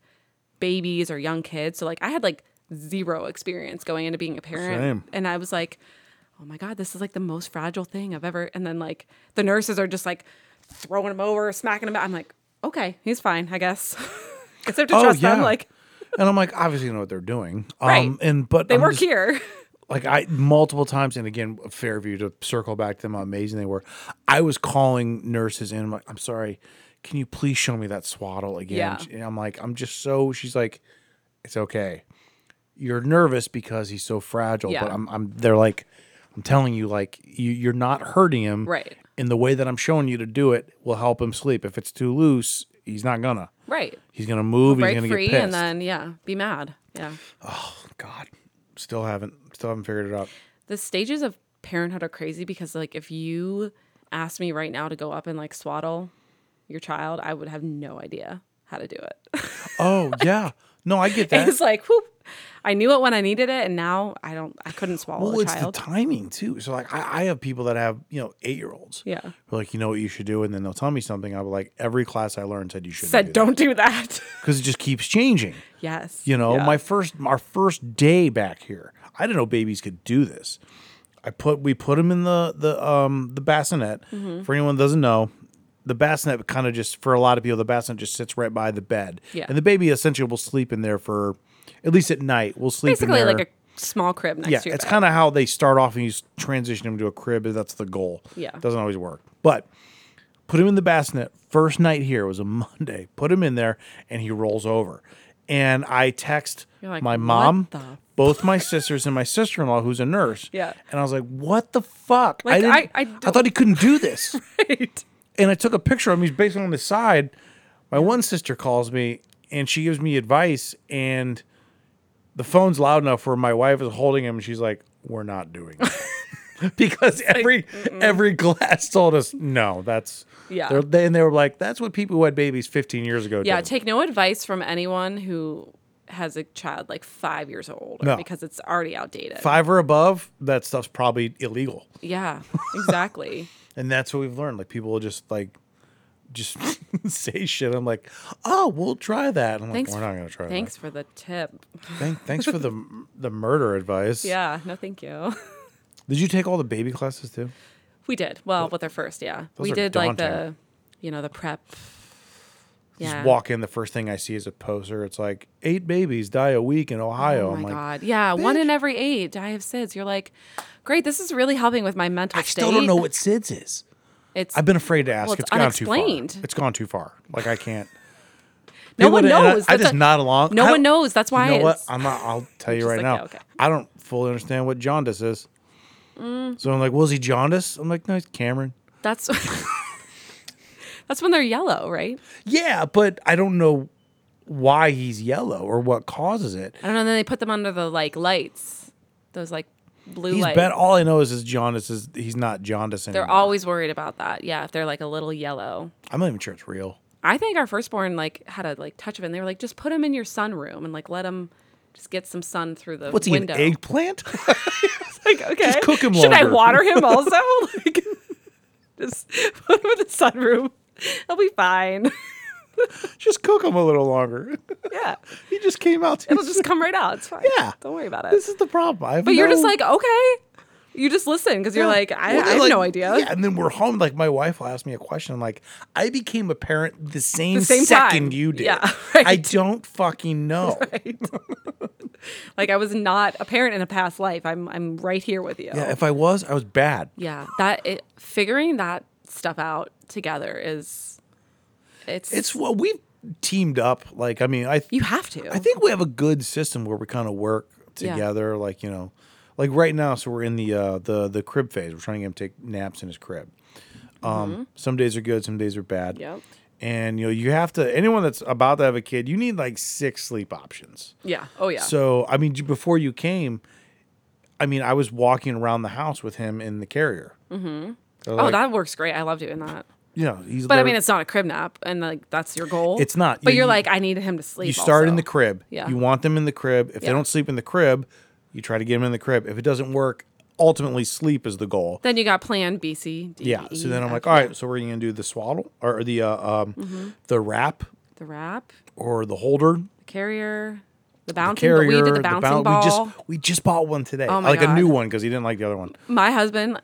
Speaker 3: babies or young kids. So like, I had like zero experience going into being a parent.
Speaker 1: Same.
Speaker 3: And I was like, oh my God, this is like the most fragile thing I've ever. And then like, the nurses are just like throwing him over, smacking him. I'm like, okay, he's fine, I guess. Because they have to
Speaker 1: Oh,
Speaker 3: trust them.
Speaker 1: yeah.
Speaker 3: Like,
Speaker 1: and i'm like obviously you know what they're doing
Speaker 3: Right.
Speaker 1: um and but
Speaker 3: they
Speaker 1: I'm
Speaker 3: work
Speaker 1: just-
Speaker 3: here.
Speaker 1: like I multiple times, and again, Fairview to circle back to them, how amazing they were. I was calling nurses in. I'm like, I'm sorry, can you please show me that swaddle again?
Speaker 3: Yeah.
Speaker 1: And I'm like, I'm just so. She's like, it's okay. You're nervous because he's so fragile,
Speaker 3: Yeah.
Speaker 1: but I'm, I'm. They're like, I'm telling you, like you, you're not hurting him,
Speaker 3: Right.
Speaker 1: And the way that I'm showing you to do it will help him sleep. If it's too loose, he's not gonna.
Speaker 3: Right.
Speaker 1: He's gonna move. and
Speaker 3: Break
Speaker 1: he's gonna
Speaker 3: free
Speaker 1: get pissed.
Speaker 3: and then, yeah, be mad. Yeah.
Speaker 1: God, still haven't, still haven't figured it out.
Speaker 3: the stages of parenthood are crazy because like if you asked me right now to go up and like swaddle your child, I would have no idea how to do it.
Speaker 1: Oh yeah, no, I get that.
Speaker 3: it's like whoop. I knew it when I needed it, and now I don't. I couldn't swallow
Speaker 1: Well,
Speaker 3: a
Speaker 1: it's
Speaker 3: child.
Speaker 1: the timing too. So like, I, I have people that have you know eight year olds.
Speaker 3: Yeah.
Speaker 1: Like you know what you should do, and then they'll tell me something. I'll be like, every class I learned said you should
Speaker 3: Said don't do that.
Speaker 1: because it just keeps changing.
Speaker 3: yes.
Speaker 1: You know,
Speaker 3: Yeah.
Speaker 1: my first our first day back here, I didn't know babies could do this. I put we put them in the the um the bassinet.
Speaker 3: Mm-hmm.
Speaker 1: For anyone that doesn't know, the bassinet kind of just for a lot of people, the bassinet just sits right by the bed.
Speaker 3: Yeah.
Speaker 1: And the baby essentially will sleep in there for at least at night. We'll sleep
Speaker 3: basically
Speaker 1: in there.
Speaker 3: like a small crib next
Speaker 1: Yeah,
Speaker 3: to your
Speaker 1: it's
Speaker 3: bed.
Speaker 1: kind of how they start off and you s- transition them to a crib. if That's the goal.
Speaker 3: Yeah.
Speaker 1: Doesn't always work. But put him in the bassinet. First night here was a Monday. Put him in there and he rolls over. And I text
Speaker 3: You're like,
Speaker 1: my
Speaker 3: "What
Speaker 1: mom,
Speaker 3: the
Speaker 1: both my sisters, and my sister in law, who's a nurse.
Speaker 3: Yeah.
Speaker 1: And I was like, what the fuck?
Speaker 3: Like,
Speaker 1: I, didn't,
Speaker 3: I- I
Speaker 1: I
Speaker 3: don't-
Speaker 1: thought he couldn't do this
Speaker 3: Right.
Speaker 1: and I took a picture of him. He's basically on the side. My one sister calls me and she gives me advice, and the phone's loud enough where my wife is holding him. And she's like, "We're not doing it," because every every class told us no. That's
Speaker 3: Yeah.
Speaker 1: they're- They, and they were like, "That's what people who had babies 15 years ago."
Speaker 3: Yeah,
Speaker 1: did.
Speaker 3: take no advice from anyone who has a child like five years old
Speaker 1: No.
Speaker 3: because it's already outdated.
Speaker 1: five or above, that stuff's probably illegal.
Speaker 3: Yeah, exactly.
Speaker 1: And that's what we've learned. Like people will just like just say shit. I'm like, oh, we'll try that. And I'm
Speaker 3: Thanks.
Speaker 1: like, we're not gonna try that.
Speaker 3: Thanks for the tip.
Speaker 1: Thank, thanks for the the murder advice.
Speaker 3: Yeah, no, thank you.
Speaker 1: Did you take all the baby classes too?
Speaker 3: We did. Well, with our first, yeah. We
Speaker 1: are
Speaker 3: did like the,
Speaker 1: daunting.
Speaker 3: you know, the prep. Yeah.
Speaker 1: Just walk in. The first thing I see is a poster. It's like eight babies die a week in Ohio.
Speaker 3: Oh
Speaker 1: I'm
Speaker 3: my
Speaker 1: like,
Speaker 3: god! Yeah, one in every eight die of SIDS. You're like, great. This is really helping with my mental
Speaker 1: I
Speaker 3: state.
Speaker 1: still don't know what SIDS is.
Speaker 3: It's
Speaker 1: I've been afraid to ask.
Speaker 3: Well, it's
Speaker 1: it's gone too
Speaker 3: unexplained.
Speaker 1: far. It's gone too far. Like I can't.
Speaker 3: no one
Speaker 1: People- and I-
Speaker 3: knows.
Speaker 1: I,
Speaker 3: That's
Speaker 1: just
Speaker 3: a-
Speaker 1: nod along.
Speaker 3: No
Speaker 1: I-
Speaker 3: one knows. That's why
Speaker 1: You know what?
Speaker 3: it's-
Speaker 1: I'm not. I'll tell you
Speaker 3: Just
Speaker 1: right
Speaker 3: like,
Speaker 1: now.
Speaker 3: yeah, okay.
Speaker 1: I
Speaker 3: Mm.
Speaker 1: don't fully understand what jaundice is. So I'm like, well, is he jaundice? I'm like, no, he's Cameron.
Speaker 3: That's that's when they're yellow, right?
Speaker 1: Yeah, but I don't know why he's yellow or what causes it.
Speaker 3: I don't know. And then they put them under the like lights, those like blue
Speaker 1: He's
Speaker 3: lights.
Speaker 1: been all I know is his jaundice is he's not jaundice anymore.
Speaker 3: they're always worried about that. Yeah, if they're like a little yellow.
Speaker 1: I'm not even sure it's real.
Speaker 3: I think our firstborn like had a like touch of it. And they were like, just put him in your sunroom and like let him just get some sun through the
Speaker 1: What's he
Speaker 3: window.
Speaker 1: an eggplant?
Speaker 3: It's like, okay,
Speaker 1: cook him
Speaker 3: Should
Speaker 1: longer.
Speaker 3: I water him also? like, just put him in the sunroom. He'll be fine.
Speaker 1: just cook him a little longer.
Speaker 3: yeah,
Speaker 1: he just came out. Too
Speaker 3: it'll just come right out. It's fine.
Speaker 1: Yeah.
Speaker 3: don't worry about it.
Speaker 1: This is the problem. I have
Speaker 3: But you're just
Speaker 1: no-
Speaker 3: like, okay. You just listen because you're
Speaker 1: Yeah.
Speaker 3: like, I,
Speaker 1: Well,
Speaker 3: I
Speaker 1: they're
Speaker 3: have
Speaker 1: like-
Speaker 3: no idea.
Speaker 1: Yeah, and then we're home. Like my wife will ask me a question. I'm like, I became a parent the same,
Speaker 3: The same
Speaker 1: second
Speaker 3: time.
Speaker 1: you did.
Speaker 3: Yeah,
Speaker 1: I
Speaker 3: right.
Speaker 1: don't fucking know.
Speaker 3: Like I was not a parent in a past life. I'm I'm right here with you.
Speaker 1: Yeah, if I was, I was bad.
Speaker 3: Yeah, that it, figuring that stuff out together is it's
Speaker 1: It's well, we've teamed up. Like, I mean, I
Speaker 3: you have to.
Speaker 1: I think we have a good system where we kind of work
Speaker 3: Yeah.
Speaker 1: together. Like you know, like right now, so we're in the uh, the the crib phase. We're trying to get him to take naps in his crib. Um, Some days are good, some days are bad.
Speaker 3: Mm-hmm. Yep.
Speaker 1: And you know, you have to. Anyone that's about to have a kid, you need like six sleep options.
Speaker 3: yeah. Oh yeah.
Speaker 1: So I mean, j- before you came, I mean, I was walking around the house with him in the carrier. Mm-hmm. So
Speaker 3: oh,
Speaker 1: like,
Speaker 3: that works great. I love doing that.
Speaker 1: you know, he's.
Speaker 3: But I
Speaker 1: there-
Speaker 3: mean, it's not a crib nap, and like that's your goal.
Speaker 1: It's not.
Speaker 3: But
Speaker 1: You-
Speaker 3: you're
Speaker 1: you-
Speaker 3: like, I need him to sleep.
Speaker 1: you start in
Speaker 3: also."
Speaker 1: the crib.
Speaker 3: Yeah.
Speaker 1: You want them in the crib. If they
Speaker 3: Yeah.
Speaker 1: don't sleep in the crib, you try to get them in the crib. If it doesn't work, ultimately sleep is the goal.
Speaker 3: Then you got plan B, C, D.
Speaker 1: yeah.
Speaker 3: E,
Speaker 1: So then I'm
Speaker 3: F,
Speaker 1: like, all right. So we're gonna do the swaddle or the uh, um,
Speaker 3: Mm-hmm.
Speaker 1: the wrap
Speaker 3: the wrap,
Speaker 1: or the holder
Speaker 3: the carrier, the bouncing.
Speaker 1: carrier.
Speaker 3: we did the
Speaker 1: boun-
Speaker 3: bouncing ball.
Speaker 1: We just we just bought one today.
Speaker 3: Oh my
Speaker 1: like a new
Speaker 3: God.
Speaker 1: one because he didn't like the other one.
Speaker 3: My husband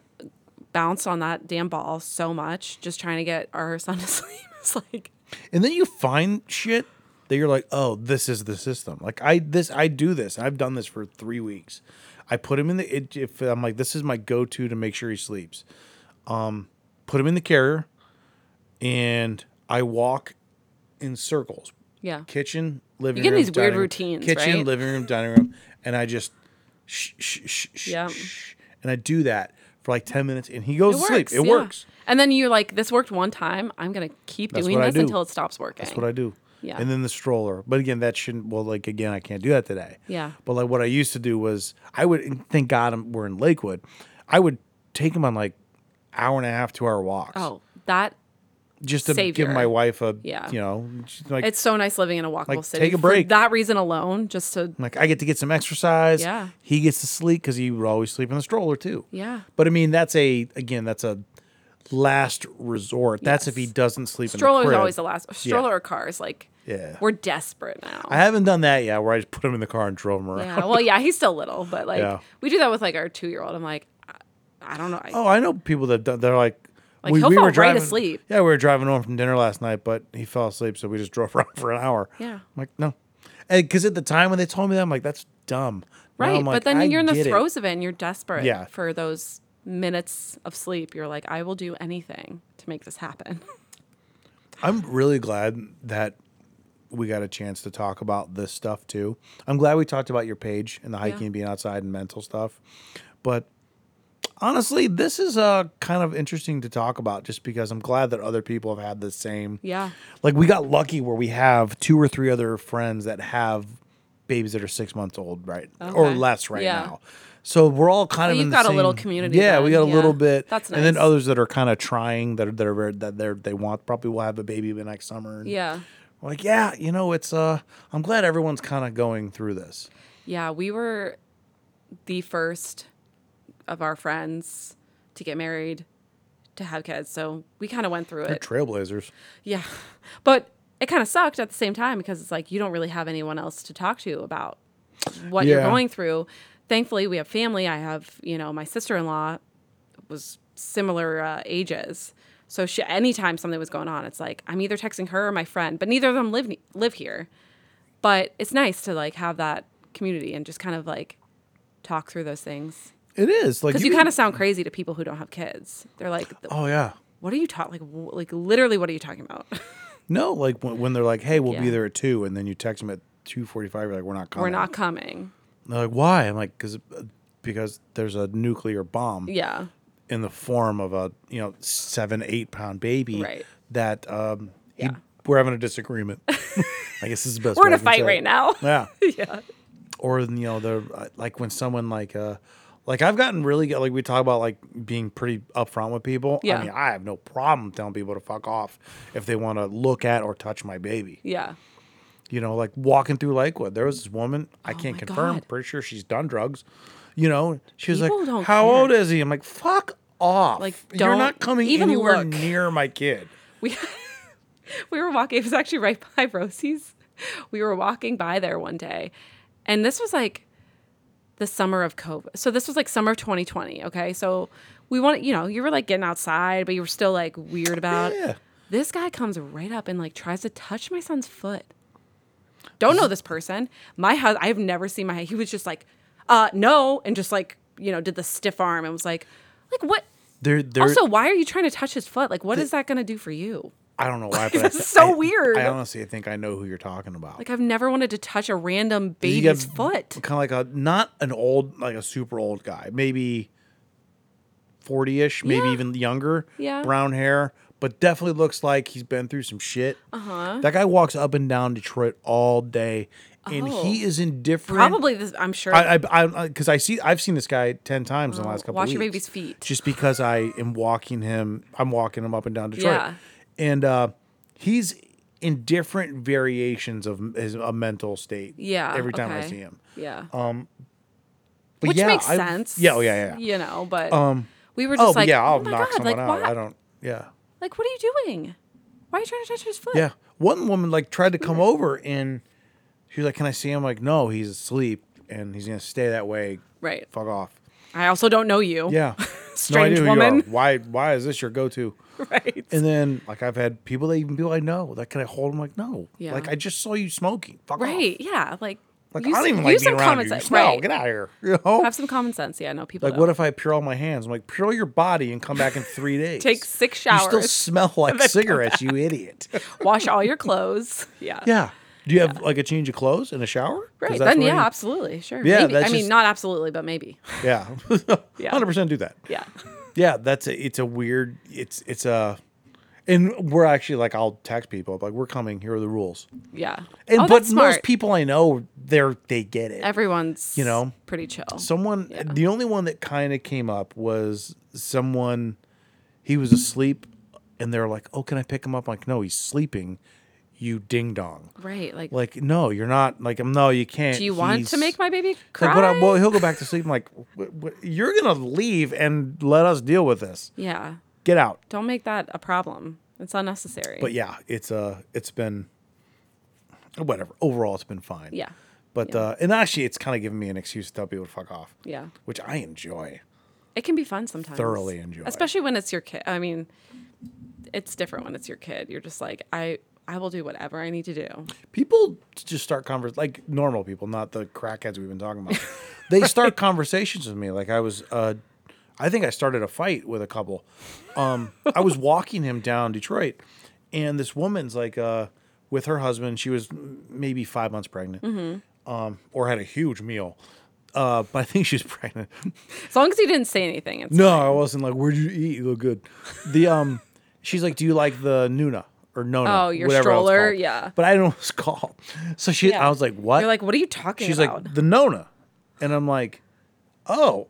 Speaker 3: bounced on that damn ball so much, just trying to get our son to sleep. It's like,
Speaker 1: And then you find shit that you're like, oh, this is the system. Like I this I do this. I've done this for three weeks. I put him in the it, if I'm like this is my go to to make sure he sleeps. Um, put him in the carrier, and I walk in circles.
Speaker 3: yeah.
Speaker 1: Kitchen, living.
Speaker 3: get
Speaker 1: room,
Speaker 3: these weird
Speaker 1: dining room.
Speaker 3: routines,
Speaker 1: Kitchen,
Speaker 3: right?
Speaker 1: living room, dining room, and I just shh shh shh shh,
Speaker 3: Yeah.
Speaker 1: shh and I do that for like ten minutes, and he goes
Speaker 3: It
Speaker 1: to sleep.
Speaker 3: works.
Speaker 1: It
Speaker 3: yeah.
Speaker 1: works.
Speaker 3: And then you're like, this worked one time. I'm going to keep
Speaker 1: That's
Speaker 3: doing
Speaker 1: what I
Speaker 3: this
Speaker 1: do.
Speaker 3: until it stops working.
Speaker 1: That's what I do.
Speaker 3: Yeah.
Speaker 1: And then the stroller. But again, that shouldn't, well, like, again, I can't do that today.
Speaker 3: Yeah.
Speaker 1: But like, what I used to do was, I would, and thank God I'm, we're in Lakewood, I would take him on like hour and a half, two hour walks.
Speaker 3: oh, that.
Speaker 1: Just to
Speaker 3: savior.
Speaker 1: give my wife a,
Speaker 3: Yeah.
Speaker 1: you know, she's like,
Speaker 3: It's so nice living in a walkable
Speaker 1: Like,
Speaker 3: city.
Speaker 1: take a
Speaker 3: For
Speaker 1: break.
Speaker 3: that reason alone, just to
Speaker 1: like, I get to get some exercise.
Speaker 3: Yeah.
Speaker 1: He gets to sleep because he would always sleep in the stroller too.
Speaker 3: Yeah.
Speaker 1: But I mean, that's a, again, that's a last resort. That's if he
Speaker 3: Yes.
Speaker 1: doesn't sleep
Speaker 3: stroller
Speaker 1: in the
Speaker 3: is
Speaker 1: crib.
Speaker 3: always the last. Stroller or cars, like
Speaker 1: Yeah.
Speaker 3: we're desperate now.
Speaker 1: I haven't done that yet where I just put him in the car and drove him around.
Speaker 3: yeah. Well, yeah, he's still little, but like
Speaker 1: Yeah.
Speaker 3: we do that with like our two year old. I'm like, I, I don't know. I,
Speaker 1: Oh, I know people that do- they're like,
Speaker 3: Like, he'll fall right asleep.
Speaker 1: Yeah, we were driving home from dinner last night, but he fell asleep, so we just drove around for an hour.
Speaker 3: Yeah.
Speaker 1: I'm like, no, because at the time when they told me that, I'm like, that's dumb. Now
Speaker 3: Right.
Speaker 1: I'm like,
Speaker 3: but then
Speaker 1: I
Speaker 3: you're in the
Speaker 1: get it.
Speaker 3: throes of it and you're desperate
Speaker 1: Yeah.
Speaker 3: for those minutes of sleep. You're like, I will do anything to make this happen.
Speaker 1: I'm really glad that we got a chance to talk about this stuff too. I'm glad we talked about your page and the hiking and being outside and mental stuff. But honestly, this is uh, kind of interesting to talk about just because I'm glad that other people have had the same.
Speaker 3: Yeah.
Speaker 1: Like we got lucky where we have two or three other friends that have babies that are six months old, right? Or
Speaker 3: Okay.
Speaker 1: less right
Speaker 3: Yeah.
Speaker 1: now. So we're all kind of
Speaker 3: you've
Speaker 1: in the
Speaker 3: got a little
Speaker 1: same-
Speaker 3: community
Speaker 1: Yeah, we
Speaker 3: then,
Speaker 1: got a
Speaker 3: yeah.
Speaker 1: little bit.
Speaker 3: That's
Speaker 1: And then
Speaker 3: nice.
Speaker 1: others that are kind of trying that are that are very- that they they want probably will have a baby by next summer. And
Speaker 3: Yeah.
Speaker 1: we're Like yeah, you know it's uh I'm glad everyone's kind of going through this.
Speaker 3: Yeah. We were the first of our friends to get married, to have kids. So we kind of went through
Speaker 1: They're
Speaker 3: it.
Speaker 1: trailblazers.
Speaker 3: Yeah. But it kind of sucked at the same time because it's like you don't really have anyone else to talk to about what you're
Speaker 1: Yeah.
Speaker 3: going through. Thankfully, we have family. I have, you know, my sister in law was similar uh, ages. So she, anytime something was going on, it's like I'm either texting her or my friend, but neither of them live live here. But it's nice to like have that community and just kind of like talk through those things
Speaker 1: It is like
Speaker 3: because you,
Speaker 1: can-
Speaker 3: kind of sound crazy to people who don't have kids. They're like,
Speaker 1: Oh yeah.
Speaker 3: "What are you talking? Like, w- like literally, what are you talking about?"
Speaker 1: No, like when, when they're like, "Hey, we'll be
Speaker 3: Yeah.
Speaker 1: there at 2," and then you text them at 2:45 you're like, "We're not coming."
Speaker 3: We're not coming.
Speaker 1: uh, They're like, why? I'm like, because because there's a nuclear bomb
Speaker 3: Yeah.
Speaker 1: in the form of a you know seven eight pound baby
Speaker 3: Right.
Speaker 1: that um he-
Speaker 3: Yeah.
Speaker 1: we're having a disagreement i guess this is the best
Speaker 3: We're
Speaker 1: way
Speaker 3: in a
Speaker 1: I can say
Speaker 3: fight
Speaker 1: it.
Speaker 3: right now.
Speaker 1: yeah
Speaker 3: yeah.
Speaker 1: or you know the uh, like when someone like uh like I've gotten really good like we talk about like being pretty upfront with people.
Speaker 3: Yeah.
Speaker 1: I mean, I have no problem telling people to fuck off if they want to look at or touch my baby.
Speaker 3: Yeah.
Speaker 1: You know, like walking through Lakewood, there was this woman, I can't
Speaker 3: Oh my
Speaker 1: confirm,
Speaker 3: God.
Speaker 1: pretty sure she's done drugs. You know, she was
Speaker 3: People
Speaker 1: like,
Speaker 3: don't
Speaker 1: "How
Speaker 3: care.
Speaker 1: old is he?" I'm like, "Fuck off.
Speaker 3: Like,
Speaker 1: You're
Speaker 3: don't
Speaker 1: not coming
Speaker 3: even
Speaker 1: anywhere
Speaker 3: look."
Speaker 1: near my kid."
Speaker 3: we we were walking. It was actually right by Rosie's. We were walking by there one day, and this was like the summer of COVID. So this was like summer of 2020. Okay, so we want you know you were like getting outside, but you were still like weird about.
Speaker 1: Yeah.
Speaker 3: This guy comes right up and like tries to touch my son's foot. Don't know this person. My husband, I have never seen my. He was just like, uh, no, and just like you know did the stiff arm and was like, like what.
Speaker 1: There, there.
Speaker 3: Also, why are you trying to touch his foot? Like, what is that going to do for you?
Speaker 1: I don't know why, but I
Speaker 3: That's
Speaker 1: th-
Speaker 3: so
Speaker 1: I-
Speaker 3: weird.
Speaker 1: I honestly think I know who you're talking about.
Speaker 3: Like I've never wanted to touch a random
Speaker 1: You
Speaker 3: baby's
Speaker 1: got
Speaker 3: foot.
Speaker 1: Kind of like a not an old, like a super old guy, maybe forty ish, maybe
Speaker 3: Yeah.
Speaker 1: even younger.
Speaker 3: Yeah.
Speaker 1: brown hair, but definitely looks like he's been through some shit. Uh
Speaker 3: Uh-huh.
Speaker 1: huh. That guy walks up and down Detroit all day, and
Speaker 3: Oh.
Speaker 1: he is indifferent.
Speaker 3: Probably this I'm sure.
Speaker 1: I, I, I, because I see, I've seen this guy ten times in the last couple.
Speaker 3: Oh, Wash
Speaker 1: weeks,
Speaker 3: your baby's feet.
Speaker 1: Just because I am walking him, I'm walking him up and down Detroit,
Speaker 3: Yeah.
Speaker 1: and uh, he's in different variations of his a mental state.
Speaker 3: yeah.
Speaker 1: every time I
Speaker 3: okay.
Speaker 1: see him, Um,
Speaker 3: yeah.
Speaker 1: But
Speaker 3: Which
Speaker 1: yeah,
Speaker 3: makes
Speaker 1: I-
Speaker 3: sense.
Speaker 1: Yeah, oh yeah, yeah. yeah.
Speaker 3: You know, but
Speaker 1: Um,
Speaker 3: we were just
Speaker 1: oh, but
Speaker 3: like,
Speaker 1: yeah, I'll
Speaker 3: oh my
Speaker 1: knock
Speaker 3: God,
Speaker 1: someone
Speaker 3: like,
Speaker 1: out.
Speaker 3: Why,
Speaker 1: I don't. Yeah,
Speaker 3: like, what are you doing? Why are you trying to touch his foot?
Speaker 1: yeah. One woman like tried to
Speaker 3: Mm.
Speaker 1: come over and she was like, "Can I see him?" like, no, he's asleep and he's gonna stay that way.
Speaker 3: Right.
Speaker 1: Fuck off.
Speaker 3: I also don't know you.
Speaker 1: Yeah.
Speaker 3: Strange
Speaker 1: who you are.
Speaker 3: woman.
Speaker 1: Why? Why is this your go-to?
Speaker 3: Right.
Speaker 1: And then like I've had people that even people I know like, "Can I hold him?" like, no.
Speaker 3: Yeah.
Speaker 1: Like I just saw you smoking. Fuck off.
Speaker 3: right. Yeah. Like,
Speaker 1: Like
Speaker 3: use-
Speaker 1: I don't even
Speaker 3: use
Speaker 1: like being
Speaker 3: some
Speaker 1: around
Speaker 3: common
Speaker 1: you. You
Speaker 3: sense.
Speaker 1: smell.
Speaker 3: Right.
Speaker 1: Get out of here. You know.
Speaker 3: Have some common sense. Yeah. No, people.
Speaker 1: like
Speaker 3: don't.
Speaker 1: what if I pure all my hands? I'm like, pure your body and come back in three days.
Speaker 3: Take six
Speaker 1: You still
Speaker 3: showers.
Speaker 1: smell like cigarettes, you idiot.
Speaker 3: wash all your clothes? Yeah.
Speaker 1: Yeah. Do you have like a change of clothes and a shower? 'Cause
Speaker 3: Right.
Speaker 1: that's
Speaker 3: Then
Speaker 1: where
Speaker 3: yeah,
Speaker 1: you-
Speaker 3: absolutely. Sure.
Speaker 1: Yeah,
Speaker 3: Maybe.
Speaker 1: that's
Speaker 3: I mean,
Speaker 1: just-
Speaker 3: not absolutely, but maybe.
Speaker 1: Yeah.
Speaker 3: Yeah.
Speaker 1: 100% do that.
Speaker 3: Yeah.
Speaker 1: Yeah, that's a, it's a weird it's it's a and we're actually like I'll text people like we're coming, here are the rules.
Speaker 3: Yeah.
Speaker 1: And but
Speaker 3: oh, that's smart.
Speaker 1: most people I know they're they get it.
Speaker 3: everyone's
Speaker 1: you know,
Speaker 3: pretty chill.
Speaker 1: Someone the only one that kind of came up was someone he was asleep and they're like, "Oh, can I pick him up?" I'm like, "No, he's sleeping." You ding dong.
Speaker 3: right. Like,
Speaker 1: Like, "No, you're not." Like, "No, you can't."
Speaker 3: do you want to
Speaker 1: He's-
Speaker 3: make my baby cry?
Speaker 1: Like, what I, well, he'll go back to sleep. I'm like, "What- what- you're gonna leave and let us deal with this.
Speaker 3: yeah.
Speaker 1: Get out.
Speaker 3: Don't make that a problem. It's unnecessary.
Speaker 1: But yeah, it's uh, it's been whatever. Overall, it's been fine.
Speaker 3: yeah.
Speaker 1: But uh, and actually, it's kind of giving me an excuse to tell people to fuck off.
Speaker 3: Yeah.
Speaker 1: Which I enjoy.
Speaker 3: It can be fun sometimes.
Speaker 1: Thoroughly enjoy.
Speaker 3: Especially when it's your kid. I mean, it's different when it's your kid. You're just like, I I will do whatever I need to do.
Speaker 1: People just start convers like normal people, not the crackheads we've been talking about. They start conversations with me. Like I was, uh, I think I started a fight with a couple. Um, I was walking him down Detroit, and this woman's like uh, with her husband. She was m- maybe five months pregnant, um, or had a huge meal. Uh, but I think she was pregnant.
Speaker 3: As long as you didn't say anything. It's
Speaker 1: No, I wasn't like, where'd you eat? You look good. The um, she's like, do you like the Nuna or Nona?
Speaker 3: Oh, your
Speaker 1: whatever it's
Speaker 3: stroller?
Speaker 1: called.
Speaker 3: Yeah.
Speaker 1: But I didn't know what it's called. So she,
Speaker 3: Yeah.
Speaker 1: I was like, what?
Speaker 3: You're like, what are you talking
Speaker 1: she's
Speaker 3: about?
Speaker 1: like the Nona, and I'm like, oh.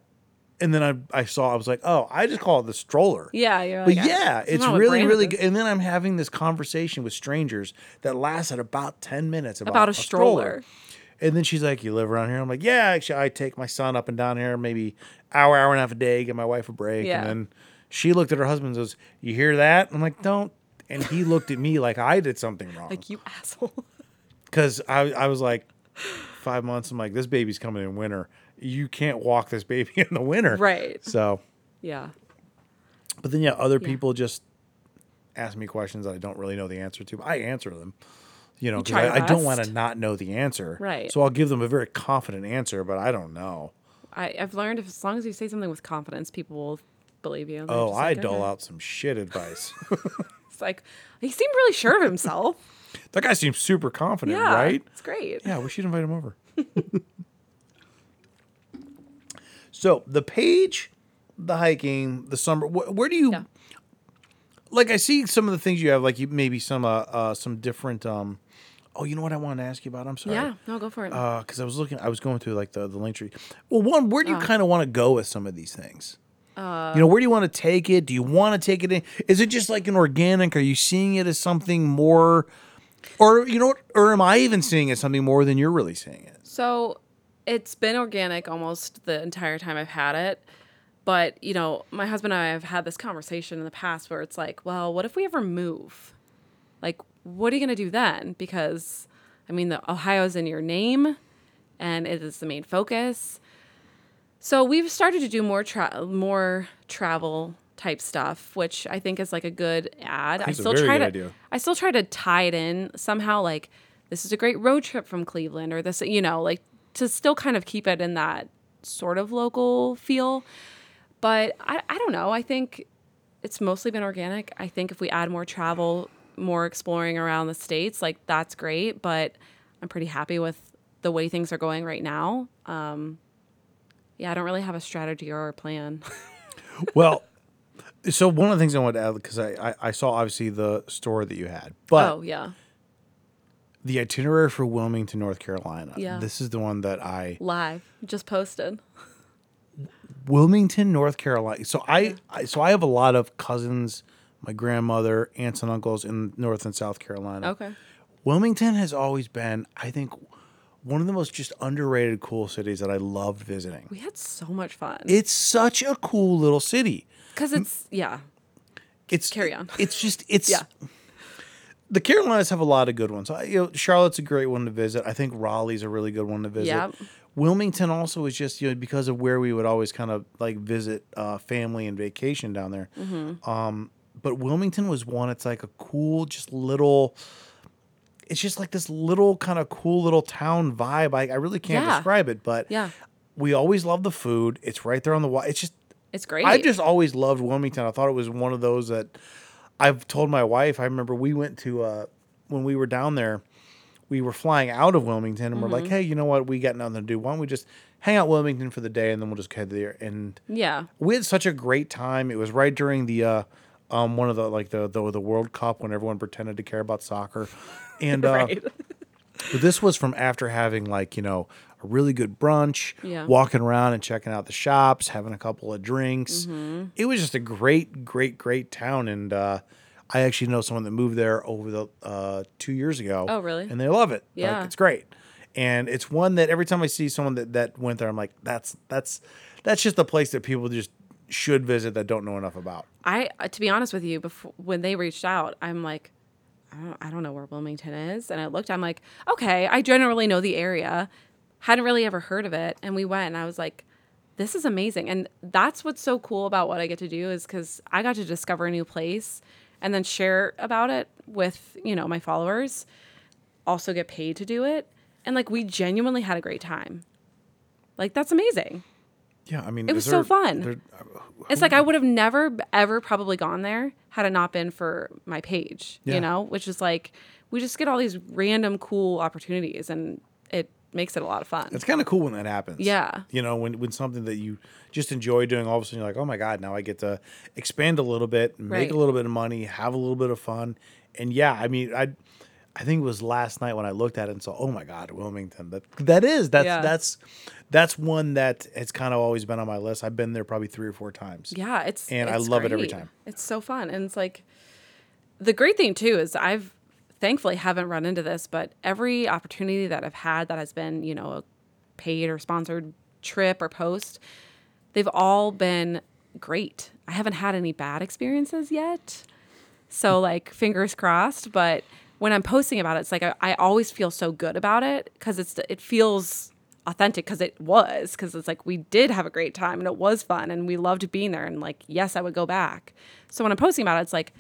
Speaker 1: And then I, I saw I was like oh I just call it the stroller
Speaker 3: Yeah, you're
Speaker 1: but
Speaker 3: like, I-
Speaker 1: yeah
Speaker 3: it's
Speaker 1: it's
Speaker 3: not what
Speaker 1: really
Speaker 3: brand
Speaker 1: really
Speaker 3: it
Speaker 1: good and then I'm having this conversation with strangers that lasted about ten minutes about,
Speaker 3: about a stroller.
Speaker 1: and then she's like, "You live around here?" I'm like, "Yeah, actually, I take my son up and down here, maybe hour, hour and a half a day, give my wife a break."
Speaker 3: Yeah.
Speaker 1: And then she looked at her husband and says, "You hear that?" I'm like, "Don't." And he looked at me like I did something wrong
Speaker 3: Like, you asshole.
Speaker 1: because I, I was like, five months. I'm like, this baby's coming in winter. You can't walk this baby in the winter,
Speaker 3: Right.
Speaker 1: So,
Speaker 3: yeah.
Speaker 1: but then yeah, other people just ask me questions that I don't really know the answer to. But I answer them. You know, 'cause
Speaker 3: try your
Speaker 1: I, I don't
Speaker 3: best.
Speaker 1: want to not know the answer.
Speaker 3: Right.
Speaker 1: So I'll give them a very confident answer, but I don't know.
Speaker 3: I, I've learned if, as long as you say something with confidence, people will believe you. They're
Speaker 1: Oh,
Speaker 3: just
Speaker 1: I
Speaker 3: like,
Speaker 1: dole
Speaker 3: okay.
Speaker 1: out some shit advice.
Speaker 3: It's like he seemed really sure of himself.
Speaker 1: that guy seems super confident,
Speaker 3: yeah,
Speaker 1: right?
Speaker 3: It's great.
Speaker 1: Yeah, we should invite him over. so the page the hiking, the summer. Wh- where do you
Speaker 3: Yeah.
Speaker 1: like? I see some of the things you have, like you, maybe some uh, uh some different. um Oh, you know what I wanted to ask you about? I'm sorry.
Speaker 3: Yeah, no, go for it.
Speaker 1: Because Uh, I was looking, I was going through like the the link tree. Well, one, where do
Speaker 3: Oh.
Speaker 1: you kind of want to go with some of these things?
Speaker 3: Uh,
Speaker 1: you know, where do you want to take it? Do you want to take it in? Is it just like an organic? Are you seeing it as something more, or you know, what? or am I even seeing it as something more than you're really seeing it?
Speaker 3: So it's been organic almost the entire time I've had it. But, you know, my husband and I have had this conversation in the past where it's like, well, what if we ever move? Like, what are you going to do then? Because, I mean, the Ohio's in your name and it is the main focus. So we've started to do more tra- more travel type stuff, which I think is like a good ad. I
Speaker 1: That's a
Speaker 3: still
Speaker 1: very
Speaker 3: try to
Speaker 1: good idea.
Speaker 3: I still try to tie it in somehow like this is a great road trip from Cleveland or this you know, like to still kind of keep it in that sort of local feel. But I, I don't know. I think it's mostly been organic. I think if we add more travel, more exploring around the states, like that's great. But I'm pretty happy with the way things are going right now. Um, yeah, I don't really have a strategy or a plan.
Speaker 1: well, so one of the things I wanted to add because I, I I saw obviously the store that you had, but
Speaker 3: oh yeah,
Speaker 1: the itinerary for Wilmington, North Carolina.
Speaker 3: Yeah.
Speaker 1: This is the one that I
Speaker 3: live just posted.
Speaker 1: Wilmington, North Carolina. So I, I so I have a lot of cousins, my grandmother, aunts and uncles in North and South Carolina.
Speaker 3: Okay.
Speaker 1: Wilmington has always been, I think, one of the most just underrated cool cities that I loved visiting.
Speaker 3: We had so much fun
Speaker 1: It's such a cool little city.
Speaker 3: because it's yeah
Speaker 1: It's
Speaker 3: Carry on.
Speaker 1: It's just it's
Speaker 3: Yeah.
Speaker 1: The Carolinas have a lot of good ones. I, you know, Charlotte's a great one to visit. I think Raleigh's a really good one to visit.
Speaker 3: Yep.
Speaker 1: Wilmington also is just you know because of where we would always kind of like visit uh, family and vacation down there.
Speaker 3: Mm-hmm.
Speaker 1: Um, but Wilmington was one. It's like a cool, just little. It's just like this little kind of cool little town vibe. I, I really can't
Speaker 3: Yeah.
Speaker 1: describe it, but
Speaker 3: Yeah.
Speaker 1: we always love the food. It's right there on the water. It's just
Speaker 3: it's great.
Speaker 1: I've just always loved Wilmington. I thought it was one of those that I've told my wife. I remember we went to uh, when we were down there. We were flying out of Wilmington, and we're like, "Hey, you know what? We got nothing to do. Why don't we just hang out in Wilmington for the day, and then we'll just head there?" And
Speaker 3: yeah
Speaker 1: we had such a great time. It was right during the uh, um, one of the like the, the the World Cup when everyone pretended to care about soccer, and uh,
Speaker 3: right
Speaker 1: but this was from after having like you know a really good brunch,
Speaker 3: Yeah.
Speaker 1: walking around and checking out the shops, having a couple of drinks.
Speaker 3: Mm-hmm.
Speaker 1: It was just a great, great, great town, and uh, I actually know someone that moved there over the uh, two years ago.
Speaker 3: Oh, really?
Speaker 1: And they love it. Like,
Speaker 3: Yeah.
Speaker 1: it's great. And it's one that every time I see someone that, that went there, I'm like, that's that's that's just a place that people just should visit that don't know enough about.
Speaker 3: I uh, to be honest with you, before when they reached out, I'm like, I don't, I don't know where Wilmington is, and I looked. I'm like, okay, I generally know the area, hadn't really ever heard of it, and we went, and I was like, this is amazing, and that's what's so cool about what I get to do is because I got to discover a new place, and then share about it with you know my followers, also get paid to do it, and like we genuinely had a great time, like that's amazing.
Speaker 1: Yeah, I mean,
Speaker 3: It was so fun. It's like I
Speaker 1: Mm.
Speaker 3: would have never b- ever probably gone there had it not been for my page,
Speaker 1: Yeah.
Speaker 3: you know, which is like we just get all these random cool opportunities and it makes it a lot of fun.
Speaker 1: It's kind of cool when that happens.
Speaker 3: Yeah.
Speaker 1: You know, when, when something that you just enjoy doing, all of a sudden you're like, oh my God, now I get to expand a little bit, make
Speaker 3: Right.
Speaker 1: a little bit of money, have a little bit of fun. And yeah, I mean, I I think it was last night when I looked at it and saw, oh my God, Wilmington. That that is. That's
Speaker 3: Yeah.
Speaker 1: that's that's one that it's kind of always been on my list. I've been there probably three or four times.
Speaker 3: Yeah, it's
Speaker 1: And I
Speaker 3: it's
Speaker 1: love it every time.
Speaker 3: It's so fun, and it's like the great thing too is I've thankfully haven't run into this, but every opportunity that I've had that has been you know a paid or sponsored trip or post, they've all been great. I haven't had any bad experiences yet, so like fingers crossed. But when I'm posting about it, it's like I, I always feel so good about it because it's it feels authentic because it was because it's like we did have a great time and it was fun and we loved being there and like yes i would go back so when i'm posting about it it's like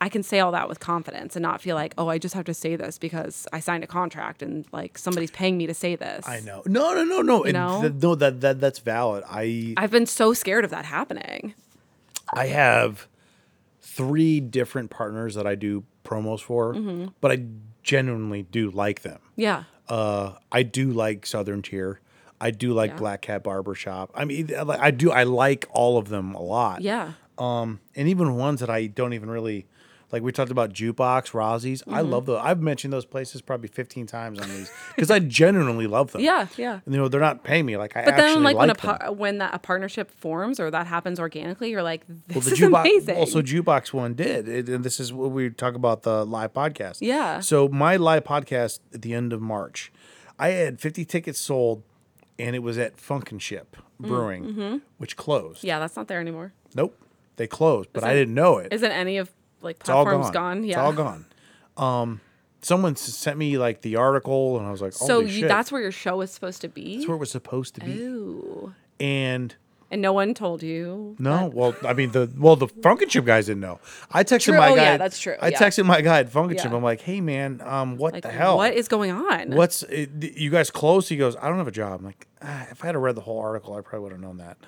Speaker 3: i can say all that with confidence and not feel like oh i just have to say this because i signed a contract and like somebody's paying me to say this
Speaker 1: I know. No, no, no, no. And
Speaker 3: know?
Speaker 1: th- no, that, that that's valid. I
Speaker 3: i've been so scared of that happening
Speaker 1: I have three different partners that I do promos for,
Speaker 3: Mm-hmm.
Speaker 1: but I genuinely do like them.
Speaker 3: yeah
Speaker 1: Uh, I do like Southern Tier. I do like Black Cat Barbershop. I mean, I li- I do. I like all of them a lot.
Speaker 3: Yeah.
Speaker 1: Um, and even ones that I don't even really like. We talked about jukebox, Rosie's. I
Speaker 3: Mm-hmm.
Speaker 1: love those. I've mentioned those places probably 15 times on these because I genuinely love them.
Speaker 3: Yeah, yeah.
Speaker 1: You know, they're not paying me. Like I
Speaker 3: But
Speaker 1: actually
Speaker 3: then, like,
Speaker 1: like
Speaker 3: when a
Speaker 1: them.
Speaker 3: par- when that a partnership forms or that happens organically, you're like, this
Speaker 1: Well, the
Speaker 3: is
Speaker 1: jukebox
Speaker 3: amazing.
Speaker 1: also jukebox one did, It- and this is what we talk about the live podcast.
Speaker 3: Yeah.
Speaker 1: So my live podcast at the end of March, I had fifty tickets sold, and it was at Funkin' Ship Brewing, which closed.
Speaker 3: Mm, mm-hmm. yeah, that's not there anymore.
Speaker 1: Nope, they closed, but I didn't know it.
Speaker 3: Isn't any of like
Speaker 1: It's all
Speaker 3: platforms
Speaker 1: gone.
Speaker 3: gone? Yeah,
Speaker 1: It's all gone. Um, someone s- sent me like the article, and I was like,
Speaker 3: So
Speaker 1: "Holy
Speaker 3: you,
Speaker 1: shit!"
Speaker 3: that's where your show is supposed to be.
Speaker 1: That's where it was supposed to be,
Speaker 3: Ooh.
Speaker 1: and.
Speaker 3: And no one told you.
Speaker 1: No, well, I mean the well the Funkin' Chip guys didn't know. I texted
Speaker 3: True.
Speaker 1: my
Speaker 3: Oh,
Speaker 1: guy.
Speaker 3: yeah, that's true.
Speaker 1: I
Speaker 3: Yeah.
Speaker 1: texted my guy at Funkin' Chip.
Speaker 3: Yeah.
Speaker 1: I'm like, hey man, um, what
Speaker 3: Like,
Speaker 1: the hell?
Speaker 3: what is going on?
Speaker 1: What's it, you guys close? He goes, I don't have a job. I'm like, ah, if I had read the whole article, I probably would have known that.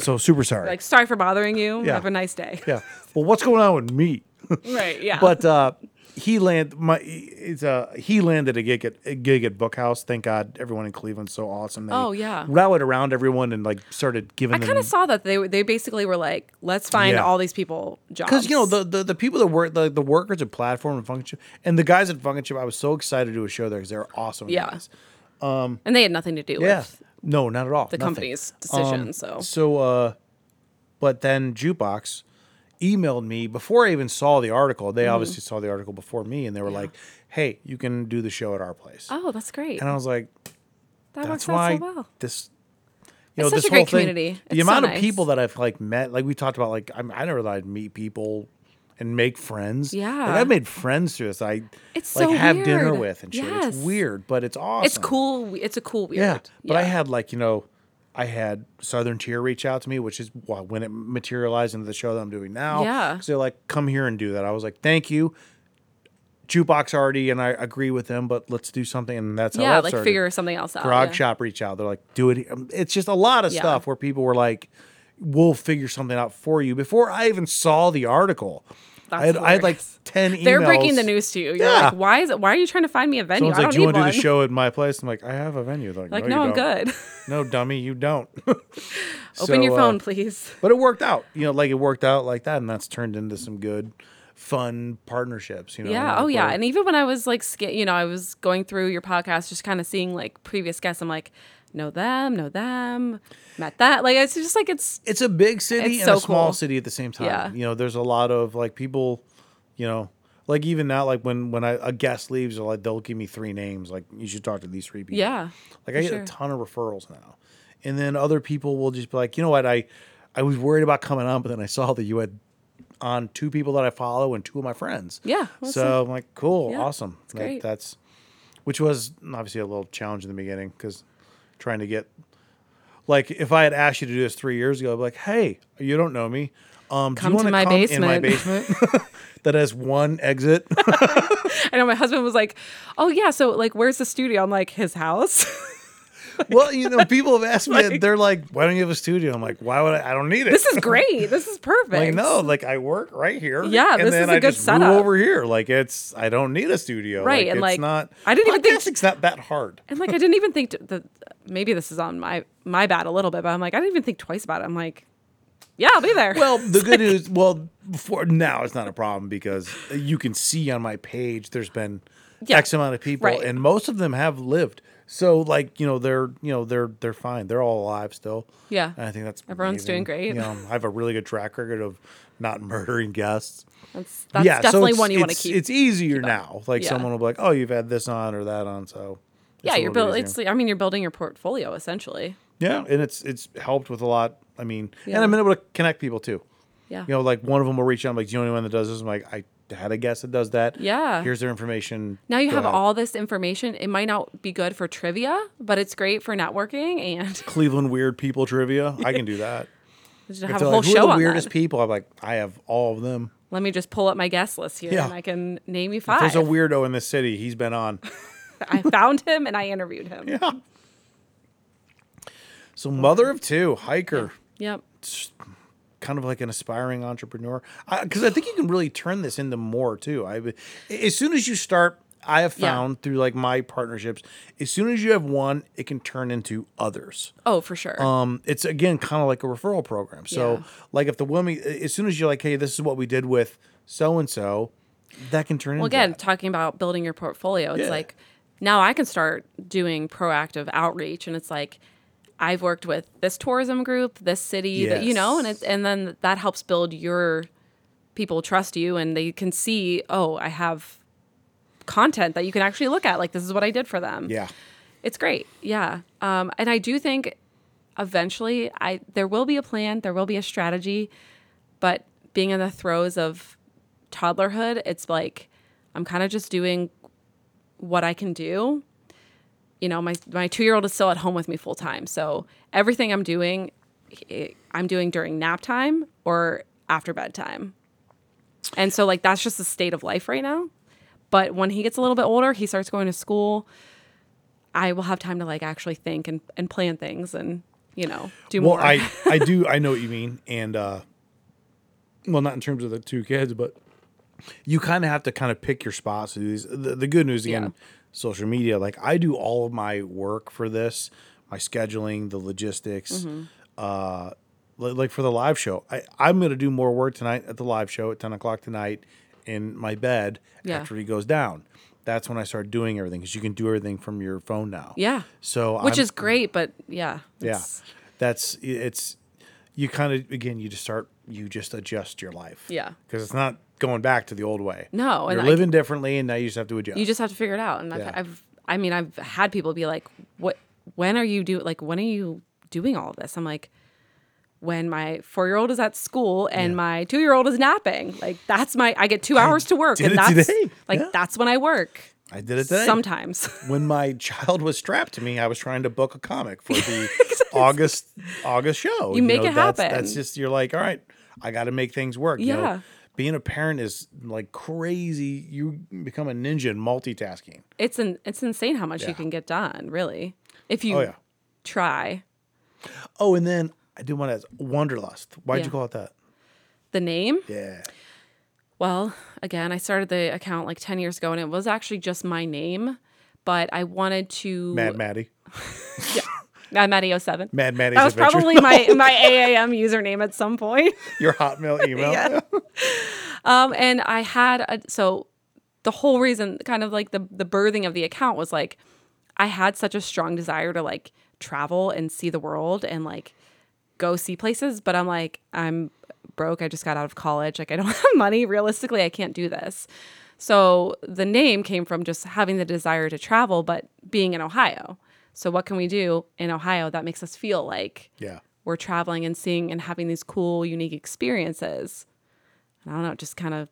Speaker 1: so super sorry.
Speaker 3: Like, sorry for bothering you.
Speaker 1: Yeah.
Speaker 3: Have a nice day.
Speaker 1: yeah. Well, what's going on with me?
Speaker 3: right. Yeah.
Speaker 1: but uh, he land my it's uh he landed a gig at a gig at Bookhouse. Thank God, everyone in Cleveland's so awesome. They
Speaker 3: Oh, yeah.
Speaker 1: rallied around everyone and like started giving
Speaker 3: I
Speaker 1: them
Speaker 3: kind of saw that they were- they basically were like, let's find
Speaker 1: Yeah.
Speaker 3: all these people jobs.
Speaker 1: Because you know the, the the people that work the, the workers at Platform and Function and the guys at Function, I was so excited to do a show there because they're awesome.
Speaker 3: Yeah.
Speaker 1: guys.
Speaker 3: and they had nothing to do
Speaker 1: yeah. Um,
Speaker 3: with
Speaker 1: No, not at all.
Speaker 3: the company's decision. so
Speaker 1: So, uh, but then Jukebox emailed me before I even saw the article. They
Speaker 3: Mm-hmm.
Speaker 1: obviously saw the article before me, and they were like, "Hey, you can do the show at our place."
Speaker 3: oh, that's great.
Speaker 1: And I was like,
Speaker 3: That
Speaker 1: that's
Speaker 3: works
Speaker 1: why
Speaker 3: out so well.
Speaker 1: this you know
Speaker 3: It's such
Speaker 1: this
Speaker 3: a great
Speaker 1: whole thing,
Speaker 3: community.
Speaker 1: the
Speaker 3: It's so
Speaker 1: amount of
Speaker 3: nice.
Speaker 1: people that i've like met like we talked about like I'm, i never thought i'd meet people and make friends
Speaker 3: Yeah.
Speaker 1: like i've made friends through this i
Speaker 3: It's
Speaker 1: like
Speaker 3: so
Speaker 1: have dinner
Speaker 3: weird.
Speaker 1: with and shit it's
Speaker 3: Yes.
Speaker 1: weird but it's awesome
Speaker 3: It's cool. It's a cool weird.
Speaker 1: yeah but i had like you know i had southern tier reach out to me which is why when it materialized into the show that i'm doing now
Speaker 3: Yeah.
Speaker 1: so like come here and do that i was like thank you jukebox already and i agree with them but let's do something and that's how
Speaker 3: yeah,
Speaker 1: that
Speaker 3: like
Speaker 1: started.
Speaker 3: figure something else out.
Speaker 1: Grog
Speaker 3: Oh, yeah.
Speaker 1: Shop reach out. They're like, do it. um, It's just a lot of
Speaker 3: Yeah.
Speaker 1: stuff where people were like, we'll figure something out for you. Bbefore I even saw the article, I had,
Speaker 3: That's
Speaker 1: I had like
Speaker 3: hilarious.
Speaker 1: 10 emails.
Speaker 3: They're breaking the news to you. You're
Speaker 1: Yeah.
Speaker 3: like, why is it? Why are you trying to find me a venue?
Speaker 1: Someone's
Speaker 3: I don't
Speaker 1: like, do you
Speaker 3: need
Speaker 1: want to do
Speaker 3: one.
Speaker 1: the show at my place? I'm like, I have a venue. They're like,
Speaker 3: Like,
Speaker 1: no,
Speaker 3: no,
Speaker 1: you
Speaker 3: I'm
Speaker 1: don't.
Speaker 3: good.
Speaker 1: No, dummy, you don't. uh,
Speaker 3: Open your phone, please.
Speaker 1: but it worked out. You know, like it worked out like that. And that's turned into some good, fun partnerships, you know?
Speaker 3: Yeah.
Speaker 1: like,
Speaker 3: Oh, yeah.
Speaker 1: where-
Speaker 3: And even when I was like, sca- you know, I was going through your podcast, just kind of seeing like previous guests. I'm like, know them, know them, met that. Like, it's just like it's
Speaker 1: it's a big city
Speaker 3: It's
Speaker 1: and
Speaker 3: so
Speaker 1: a small
Speaker 3: cool.
Speaker 1: city at the same time.
Speaker 3: Yeah.
Speaker 1: You know, there's a lot of like people, you know, like even now, like when when I, a guest leaves, or like they'll give me three names. Like you should talk to these three people.
Speaker 3: Yeah,
Speaker 1: Like I get
Speaker 3: for
Speaker 1: a
Speaker 3: sure.
Speaker 1: ton of referrals now, and then other people will just be like, you know what, I I was worried about coming on, but then I saw that you had on two people that I follow and two of my friends.
Speaker 3: Yeah, well,
Speaker 1: so I'm like, cool,
Speaker 3: yeah,
Speaker 1: awesome.
Speaker 3: it's
Speaker 1: Like,
Speaker 3: great.
Speaker 1: That's which was obviously a little challenge in the beginning because trying to get like if I had asked you to do this three years ago, I'd be like, hey, you don't know me. Um,
Speaker 3: Come
Speaker 1: do you
Speaker 3: to
Speaker 1: wanna
Speaker 3: my
Speaker 1: come in my
Speaker 3: basement."
Speaker 1: basement that has one exit?
Speaker 3: I know my husband was like, "Oh yeah, so like, where's the studio?" I'm like, "His house."
Speaker 1: well, you know, people have asked me. that. They're like, why don't you have a studio? I'm like, why would I? I don't need it.
Speaker 3: this is great. This is perfect.
Speaker 1: Like no, like I work right here.
Speaker 3: Yeah,
Speaker 1: and
Speaker 3: this
Speaker 1: then
Speaker 3: is a
Speaker 1: I
Speaker 3: good
Speaker 1: just
Speaker 3: setup.
Speaker 1: move over here. Like it's I don't need a studio. like,
Speaker 3: Right, and,
Speaker 1: it's
Speaker 3: like,
Speaker 1: not.
Speaker 3: I didn't even think-
Speaker 1: podcasting's not that hard.
Speaker 3: And like, I didn't even think to, that maybe this is on my my bad a little bit, but I'm like, I didn't even think twice about it. I'm like, yeah, I'll be there.
Speaker 1: Well, the good news, well, before now it's not a problem because you can see on my page there's been
Speaker 3: Yeah,
Speaker 1: X amount of people,
Speaker 3: right.
Speaker 1: and most of them have lived. So like you know they're you know they're they're fine. They're all alive still.
Speaker 3: Yeah.
Speaker 1: and I think that's
Speaker 3: Everyone's
Speaker 1: amazing.
Speaker 3: doing great.
Speaker 1: You know, I have a really good track record of not murdering guests.
Speaker 3: that's that's
Speaker 1: yeah, so
Speaker 3: definitely
Speaker 1: it's-
Speaker 3: one you want to
Speaker 1: it's-
Speaker 3: keep.
Speaker 1: It's easier now. Like
Speaker 3: Yeah.
Speaker 1: someone will be like, "Oh, you've had this on or that on," so it's
Speaker 3: yeah,
Speaker 1: a
Speaker 3: you're
Speaker 1: little bit
Speaker 3: building. It's
Speaker 1: easier.
Speaker 3: like, I mean, you're building your portfolio essentially.
Speaker 1: yeah, and it's it's helped with a lot. I mean,
Speaker 3: Yeah.
Speaker 1: and I'm able to connect people too.
Speaker 3: Yeah.
Speaker 1: You know, like one of them will reach out, I'm like, "Do you know anyone that does this?" I'm like, "I had a guest that does that."
Speaker 3: Yeah.
Speaker 1: here's their information.
Speaker 3: now you
Speaker 1: Go
Speaker 3: have
Speaker 1: ahead."
Speaker 3: all this information. It might not be good for trivia, but it's great for networking and
Speaker 1: Cleveland weird people trivia. I can do that.
Speaker 3: just
Speaker 1: If
Speaker 3: have a
Speaker 1: they're
Speaker 3: whole
Speaker 1: like, Who
Speaker 3: show
Speaker 1: are the
Speaker 3: on
Speaker 1: weirdest
Speaker 3: that.
Speaker 1: people? I'm like, I have all of them.
Speaker 3: Let me just pull up my guest list here,
Speaker 1: Yeah.
Speaker 3: and I can name you five.
Speaker 1: There's a weirdo in this city. He's been on.
Speaker 3: I found him and I interviewed him.
Speaker 1: yeah. So mother of two, hiker.
Speaker 3: Yep.
Speaker 1: kind of like an aspiring entrepreneur because I, think you can really turn this into more too I as soon as you start I have
Speaker 3: Yeah.
Speaker 1: found through like my partnerships, as soon as you have one, it can turn into others.
Speaker 3: Oh, for sure.
Speaker 1: Um, it's again kind of like a referral program. So
Speaker 3: Yeah.
Speaker 1: like if the woman, as soon as you're like, hey, this is what we did with so and so, that can turn
Speaker 3: well,
Speaker 1: into
Speaker 3: again, talking about building your portfolio, it's
Speaker 1: Yeah.
Speaker 3: like now I can start doing proactive outreach, and it's like I've worked with this tourism group, this city, that, you know, and
Speaker 1: Yes.
Speaker 3: it, and then that helps build your people trust you, and they can see, oh, I have content that you can actually look at. Like this is what I did for them.
Speaker 1: yeah,
Speaker 3: It's great. Yeah. Um, and I do think eventually I there will be a plan, there will be a strategy, but being in the throes of toddlerhood, it's like I'm kind of just doing what I can do. You know, my my 2-year-old is still at home with me full time. So everything I'm doing i- I'm doing during nap time or after bedtime. And so like that's just the state of life right now. But when he gets a little bit older, he starts going to school. I will have time to like actually think and, and plan things and you know do
Speaker 1: Well,
Speaker 3: more.
Speaker 1: I I do I know what you mean, and uh, well, not in terms of the two kids, but you kind of have to kind of pick your spots. to do these. The, the good news again,
Speaker 3: Yeah.
Speaker 1: social media. Like I do all of my work for this, my scheduling, the logistics.
Speaker 3: Mm-hmm.
Speaker 1: Uh, li- like for the live show, I, I'm going to do more work tonight at the live show at 10 o'clock tonight in my bed
Speaker 3: Yeah.
Speaker 1: after he goes down. That's when I start doing everything because you can do everything from your phone now.
Speaker 3: yeah,
Speaker 1: So
Speaker 3: which
Speaker 1: I'm-
Speaker 3: is great, but yeah,
Speaker 1: yeah
Speaker 3: it's-
Speaker 1: that's it's you kind of again you just start you just adjust your life
Speaker 3: Yeah.
Speaker 1: because it's not going back to the old way
Speaker 3: No, and
Speaker 1: you're
Speaker 3: I-
Speaker 1: living differently and now you just have to adjust
Speaker 3: you just have to figure it out. And I've,
Speaker 1: Yeah.
Speaker 3: I've I mean I've had people be like, "What? When are you do like when are you doing all of this?" I'm like, "When my four year old is at school and my two year old is napping. Like that's my I get two hours to work,
Speaker 1: did
Speaker 3: and
Speaker 1: it
Speaker 3: that's
Speaker 1: today.
Speaker 3: like
Speaker 1: Yeah.
Speaker 3: that's when I work
Speaker 1: i did it today
Speaker 3: sometimes."
Speaker 1: when my child was strapped to me i was trying to book a comic for the august august show you,
Speaker 3: make it
Speaker 1: that's,
Speaker 3: happen.
Speaker 1: that's just you're like all right i got to make things work you know?
Speaker 3: Yeah.
Speaker 1: being a parent is like crazy you become a ninja in multitasking
Speaker 3: it's an it's insane how much
Speaker 1: Yeah.
Speaker 3: you can get done, really, if you
Speaker 1: Oh, yeah.
Speaker 3: try.
Speaker 1: oh and then i do want to ask wanderlust why'd
Speaker 3: Yeah.
Speaker 1: you call it that
Speaker 3: The name
Speaker 1: yeah
Speaker 3: Well, again, I started the account like 10 years ago and it was actually just my name, but I wanted to
Speaker 1: mad maddie
Speaker 3: Mad Maddie 07.
Speaker 1: Mad Maddie's
Speaker 3: That was
Speaker 1: Adventures.
Speaker 3: probably my my AAM username at some point.
Speaker 1: your Hotmail email.
Speaker 3: Um and I had a so the whole reason kind of like the the birthing of the account was like I had such a strong desire to like travel and see the world and like go see places, but I'm like, I'm broke. I just got out of college. Like, I don't have money. Realistically, I can't do this. So the name came from just having the desire to travel, but being in Ohio. So, what can we do in Ohio that makes us feel like
Speaker 1: Yeah.
Speaker 3: we're traveling and seeing and having these cool, unique experiences? And I don't know, it just kind of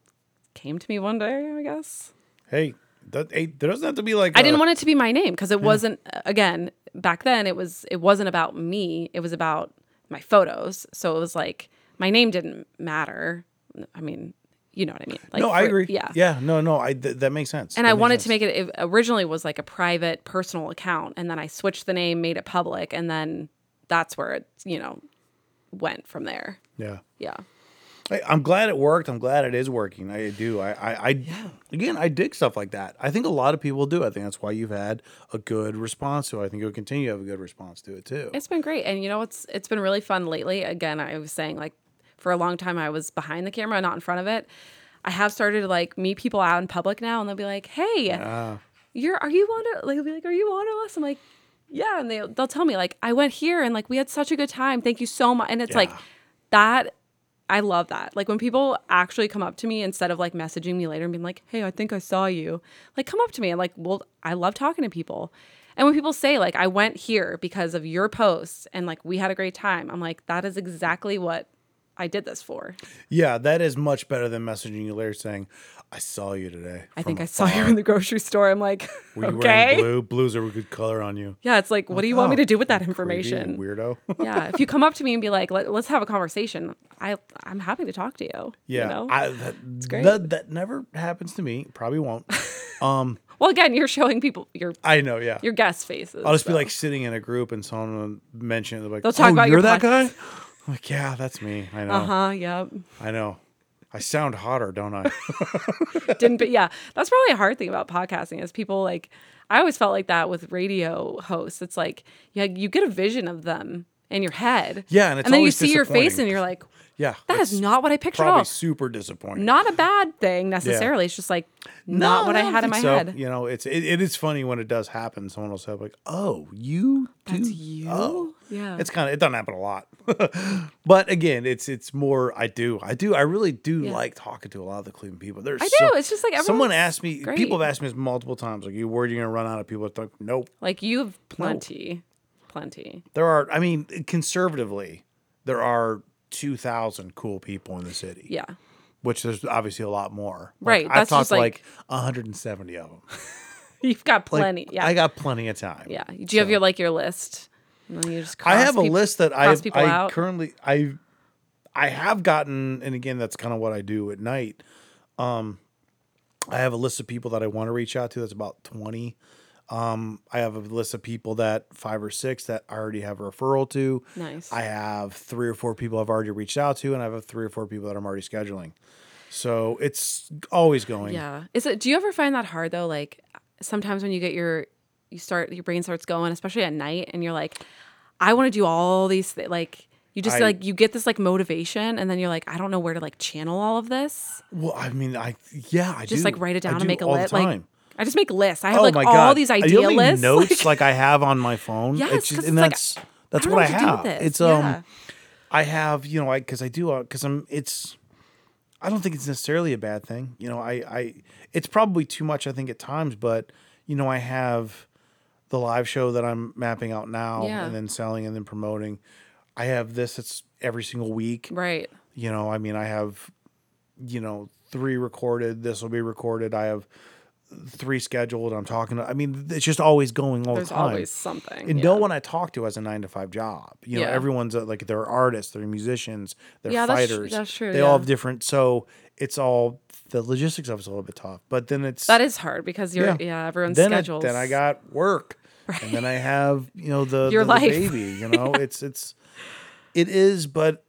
Speaker 3: came to me one day, I guess.
Speaker 1: Hey, that, hey, there doesn't have to be like.
Speaker 3: I didn't want it to be my name because it wasn't uh, again back then it was it wasn't about me it was about my photos so it was like my name didn't matter I mean you know what I mean like
Speaker 1: No, I
Speaker 3: for-
Speaker 1: agree.
Speaker 3: yeah
Speaker 1: Yeah. No, no. I th- that makes sense.
Speaker 3: and I wanted to make it, it originally was like a private personal account and then I switched the name made it public and then that's where it you know went from there
Speaker 1: Yeah.
Speaker 3: yeah
Speaker 1: I, I'm glad it worked. I'm glad it is working. I do. I. I. I Again, I dig stuff like that. I think a lot of people do. I think that's why you've had a good response to. it. I think you'll continue to have a good response to it too.
Speaker 3: It's been great. And you know, it's it's been really fun lately. Again, I was saying like for a long time I was behind the camera, not in front of it. I have started to like meet people out in public now and they'll be like, Hey, you're are you on like they'll be like, Are you on us? I'm like, Yeah, and they they'll tell me, like, I went here and like we had such a good time. Thank you so much. And it's like
Speaker 1: Yeah.
Speaker 3: that I love that. Like when people actually come up to me instead of like messaging me later and being like, "Hey, I think I saw you." Like come up to me and like, "Well, I love talking to people." And when people say like, "I went here because of your posts and like we had a great time." I'm like, "That is exactly what I did this for."
Speaker 1: yeah, that is much better than messaging you later saying, "I saw you today."
Speaker 3: I think
Speaker 1: from
Speaker 3: I saw you
Speaker 1: afar.
Speaker 3: in the grocery store. I'm like,
Speaker 1: Were you wearing
Speaker 3: "Okay."
Speaker 1: blue? Blues are a good color on you.
Speaker 3: Yeah, it's like, "What do you want me
Speaker 1: Oh,
Speaker 3: to do with that
Speaker 1: you creepy
Speaker 3: information?"
Speaker 1: weirdo.
Speaker 3: yeah, if you come up to me and be like, Let, "Let's have a conversation." I I'm happy to talk to you. you
Speaker 1: Yeah,
Speaker 3: know?
Speaker 1: I, that,
Speaker 3: great.
Speaker 1: that that never happens to me. Probably won't. Um,
Speaker 3: well, again, you're showing people your
Speaker 1: I know. Yeah,
Speaker 3: your guest faces.
Speaker 1: I'll just be
Speaker 3: so.
Speaker 1: like sitting in a group and someone will mention it. They're like,
Speaker 3: They'll talk
Speaker 1: "Oh,
Speaker 3: about your
Speaker 1: you're that guy."
Speaker 3: podcast.
Speaker 1: I'm like, yeah, that's me. I know.
Speaker 3: Uh huh. uh-huh, Yep.
Speaker 1: I know. I sound hotter, don't I?
Speaker 3: didn't but yeah that's probably a hard thing about podcasting is people like i always felt like that with radio hosts it's like yeah you get a vision of them in your head
Speaker 1: Yeah, and it's
Speaker 3: then you
Speaker 1: always
Speaker 3: see your face
Speaker 1: disappointing.
Speaker 3: and you're like
Speaker 1: yeah.
Speaker 3: that
Speaker 1: it's
Speaker 3: is not what i pictured at
Speaker 1: probably
Speaker 3: all
Speaker 1: super disappointing.
Speaker 3: not a bad thing necessarily it's just like not
Speaker 1: No,
Speaker 3: what i
Speaker 1: don't
Speaker 3: had in my
Speaker 1: think so.
Speaker 3: head
Speaker 1: You know, it's it, it is funny when it does happen. Someone will say like, "Oh, you
Speaker 3: That's
Speaker 1: do
Speaker 3: you?
Speaker 1: Oh,
Speaker 3: Yeah.
Speaker 1: It's kind of it doesn't happen a lot, but again, it's it's more. I do, I do, I really do like talking to a lot of the Cleveland people. There's
Speaker 3: I
Speaker 1: so-
Speaker 3: do. It's just like
Speaker 1: someone
Speaker 3: everyone's
Speaker 1: asked me.
Speaker 3: great.
Speaker 1: People have asked me this multiple times. Like, you worried you're gonna run out of people? It's like, nope.
Speaker 3: like you have plenty plenty
Speaker 1: There are. I mean, conservatively, there are two thousand cool people in the city.
Speaker 3: yeah
Speaker 1: Which there's obviously a lot more. Like,
Speaker 3: Right,
Speaker 1: I've
Speaker 3: that's
Speaker 1: talked
Speaker 3: just
Speaker 1: to like
Speaker 3: like-
Speaker 1: 170 of them.
Speaker 3: you've got
Speaker 1: Like,
Speaker 3: plenty yeah
Speaker 1: I got plenty of time.
Speaker 3: yeah do you have your like your list and then you just
Speaker 1: I
Speaker 3: cross
Speaker 1: have a
Speaker 3: peop-
Speaker 1: list that I
Speaker 3: cross people
Speaker 1: I
Speaker 3: out.
Speaker 1: currently I I have gotten and again that's kind of what I do at night. Um I have a list of people that I want to reach out to that's about 20. Um I have a list of people that 5 or 6 that I already have a referral to.
Speaker 3: Nice.
Speaker 1: I have 3 or 4 people I've already reached out to and I have 3 or 4 people that I'm already scheduling. So it's always going.
Speaker 3: Yeah. Is it do you ever find that hard though? Like sometimes when you get your you start your brain starts going, especially at night, and you're like, I want to do all these thi-. like you just
Speaker 1: I-
Speaker 3: like you get this like motivation and then you're like, I don't know where to like channel all of this.
Speaker 1: Well, I mean I yeah, I
Speaker 3: Just
Speaker 1: do.
Speaker 3: like write it
Speaker 1: I
Speaker 3: down
Speaker 1: do
Speaker 3: and make a
Speaker 1: all the
Speaker 3: list. Like
Speaker 1: time.
Speaker 3: I just make lists. I have
Speaker 1: oh
Speaker 3: like
Speaker 1: my
Speaker 3: all
Speaker 1: god,
Speaker 3: these
Speaker 1: Are you
Speaker 3: idea
Speaker 1: only
Speaker 3: lists.
Speaker 1: notes like, I have on my phone.
Speaker 3: Yes,
Speaker 1: it's just,
Speaker 3: 'cause
Speaker 1: and that's
Speaker 3: it's like,
Speaker 1: that's
Speaker 3: I
Speaker 1: what,
Speaker 3: don't
Speaker 1: I
Speaker 3: know what
Speaker 1: have.
Speaker 3: to do with this.
Speaker 1: It's um,
Speaker 3: Yeah.
Speaker 1: I have you know I because I do because I'm it's. I don't think it's necessarily a bad thing. You know, I I it's probably too much. I think at times, but you know, I have the live show that I'm mapping out now
Speaker 3: Yeah.
Speaker 1: and then selling and then promoting. I have this. It's every single week
Speaker 3: right.
Speaker 1: you know i mean i have you know three recorded this will be recorded i have three scheduled i'm talking to, i mean it's just always going all
Speaker 3: There's
Speaker 1: the time
Speaker 3: always something.
Speaker 1: and
Speaker 3: yeah.
Speaker 1: no one i talk to has a nine to five job you know
Speaker 3: Yeah.
Speaker 1: everyone's uh, like they're artists they're musicians they're
Speaker 3: Yeah, that's
Speaker 1: fighters
Speaker 3: tr- that's true,
Speaker 1: they all
Speaker 3: yeah.
Speaker 1: have different so it's all the logistics of it's a little bit tough but then it's
Speaker 3: that is hard because you're yeah, everyone's
Speaker 1: then it-
Speaker 3: schedules.
Speaker 1: then I got work, and then I have you know the
Speaker 3: Your
Speaker 1: the, the
Speaker 3: life.
Speaker 1: baby. You know, it's it's it is, but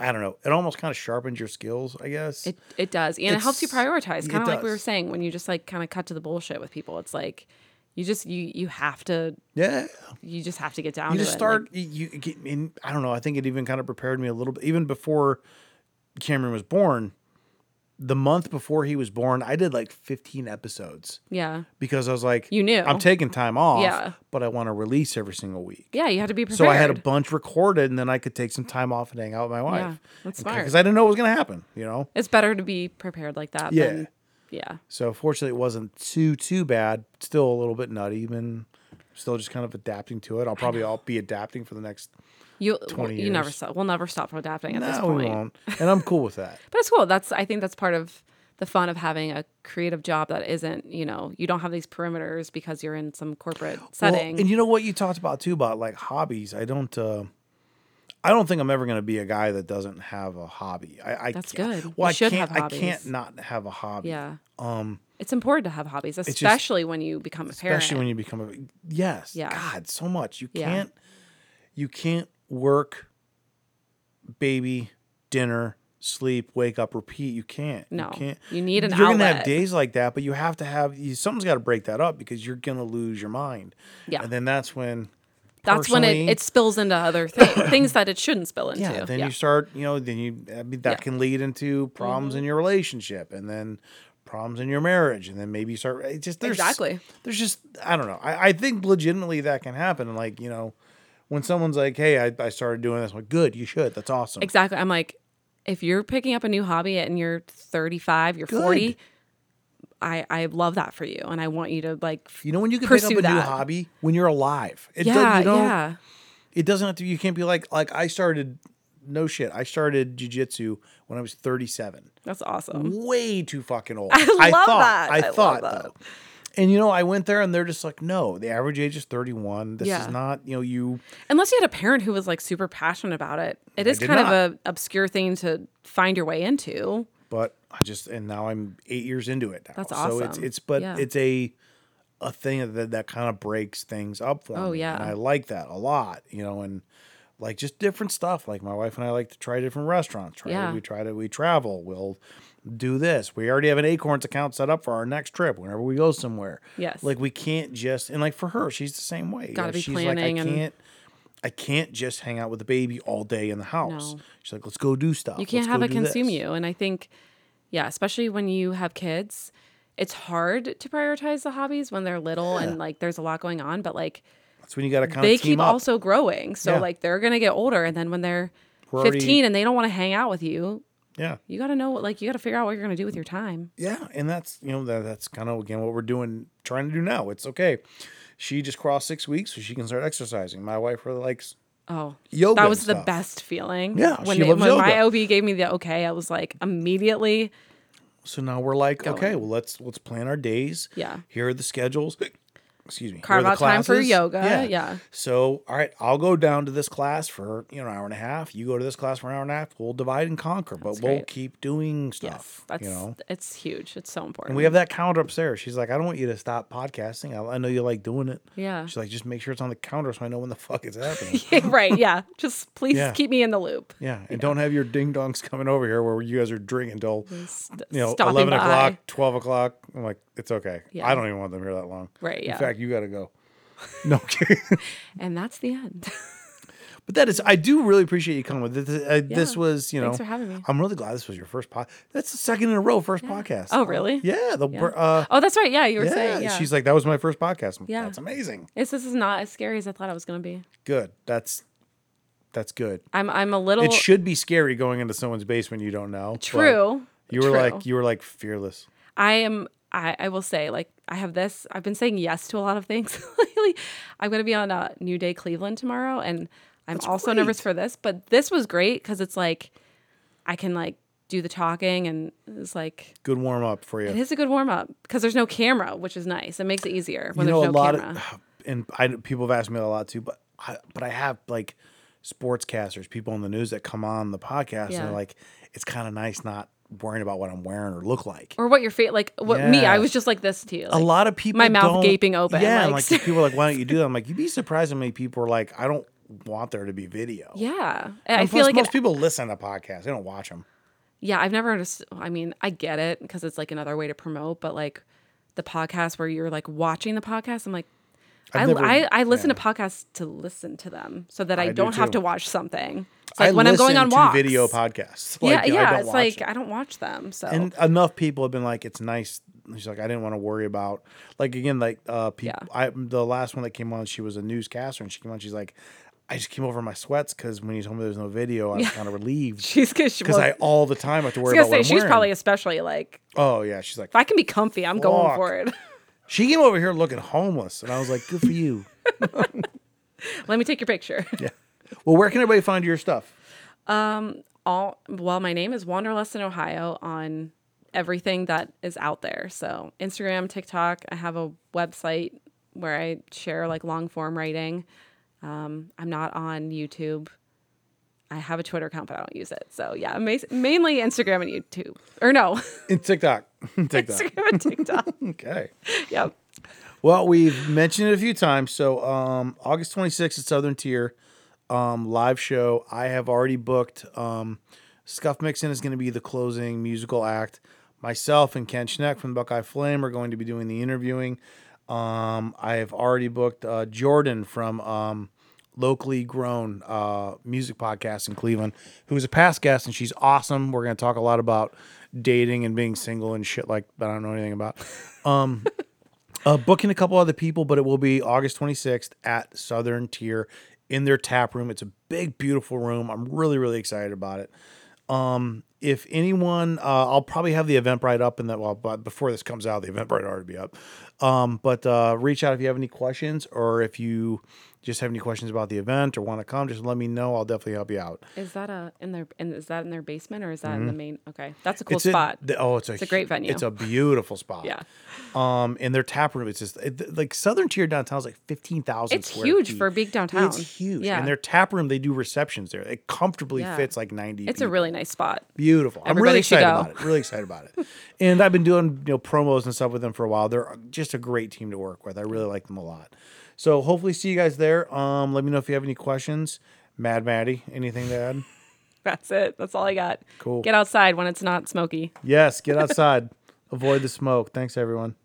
Speaker 1: I don't know. It almost kind of sharpens your skills, I guess.
Speaker 3: It, it does. And it helps you
Speaker 1: It's-
Speaker 3: prioritize.
Speaker 1: it
Speaker 3: Kind of like we were
Speaker 1: does.
Speaker 3: saying when you just like kind of cut to the bullshit with people. It's like you just you you have to
Speaker 1: yeah,
Speaker 3: you just have to get down
Speaker 1: you
Speaker 3: to
Speaker 1: just
Speaker 3: it. Like,
Speaker 1: start. you you get in. I don't know. I think it even kind of prepared me a little bit, even before Cameron was born. The month before he was born, I did like 15 episodes
Speaker 3: yeah.
Speaker 1: because I was like,
Speaker 3: You knew.
Speaker 1: I'm taking time off,
Speaker 3: Yeah.
Speaker 1: but I want to release every single week.
Speaker 3: Yeah, you have to be prepared.
Speaker 1: So I had a bunch recorded, and then I could take some time off and hang out with my wife.
Speaker 3: Yeah, that's smart.
Speaker 1: Because I didn't know what was going to happen, you know.
Speaker 3: it's better to be prepared like that
Speaker 1: Yeah.
Speaker 3: than yeah.
Speaker 1: So fortunately, it wasn't too too bad. Still a little bit nutty, and still just kind of adapting to it. I'll probably all be adapting for the next.
Speaker 3: You
Speaker 1: 20
Speaker 3: you never
Speaker 1: years.
Speaker 3: stop we'll never stop from adapting at this
Speaker 1: No, we
Speaker 3: point.
Speaker 1: won't, and I'm cool with that.
Speaker 3: But it's cool. That's I think that's part of the fun of having a creative job that isn't, you know, you don't have these perimeters because you're in some corporate
Speaker 1: Well,
Speaker 3: setting.
Speaker 1: and you know what you talked about too about like hobbies. I don't. uh I don't think I'm ever going to be a guy that doesn't have a hobby. I, I
Speaker 3: That's
Speaker 1: can't-
Speaker 3: good.
Speaker 1: Well,
Speaker 3: You
Speaker 1: I
Speaker 3: should
Speaker 1: can't.
Speaker 3: have
Speaker 1: I can't
Speaker 3: hobbies.
Speaker 1: not have a hobby.
Speaker 3: yeah. Um it's important to have hobbies, especially when you become a parent.
Speaker 1: especially when you become a yes
Speaker 3: Yeah.
Speaker 1: god so much you
Speaker 3: Yeah.
Speaker 1: can't you can't work baby dinner sleep wake up repeat you can't
Speaker 3: No.
Speaker 1: you can't
Speaker 3: You need an
Speaker 1: you're gonna have
Speaker 3: outlet.
Speaker 1: days like that but you have to have you, something's got to break that up because you're gonna lose your mind
Speaker 3: Yeah.
Speaker 1: and then that's when
Speaker 3: that's when it,
Speaker 1: personally-
Speaker 3: it spills into other things, things that it shouldn't spill into.
Speaker 1: yeah then you start you know then you I mean, that
Speaker 3: Yeah. Mm-hmm.
Speaker 1: can lead into problems in your relationship and then problems in your marriage and then maybe you start it just there's oh.
Speaker 3: Exactly.
Speaker 1: there's just i don't know i, I think legitimately that can happen and like you know when someone's like hey i, I started doing this I'm like good you should that's awesome
Speaker 3: Exactly. I'm like, if you're picking up a new hobby and you're 35, you're 40, I, I love that for you. And I want you to like, f-
Speaker 1: you know when you can pick up a
Speaker 3: Pursue
Speaker 1: new
Speaker 3: that.
Speaker 1: hobby when you're alive it does,
Speaker 3: yeah,
Speaker 1: you don't,
Speaker 3: yeah.
Speaker 1: it doesn't have to you can't be like like i started no shit i started jujitsu when i was 37
Speaker 3: That's awesome.
Speaker 1: way too fucking old.
Speaker 3: I love
Speaker 1: thought,
Speaker 3: that.
Speaker 1: I,
Speaker 3: I love
Speaker 1: thought
Speaker 3: that.
Speaker 1: though. And you know, I went there and they're just like, no, the average age is 31. This
Speaker 3: Yeah.
Speaker 1: is not, you know, you
Speaker 3: Unless you had a parent who was like super passionate about it. It is
Speaker 1: did
Speaker 3: kind
Speaker 1: not.
Speaker 3: of a obscure thing to find your way into.
Speaker 1: but I just and now I'm 8 years into it now.
Speaker 3: That's
Speaker 1: So it's
Speaker 3: awesome.
Speaker 1: it's but
Speaker 3: Yeah.
Speaker 1: it's a a thing that that kind of breaks things up for me.
Speaker 3: Oh, yeah.
Speaker 1: And I like that a lot, you know, and like just different stuff. Like my wife and I like to try different restaurants. Try
Speaker 3: Yeah.
Speaker 1: to, we try to we travel. We'll do this. We already have an Acorns account set up for our next trip whenever we go somewhere.
Speaker 3: Yes.
Speaker 1: Like we can't just and like for her, she's the same way.
Speaker 3: Gotta
Speaker 1: Like,
Speaker 3: be
Speaker 1: she's
Speaker 3: planning
Speaker 1: like
Speaker 3: and-
Speaker 1: I can't I can't just hang out with the baby all day in the house.
Speaker 3: No.
Speaker 1: She's like, let's go do stuff.
Speaker 3: You can't
Speaker 1: "Oh, Let's
Speaker 3: have
Speaker 1: go
Speaker 3: it
Speaker 1: do this."
Speaker 3: consume you. And I think, yeah, especially when you have kids, it's hard to prioritize the hobbies when they're little and like there's a lot going on. But like
Speaker 1: That's when you got to kind
Speaker 3: they
Speaker 1: of team
Speaker 3: keep
Speaker 1: up.
Speaker 3: also growing. So
Speaker 1: Yeah.
Speaker 3: like they're gonna get older, and then when they're
Speaker 1: We're already-
Speaker 3: 15 and they don't want to hang out with you,
Speaker 1: yeah.
Speaker 3: you gotta know like you gotta figure out what you're gonna do with your time.
Speaker 1: yeah and that's you know that, that's kind of again what we're doing trying to do now it's okay she just crossed six weeks so she can start exercising my wife really likes
Speaker 3: Oh,
Speaker 1: Yoga
Speaker 3: That
Speaker 1: and
Speaker 3: was the
Speaker 1: stuff.
Speaker 3: best feeling.
Speaker 1: Yeah,
Speaker 3: when
Speaker 1: she
Speaker 3: they,
Speaker 1: loves
Speaker 3: when my
Speaker 1: yoga.
Speaker 3: OB gave me the okay, I was like immediately.
Speaker 1: so now we're like okay well let's let's plan our days
Speaker 3: Yeah.
Speaker 1: here are the schedules excuse me here are
Speaker 3: Carve
Speaker 1: the
Speaker 3: out time for
Speaker 1: classes.
Speaker 3: yoga, yeah.
Speaker 1: so all right i'll go down to this class for you know an hour and a half you go to this class for an hour and a half we'll divide and conquer but we'll
Speaker 3: great.
Speaker 1: keep doing
Speaker 3: Yes,
Speaker 1: stuff
Speaker 3: that's
Speaker 1: you know
Speaker 3: it's huge. It's so important.
Speaker 1: and we have that counter upstairs. She's like, I don't want you to stop podcasting. I, I know you like doing it.
Speaker 3: Yeah.
Speaker 1: She's like, just make sure it's on the counter so I know when the fuck it's happening.
Speaker 3: right. Yeah. Just please
Speaker 1: Yeah.
Speaker 3: keep me in the loop.
Speaker 1: Yeah, and don't have your ding dongs coming over here where you guys are drinking till you know
Speaker 3: stopping
Speaker 1: eleven
Speaker 3: by.
Speaker 1: o'clock, twelve o'clock. I'm like, it's okay.
Speaker 3: Yeah.
Speaker 1: I don't even want them here that long.
Speaker 3: Right, yeah.
Speaker 1: In fact, you got to go. No I'm kidding.
Speaker 3: And that's the end.
Speaker 1: but that is, I do really appreciate you coming. This, uh, this
Speaker 3: Yeah.
Speaker 1: was, you know,
Speaker 3: Thanks for having me.
Speaker 1: I'm really glad this was your first pod. That's the second in a row, first podcast.
Speaker 3: Oh, really?
Speaker 1: Yeah. The br- uh,
Speaker 3: oh, that's right. Yeah, you were
Speaker 1: yeah.
Speaker 3: saying. Yeah.
Speaker 1: She's like, that was my first podcast. I'm like,
Speaker 3: Yeah.
Speaker 1: That's amazing.
Speaker 3: It's- this is not as scary as I thought it was going to be.
Speaker 1: Good. That's that's good.
Speaker 3: I'm I'm a little
Speaker 1: It should be scary going into someone's basement you don't know. but
Speaker 3: true.
Speaker 1: You were
Speaker 3: true.
Speaker 1: like you were like fearless.
Speaker 3: I am. I, I will say, like, I have this. I've been saying yes to a lot of things lately. I'm going to be on a New Day Cleveland tomorrow, and I'm also nervous for this. But this was great because it's like I can like do the talking, and it's like
Speaker 1: Good warm up for you.
Speaker 3: it is a good warm up because there's no camera, which is nice. It makes it easier when
Speaker 1: you know
Speaker 3: there's
Speaker 1: a
Speaker 3: no
Speaker 1: lot
Speaker 3: camera.
Speaker 1: of and I people have asked me that a lot too, but I, but I have like sportscasters, people on the news that come on the podcast, and
Speaker 3: Yeah.
Speaker 1: they're like, it's kind of nice not worrying about what I'm wearing or look like.
Speaker 3: or what your face like what me i
Speaker 1: Yeah.
Speaker 3: was just like this to you
Speaker 1: a
Speaker 3: like,
Speaker 1: lot of people,
Speaker 3: my mouth
Speaker 1: don't-
Speaker 3: gaping open,
Speaker 1: Yeah, and,
Speaker 3: like,
Speaker 1: like people are like, why don't you do that? I'm like, you'd be surprised how many people are like, I don't want there to be video.
Speaker 3: yeah and i
Speaker 1: And
Speaker 3: feel
Speaker 1: plus,
Speaker 3: like it-
Speaker 1: most people listen to podcasts; they don't watch them.
Speaker 3: yeah i've never understood i mean i get it because it's like another way to promote but like the podcast where you're like watching the podcast i'm like I,
Speaker 1: never-
Speaker 3: I, I listen to podcasts to listen to them so that I,
Speaker 1: do
Speaker 3: don't have
Speaker 1: too.
Speaker 3: to watch something. It's
Speaker 1: I
Speaker 3: like when I'm going
Speaker 1: listen
Speaker 3: on
Speaker 1: to
Speaker 3: walks.
Speaker 1: video podcasts.
Speaker 3: yeah,
Speaker 1: Like, I
Speaker 3: yeah.
Speaker 1: don't
Speaker 3: It's
Speaker 1: watch
Speaker 3: like
Speaker 1: them.
Speaker 3: I don't watch them. So
Speaker 1: and enough people have been like, it's nice. She's like, I didn't want to worry about like again, like uh people
Speaker 3: Yeah.
Speaker 1: I the last one that came on, she was a newscaster and she came on, she's like, I just came over in my sweats because when you told me there was no video, I was kind of relieved.
Speaker 3: she's because she,
Speaker 1: Because
Speaker 3: well,
Speaker 1: I all the time have to
Speaker 3: I was
Speaker 1: worry
Speaker 3: gonna
Speaker 1: about
Speaker 3: say
Speaker 1: what
Speaker 3: she's
Speaker 1: I'm wearing.
Speaker 3: probably especially like if
Speaker 1: Oh yeah. She's like
Speaker 3: I can be comfy, I'm going
Speaker 1: Fuck.
Speaker 3: for it.
Speaker 1: she came over here looking homeless. And I was like, Good for you.
Speaker 3: Let me take your picture.
Speaker 1: yeah. Well, where can everybody find your stuff?
Speaker 3: all well my name is wanderlust in ohio on everything that is out there so instagram tiktok i have a website where i share like long form writing um, i'm not on youtube i have a twitter account but i don't use it so yeah ma- mainly instagram and youtube or no
Speaker 1: In TikTok. TikTok.
Speaker 3: instagram and tiktok
Speaker 1: Okay.
Speaker 3: yep
Speaker 1: Well, we've mentioned it a few times. So, um, August 26th at Southern Tier, um, live show. I have already booked. Um, Scuff Mixon is going to be the closing musical act. Myself and Ken Schneck from the Buckeye Flame are going to be doing the interviewing. Um, I have already booked uh, Jordan from um, locally grown uh, music podcast in Cleveland, who is a past guest, and she's awesome. We're going to talk a lot about dating and being single and shit like that. I don't know anything about. Uh, booking a couple other people, but it will be August 26th at Southern Tier in their tap room. It's a big, beautiful room. I'm really, really excited about it. Um, if anyone, uh, I'll probably have the Eventbrite up in that. Well, but before this comes out, the Eventbrite will already be up. Um, but uh, reach out if you have any questions or if you just have any questions about the event or want to come. Just let me know. I'll definitely help you out.
Speaker 3: is that a in their in, is that in their basement or is that in the main okay that's a
Speaker 1: Mm-hmm.
Speaker 3: cool
Speaker 1: It's a-
Speaker 3: spot
Speaker 1: the- oh, it's a,
Speaker 3: a great
Speaker 1: hu-
Speaker 3: venue.
Speaker 1: It's a beautiful spot.
Speaker 3: yeah
Speaker 1: Um, and their tap room is just it, like Southern Tier downtown is like fifteen thousand.
Speaker 3: It's huge for big downtown.
Speaker 1: It's huge.
Speaker 3: Yeah.
Speaker 1: And their tap room, they do receptions there. It comfortably
Speaker 3: Yeah.
Speaker 1: fits like ninety.
Speaker 3: it's a
Speaker 1: people.
Speaker 3: really nice spot
Speaker 1: beautiful. I'm really
Speaker 3: Everybody should
Speaker 1: excited
Speaker 3: go.
Speaker 1: about it. Really excited about it. and I've been doing you know promos and stuff with them for a while. They're uh, just a great team to work with. I really like them a lot. So hopefully see you guys there. Um, let me know if you have any questions. Mad Maddie, anything to add?
Speaker 3: That's it. That's all I got.
Speaker 1: Cool.
Speaker 3: Get outside when it's not smoky.
Speaker 1: Yes, get outside. Avoid the smoke. Thanks, everyone.